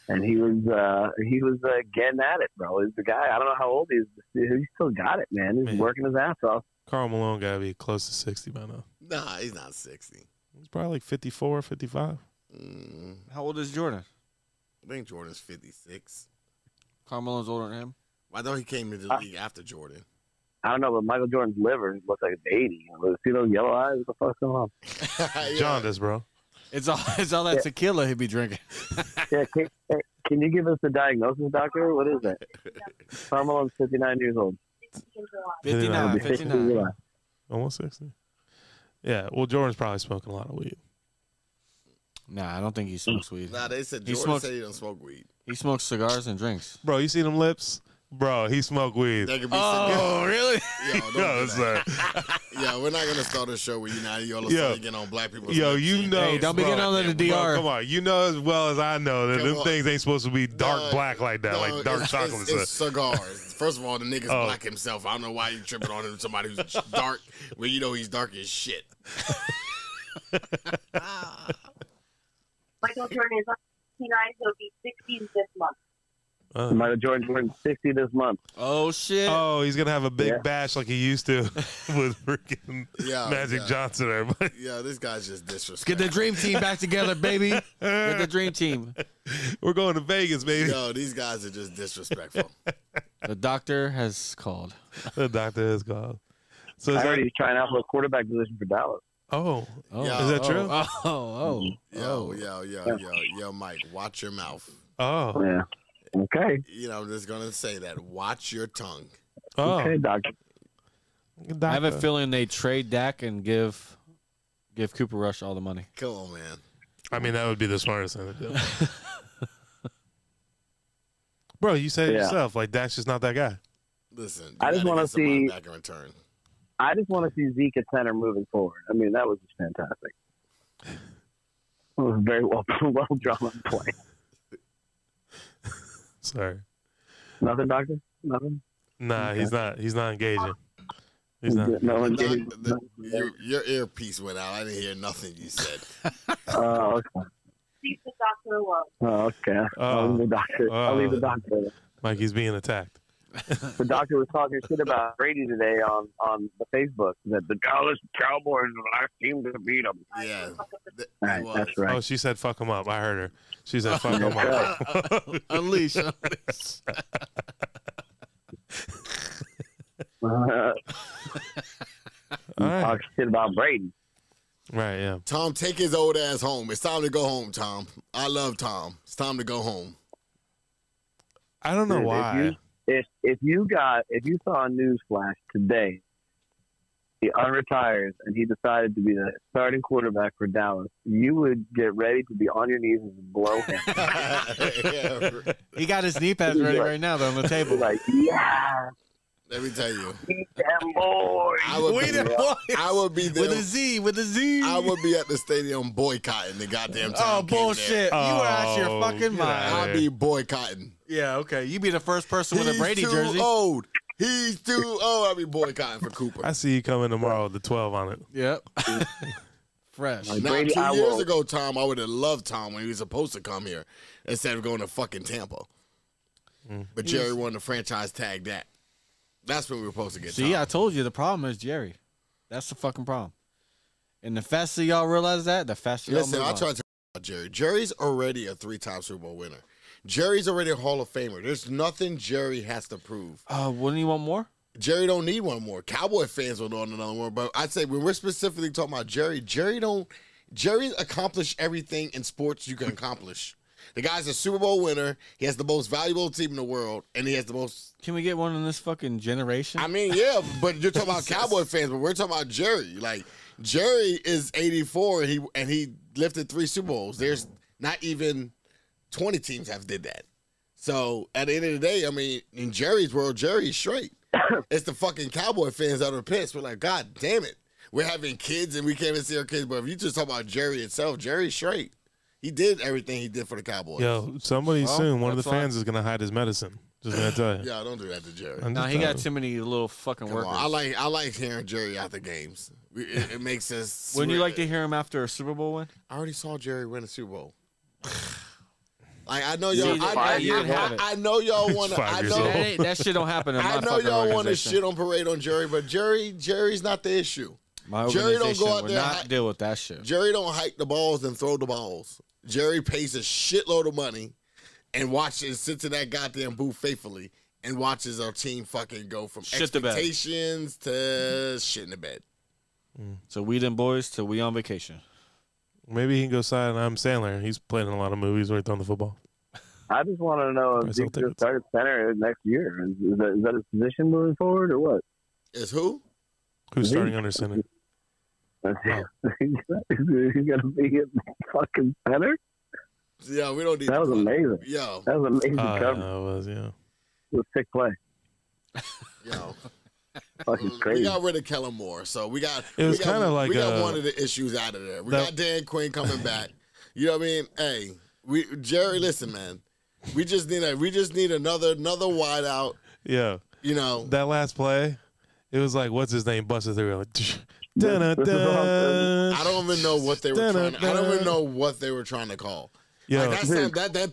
[SPEAKER 4] and he was uh, he was uh, getting at it, bro. He's the guy. I don't know how old he is. but He still got it, man. He's
[SPEAKER 1] Man.
[SPEAKER 4] working his ass off.
[SPEAKER 1] Carl Malone got to be close to 60 by now.
[SPEAKER 3] Nah, he's not 60.
[SPEAKER 1] He's probably like 54, 55.
[SPEAKER 3] Mm,
[SPEAKER 2] How old is Jordan?
[SPEAKER 3] I think Jordan's 56.
[SPEAKER 2] Carmelo's older than him.
[SPEAKER 3] I thought he came
[SPEAKER 2] Ah.
[SPEAKER 3] into the league after Jordan. <laughs>
[SPEAKER 4] I don't know, but Michael Jordan's liver looks like it's 80. See those yellow eyes? What the fuck's going on?
[SPEAKER 3] Uh, Yeah.
[SPEAKER 1] Jaundice, bro.
[SPEAKER 2] It's all. <laughs> It's all that tequila he'd be drinking.
[SPEAKER 4] Yeah, can, hey, can you give us the diagnosis, doctor? What is
[SPEAKER 1] <laughs>
[SPEAKER 4] it? Carmelo's 59 years old.
[SPEAKER 5] 16 in July.
[SPEAKER 2] Fifty nine.
[SPEAKER 4] He'll be 60
[SPEAKER 2] Fifty
[SPEAKER 4] in
[SPEAKER 2] nine.
[SPEAKER 4] July.
[SPEAKER 1] Almost 60. Yeah, well, Jordan's probably smoking a lot of weed.
[SPEAKER 2] Nah, I don't think he smokes weed.
[SPEAKER 3] Nah, they said
[SPEAKER 2] He
[SPEAKER 3] Jordan
[SPEAKER 2] smokes-
[SPEAKER 3] said he don't smoke weed.
[SPEAKER 2] He smokes cigars and drinks.
[SPEAKER 1] Bro, you see them lips? Bro, he smoked weed. Oh.
[SPEAKER 3] That could be
[SPEAKER 2] really?
[SPEAKER 1] <laughs>
[SPEAKER 3] Yo, don't
[SPEAKER 1] Yo,
[SPEAKER 3] do
[SPEAKER 1] it's
[SPEAKER 3] that.
[SPEAKER 1] like,
[SPEAKER 3] <laughs> Yo, we're not gonna start a show where you now you all of a
[SPEAKER 1] Yo.
[SPEAKER 3] sudden get on black people.
[SPEAKER 1] yo, you know,
[SPEAKER 2] Hey, don't be
[SPEAKER 1] bro.
[SPEAKER 2] getting on the
[SPEAKER 3] Goddamn,
[SPEAKER 1] Bro,
[SPEAKER 2] DR.
[SPEAKER 1] come on, you know as well as I know that
[SPEAKER 3] Come
[SPEAKER 1] them
[SPEAKER 3] on.
[SPEAKER 1] things ain't supposed to be dark
[SPEAKER 3] No,
[SPEAKER 1] black like that,
[SPEAKER 3] No,
[SPEAKER 1] like dark
[SPEAKER 3] it's,
[SPEAKER 1] chocolate.
[SPEAKER 3] It's,
[SPEAKER 1] stuff.
[SPEAKER 3] it's cigars. First of all, the
[SPEAKER 1] <laughs>
[SPEAKER 3] nigga's
[SPEAKER 1] Oh.
[SPEAKER 3] black himself. I don't know why you tripping on him. Somebody who's dark when you know he's dark as shit.
[SPEAKER 5] Michael Jordan is 69. He'll be 60 this month.
[SPEAKER 1] Uh.
[SPEAKER 4] Michael Jordan Jordan sixty this month.
[SPEAKER 2] Oh shit.
[SPEAKER 1] Oh, he's gonna have a big
[SPEAKER 4] Yeah.
[SPEAKER 1] bash like he used to <laughs> with freaking
[SPEAKER 3] Yeah,
[SPEAKER 1] <laughs> Magic
[SPEAKER 3] yeah.
[SPEAKER 1] Johnson.
[SPEAKER 2] <laughs>
[SPEAKER 1] Everybody,
[SPEAKER 3] Yeah, this guy's just
[SPEAKER 2] Let's get the
[SPEAKER 3] disrespectful.
[SPEAKER 2] dream team back together, <laughs> baby. Get the dream team.
[SPEAKER 1] <laughs> we're going to Vegas, baby.
[SPEAKER 3] Yo, these guys are just disrespectful.
[SPEAKER 2] The doctor has called.
[SPEAKER 1] <laughs> The doctor is gone. So
[SPEAKER 4] I
[SPEAKER 1] is
[SPEAKER 4] heard
[SPEAKER 1] that,
[SPEAKER 4] he's trying out for a quarterback position for Dallas.
[SPEAKER 1] oh,
[SPEAKER 2] Oh,
[SPEAKER 3] Yeah.
[SPEAKER 1] Is that
[SPEAKER 2] oh,
[SPEAKER 1] true?
[SPEAKER 2] Oh, oh,
[SPEAKER 3] Yo,
[SPEAKER 2] oh.
[SPEAKER 3] yo, yo, yo, yo, Mike, watch your mouth.
[SPEAKER 1] oh,
[SPEAKER 4] Yeah. Okay.
[SPEAKER 3] You know, I'm just gonna say that. Watch your tongue.
[SPEAKER 1] oh,
[SPEAKER 4] Okay, doctor.
[SPEAKER 1] doctor.
[SPEAKER 2] I have a feeling they trade Dak and give give Cooper Rush all the money.
[SPEAKER 3] Come on, man.
[SPEAKER 1] I mean, that would be the smartest thing to do.
[SPEAKER 2] <laughs>
[SPEAKER 1] Bro, you said it
[SPEAKER 4] Yeah.
[SPEAKER 1] yourself. Like Dak's just not that guy.
[SPEAKER 3] Listen, you
[SPEAKER 4] I just
[SPEAKER 3] gotta
[SPEAKER 4] wanna
[SPEAKER 3] get somebody
[SPEAKER 4] see-
[SPEAKER 3] back in return.
[SPEAKER 4] I just want to see Zeke at center moving forward. I mean, that was just fantastic. It was a very well <laughs> well drawn up play.
[SPEAKER 1] Sorry.
[SPEAKER 4] Nothing, doctor. Nothing.
[SPEAKER 1] Nah, he's not. He's not engaging. He's not.
[SPEAKER 4] no one
[SPEAKER 3] Not-
[SPEAKER 4] gave.
[SPEAKER 3] the- your, your earpiece went out. I didn't hear nothing
[SPEAKER 2] <laughs>
[SPEAKER 3] you said.
[SPEAKER 4] Oh, okay.
[SPEAKER 5] Leave the doctor alone.
[SPEAKER 4] Oh, okay. I'll
[SPEAKER 1] Um,
[SPEAKER 4] leave the doctor. I'll leave the
[SPEAKER 1] Oh.
[SPEAKER 4] doctor.
[SPEAKER 1] Uh-uh. Like he's being attacked.
[SPEAKER 4] The doctor was talking shit about Brady today on on the Facebook that the Dallas Cowboys are the last team to beat them.
[SPEAKER 5] I
[SPEAKER 3] Yeah.
[SPEAKER 5] will fuck up the
[SPEAKER 3] Th- it
[SPEAKER 4] Right,
[SPEAKER 3] was.
[SPEAKER 4] that's right.
[SPEAKER 1] Oh, she said fuck him up. I heard her. She said fuck him up.
[SPEAKER 2] <laughs> Unleash. unleash.
[SPEAKER 4] <laughs>
[SPEAKER 1] All right.
[SPEAKER 4] talk shit about Brady.
[SPEAKER 1] Right. Yeah.
[SPEAKER 3] Tom, take his old ass home. It's time to go home, Tom. I love Tom. It's time to go home. <laughs>
[SPEAKER 1] I don't know
[SPEAKER 4] Dude, if
[SPEAKER 1] why.
[SPEAKER 4] you- If if you got if you saw a news flash today, he unretires and he decided to be the starting quarterback for Dallas, you would get ready to be on your knees and blow
[SPEAKER 1] <laughs>
[SPEAKER 4] him.
[SPEAKER 3] Yeah,
[SPEAKER 2] he got his knee pads ready right now though on the table.
[SPEAKER 4] like, yeah,
[SPEAKER 3] Let me tell you.
[SPEAKER 4] beat them boys.
[SPEAKER 3] I would
[SPEAKER 2] We
[SPEAKER 3] be,
[SPEAKER 2] the boys.
[SPEAKER 3] <laughs> I would
[SPEAKER 2] <laughs>
[SPEAKER 3] be
[SPEAKER 2] with a
[SPEAKER 3] there.
[SPEAKER 2] Z, with a Z.
[SPEAKER 3] I would be at the stadium boycotting the goddamn time.
[SPEAKER 2] oh
[SPEAKER 3] came there.
[SPEAKER 2] bullshit! you were out your
[SPEAKER 1] Oh,
[SPEAKER 2] fucking
[SPEAKER 1] get outta
[SPEAKER 2] mind.
[SPEAKER 1] here.
[SPEAKER 3] I'd be boycotting.
[SPEAKER 2] Yeah, okay. You be the first person with a
[SPEAKER 3] He's
[SPEAKER 2] Brady
[SPEAKER 3] too
[SPEAKER 2] jersey.
[SPEAKER 3] old. He's too old. I'd be boycotting for Cooper.
[SPEAKER 1] I see you coming tomorrow with the twelve on it.
[SPEAKER 3] <laughs>
[SPEAKER 2] Yep. Fresh.
[SPEAKER 4] Like-
[SPEAKER 3] Now,
[SPEAKER 4] Brady,
[SPEAKER 3] two
[SPEAKER 4] I
[SPEAKER 3] years
[SPEAKER 4] will-
[SPEAKER 3] ago, Tom, I would have loved Tom when he was supposed to come here instead of going to fucking Tampa.
[SPEAKER 1] Mm.
[SPEAKER 3] But Jerry won the franchise tag that. That's what we were supposed to get.
[SPEAKER 2] See,
[SPEAKER 3] Tom.
[SPEAKER 2] I told you the problem is Jerry. That's the fucking problem. And the faster y'all realize that, the faster y'all
[SPEAKER 3] Listen,
[SPEAKER 2] move
[SPEAKER 3] I
[SPEAKER 2] on.
[SPEAKER 3] tried to about Jerry. Jerry's already a three-time Super Bowl winner. Jerry's already a Hall of Famer. There's nothing Jerry has to prove.
[SPEAKER 2] Uh, wouldn't you want more?
[SPEAKER 3] Jerry don't need one more. Cowboy fans will want another one, but I'd say when we're specifically talking about Jerry, Jerry don't Jerry's accomplished everything in sports you can accomplish. The guy's a Super Bowl winner. He has the most valuable team in the world, and he has the most.
[SPEAKER 2] Can we get one in this fucking generation?
[SPEAKER 3] I mean, yeah, but you're talking about Cowboy fans, but we're talking about Jerry. Like Jerry is 84, and he and he lifted three Super Bowls. There's not even 20 teams have did that. So at the end of the day, I mean, in Jerry's world, Jerry's straight. it's the fucking cowboy fans that are pissed. We're like, God damn it. We're having kids and we can't even see our kids. But if you just talk about Jerry itself, Jerry's straight. He did everything he did for the Cowboys.
[SPEAKER 1] Yo, somebody
[SPEAKER 2] Well,
[SPEAKER 1] soon, one of the
[SPEAKER 2] that's why-
[SPEAKER 1] fans is gonna hide his medicine. Just gonna tell you.
[SPEAKER 3] Yeah, don't do that to Jerry.
[SPEAKER 1] I'm
[SPEAKER 2] nah,
[SPEAKER 1] just
[SPEAKER 2] he got
[SPEAKER 1] telling
[SPEAKER 2] too many little fucking
[SPEAKER 3] Come on.
[SPEAKER 2] workers.
[SPEAKER 3] I like I like hearing Jerry after games. We- It, it
[SPEAKER 1] <laughs>
[SPEAKER 3] makes us.
[SPEAKER 2] Wouldn't you like to hear him after a Super Bowl win?
[SPEAKER 3] I already saw Jerry win a Super Bowl. <sighs> Like I know y'all.
[SPEAKER 2] See,
[SPEAKER 3] I,
[SPEAKER 4] five
[SPEAKER 3] I,
[SPEAKER 4] years
[SPEAKER 3] I,
[SPEAKER 2] old.
[SPEAKER 3] I know y'all want to.
[SPEAKER 1] Five
[SPEAKER 3] I
[SPEAKER 1] years
[SPEAKER 2] See,
[SPEAKER 1] No.
[SPEAKER 2] that,
[SPEAKER 3] know.
[SPEAKER 1] old.
[SPEAKER 2] ain't- that shit don't happen in my
[SPEAKER 3] I know
[SPEAKER 2] fucking
[SPEAKER 3] y'all want to
[SPEAKER 2] organization.
[SPEAKER 3] shit on parade on Jerry, but Jerry, Jerry's not the issue.
[SPEAKER 2] My
[SPEAKER 3] Jerry
[SPEAKER 2] organization
[SPEAKER 3] don't go out
[SPEAKER 2] would
[SPEAKER 3] there
[SPEAKER 2] not
[SPEAKER 3] hot-
[SPEAKER 2] deal with that shit.
[SPEAKER 3] Jerry don't hike the balls and throw the balls. Jerry pays a shitload of money and watches sits in that goddamn booth faithfully and watches our team fucking go from
[SPEAKER 2] Shit the bed.
[SPEAKER 3] expectations to shit in the bed.
[SPEAKER 2] So we them boys till we on vacation.
[SPEAKER 1] you. Maybe he can go sign I'm Sandler. He's playing in a lot of movies where he's throwing the football.
[SPEAKER 4] I just want to know if
[SPEAKER 1] Price
[SPEAKER 4] Zeke
[SPEAKER 1] will take
[SPEAKER 4] just
[SPEAKER 1] it.
[SPEAKER 4] started center next year. Is, is, that, is that his position moving forward or what? <laughs>
[SPEAKER 3] Is who?
[SPEAKER 1] Who's
[SPEAKER 4] Zeke.
[SPEAKER 1] starting under center?
[SPEAKER 4] He's gonna be a fucking center.
[SPEAKER 3] Yeah, we don't need
[SPEAKER 4] That was amazing.
[SPEAKER 3] Yo,
[SPEAKER 4] That was amazing
[SPEAKER 1] Oh, Uh, yeah,
[SPEAKER 4] coverage.
[SPEAKER 1] it was yeah.
[SPEAKER 4] It was a sick play.
[SPEAKER 3] yo.
[SPEAKER 4] fucking
[SPEAKER 3] We
[SPEAKER 4] crazy.
[SPEAKER 3] got rid of Kellen Moore, so we got.
[SPEAKER 1] It was
[SPEAKER 3] we got-
[SPEAKER 1] kinda like
[SPEAKER 3] we got
[SPEAKER 1] a-
[SPEAKER 3] one of the issues out of there. We
[SPEAKER 1] that-
[SPEAKER 3] got Dan Quinn coming back. You know what I mean? Hey, we Jerry, listen, man. We just need a. We just need another another wideout.
[SPEAKER 1] Yeah.
[SPEAKER 3] You know,
[SPEAKER 1] That last play, it was like, what's his name? Busted through. Like,
[SPEAKER 4] This- this is what I'm saying.
[SPEAKER 1] dun-dun-dun.
[SPEAKER 3] I don't even know what they were trying. I don't even know what they were trying to call.
[SPEAKER 1] Yo,
[SPEAKER 3] Like that's not, that that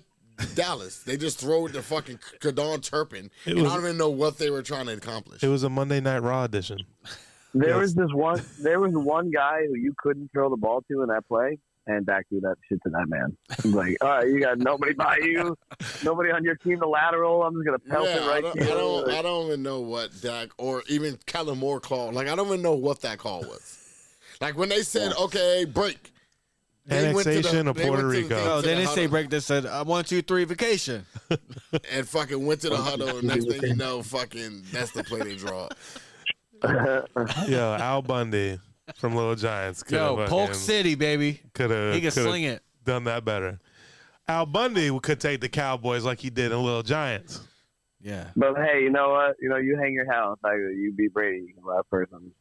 [SPEAKER 3] Dallas. They just throw the fucking Kadon Turpin.
[SPEAKER 1] It
[SPEAKER 3] and
[SPEAKER 1] was-
[SPEAKER 3] I don't even know what they were trying to accomplish.
[SPEAKER 1] it was a Monday Night Raw edition.
[SPEAKER 4] There
[SPEAKER 1] Yes.
[SPEAKER 4] was this one. There was one guy who you couldn't throw the ball to in that play, and back threw that shit to that man. He's like, all right, you got nobody by you, nobody on your team. The lateral, I'm just gonna
[SPEAKER 3] yeah,
[SPEAKER 4] pelt it
[SPEAKER 3] I
[SPEAKER 4] right
[SPEAKER 3] don't,
[SPEAKER 4] to you.
[SPEAKER 3] I don't. I don't even know what Dak or even Kellen Moore called. Like I don't even know what that call was. Like when they said, "Okay, break."
[SPEAKER 1] Annexation of
[SPEAKER 3] they
[SPEAKER 1] Puerto
[SPEAKER 3] went to
[SPEAKER 1] Rico.
[SPEAKER 3] thing-
[SPEAKER 1] No,
[SPEAKER 2] No,
[SPEAKER 3] to
[SPEAKER 2] they
[SPEAKER 3] the
[SPEAKER 2] didn't say
[SPEAKER 3] huddle
[SPEAKER 2] break. They said uh, one, two, three, vacation.
[SPEAKER 3] and fucking went to
[SPEAKER 4] <laughs>
[SPEAKER 3] the huddle. And next thing you know, fucking that's the play they draw.
[SPEAKER 4] <laughs>
[SPEAKER 1] Yo, Al Bundy from Little Giants could
[SPEAKER 2] Yo, Polk
[SPEAKER 1] have
[SPEAKER 2] City, baby.
[SPEAKER 1] could
[SPEAKER 2] He can sling
[SPEAKER 1] have
[SPEAKER 2] it.
[SPEAKER 1] done that better. Al Bundy could take the Cowboys like he did in Little Giants.
[SPEAKER 2] Yeah.
[SPEAKER 4] but hey, you know what? You know, you hang your house. Like, you be Brady, that person.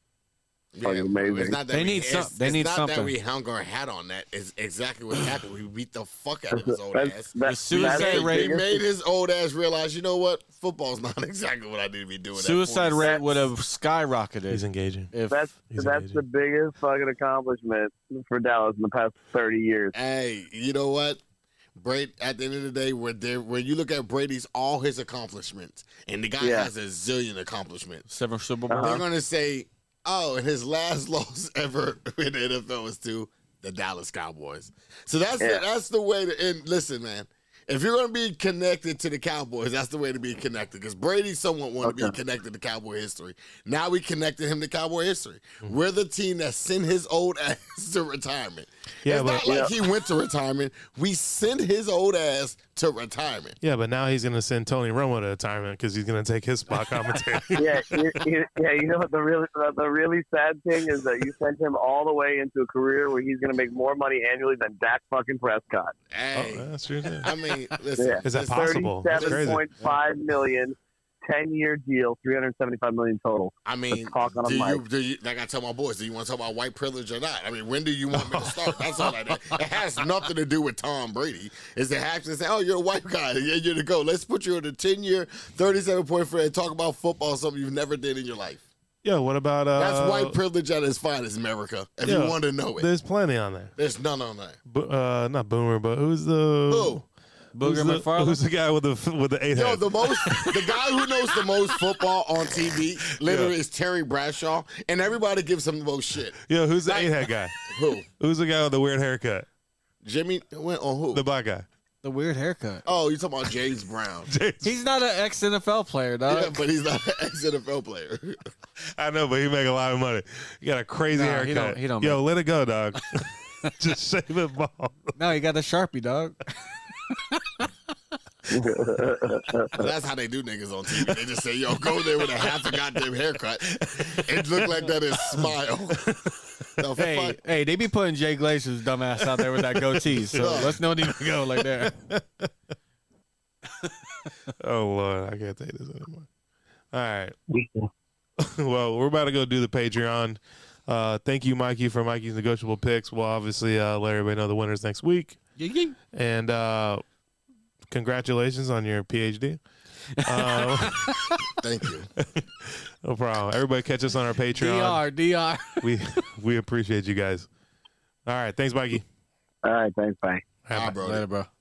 [SPEAKER 4] Fucking amazing.
[SPEAKER 3] It's not that
[SPEAKER 2] They
[SPEAKER 3] we,
[SPEAKER 2] need
[SPEAKER 3] it's,
[SPEAKER 2] some- they
[SPEAKER 3] it's
[SPEAKER 2] need
[SPEAKER 3] not that
[SPEAKER 2] something.
[SPEAKER 3] we hung our hat on that. It's exactly
[SPEAKER 4] <laughs>
[SPEAKER 3] what happened. We beat the fuck out of his old
[SPEAKER 4] That's,
[SPEAKER 3] ass.
[SPEAKER 4] that's,
[SPEAKER 2] suicide
[SPEAKER 4] that's the
[SPEAKER 2] rate-
[SPEAKER 3] They
[SPEAKER 4] biggest-
[SPEAKER 3] made his old ass realize, you know what? Football's <laughs> not exactly what I need to be doing. at
[SPEAKER 2] Suicide
[SPEAKER 3] 46.
[SPEAKER 2] rate would have
[SPEAKER 1] He's
[SPEAKER 2] skyrocketed
[SPEAKER 1] engaging.
[SPEAKER 2] if
[SPEAKER 4] That's
[SPEAKER 1] He's
[SPEAKER 4] that's
[SPEAKER 1] amazing.
[SPEAKER 4] the biggest fucking accomplishment for Dallas in the past
[SPEAKER 3] <laughs>
[SPEAKER 4] thirty years.
[SPEAKER 3] Hey, you know what? Brady. At the end of the day, when there, when you look at Brady's all his accomplishments, and the guy
[SPEAKER 4] Yeah.
[SPEAKER 3] has a zillion accomplishments,
[SPEAKER 2] seven Super Bowls.
[SPEAKER 4] Uh-huh.
[SPEAKER 3] they're gonna say, "Oh, and his last <laughs> loss ever in the NFL was to the Dallas Cowboys." So that's
[SPEAKER 4] Yeah.
[SPEAKER 3] the, that's the way to. And listen, man, if you're gonna be connected to the Cowboys, that's the way to be connected. Because Brady, someone wanted to be
[SPEAKER 4] Okay.
[SPEAKER 3] connected to Cowboy history. Now we connected him to Cowboy history. We're the team that sent his old <laughs> ass to retirement.
[SPEAKER 1] Yeah,
[SPEAKER 3] it's
[SPEAKER 1] but-
[SPEAKER 3] not like he went to retirement. We sent his old ass to retirement.
[SPEAKER 1] Yeah, but now he's going to send Tony Romo to retirement because he's going to take his spot commentary.
[SPEAKER 4] yeah, you, you, yeah. You know what the really the, the really sad thing is that you sent him all the way into a career where he's going to make more money annually than Dak fucking Prescott.
[SPEAKER 1] oh,
[SPEAKER 3] <laughs> Hey,
[SPEAKER 1] that's true. too.
[SPEAKER 3] I mean, listen,
[SPEAKER 4] <laughs> Yeah.
[SPEAKER 1] Is that
[SPEAKER 3] listen,
[SPEAKER 1] possible? That's crazy.
[SPEAKER 4] Thirty-seven point five million, ten year deal, three hundred seventy-five million
[SPEAKER 3] <laughs>
[SPEAKER 4] total. <laughs>
[SPEAKER 3] I mean,
[SPEAKER 4] talk on a
[SPEAKER 3] do you,
[SPEAKER 4] mic.
[SPEAKER 3] do you, like I tell my boys, do you want to talk about white privilege or not? I mean, when do you want
[SPEAKER 1] <laughs>
[SPEAKER 3] me to start? That's all I that. It has nothing to do with Tom Brady. Is it hacks and say, oh, you're a white guy, yeah, you're to go. Let's put you in a 10 year, 37 point for and talk about football, something you've never did in your life.
[SPEAKER 1] Yo, what about uh?
[SPEAKER 3] That's white privilege at its finest, America, if
[SPEAKER 1] Yeah.
[SPEAKER 3] you want to know it.
[SPEAKER 1] There's plenty on there.
[SPEAKER 3] There's none on that.
[SPEAKER 1] Bo- uh, not Boomer, but who's the Who's
[SPEAKER 3] Who?
[SPEAKER 2] Booger
[SPEAKER 1] the,
[SPEAKER 2] McFarland.
[SPEAKER 1] who's the guy with the f- with the eight
[SPEAKER 3] Yo,
[SPEAKER 1] head?
[SPEAKER 3] the most, the guy who knows the most football on TV, literally, is Terry Bradshaw, and everybody gives him the most shit.
[SPEAKER 1] Yo, who's the
[SPEAKER 3] Like-
[SPEAKER 1] eight head guy?
[SPEAKER 3] Who?
[SPEAKER 1] Who's the guy with the weird haircut?
[SPEAKER 3] Jimmy went on who?
[SPEAKER 1] The black guy. <laughs>
[SPEAKER 2] the weird haircut.
[SPEAKER 3] oh, you talking about James Brown?
[SPEAKER 1] James-
[SPEAKER 2] He's not an ex NFL player, dog.
[SPEAKER 3] Yeah, but he's not an ex NFL player.
[SPEAKER 1] I know, but he make a lot of money. He got a crazy
[SPEAKER 2] Nah,
[SPEAKER 1] haircut.
[SPEAKER 2] he don't- he don't
[SPEAKER 1] Yo, let it go,
[SPEAKER 2] <laughs>
[SPEAKER 1] dog. <laughs> Just shave it bald. <laughs>
[SPEAKER 2] No, he got the Sharpie, dog.
[SPEAKER 3] But that's how they do niggas on TV. They just say, "Yo, go there with a half a goddamn haircut and look like that and smile." The
[SPEAKER 2] <laughs> Hey,
[SPEAKER 3] fuck?
[SPEAKER 2] hey, they be putting Jay Glacier's dumbass out there with that goatee, so
[SPEAKER 3] Dog.
[SPEAKER 2] let's not even go like that.
[SPEAKER 1] Oh lord, I can't take this anymore. All right. <laughs> well, we're about to go do the Patreon. Uh, thank you, Mikey, for Mikey's negotiable picks. We'll obviously uh, let everybody know the winners next week. And uh, congratulations on your PhD. Uh,
[SPEAKER 3] Thank you.
[SPEAKER 1] no problem. Everybody catch us on our Patreon.
[SPEAKER 2] Dr. Dr.
[SPEAKER 1] We we appreciate you guys. All right. Thanks, Mikey.
[SPEAKER 4] All right, thanks. Bye.
[SPEAKER 3] All right, bro.
[SPEAKER 2] Later, bro.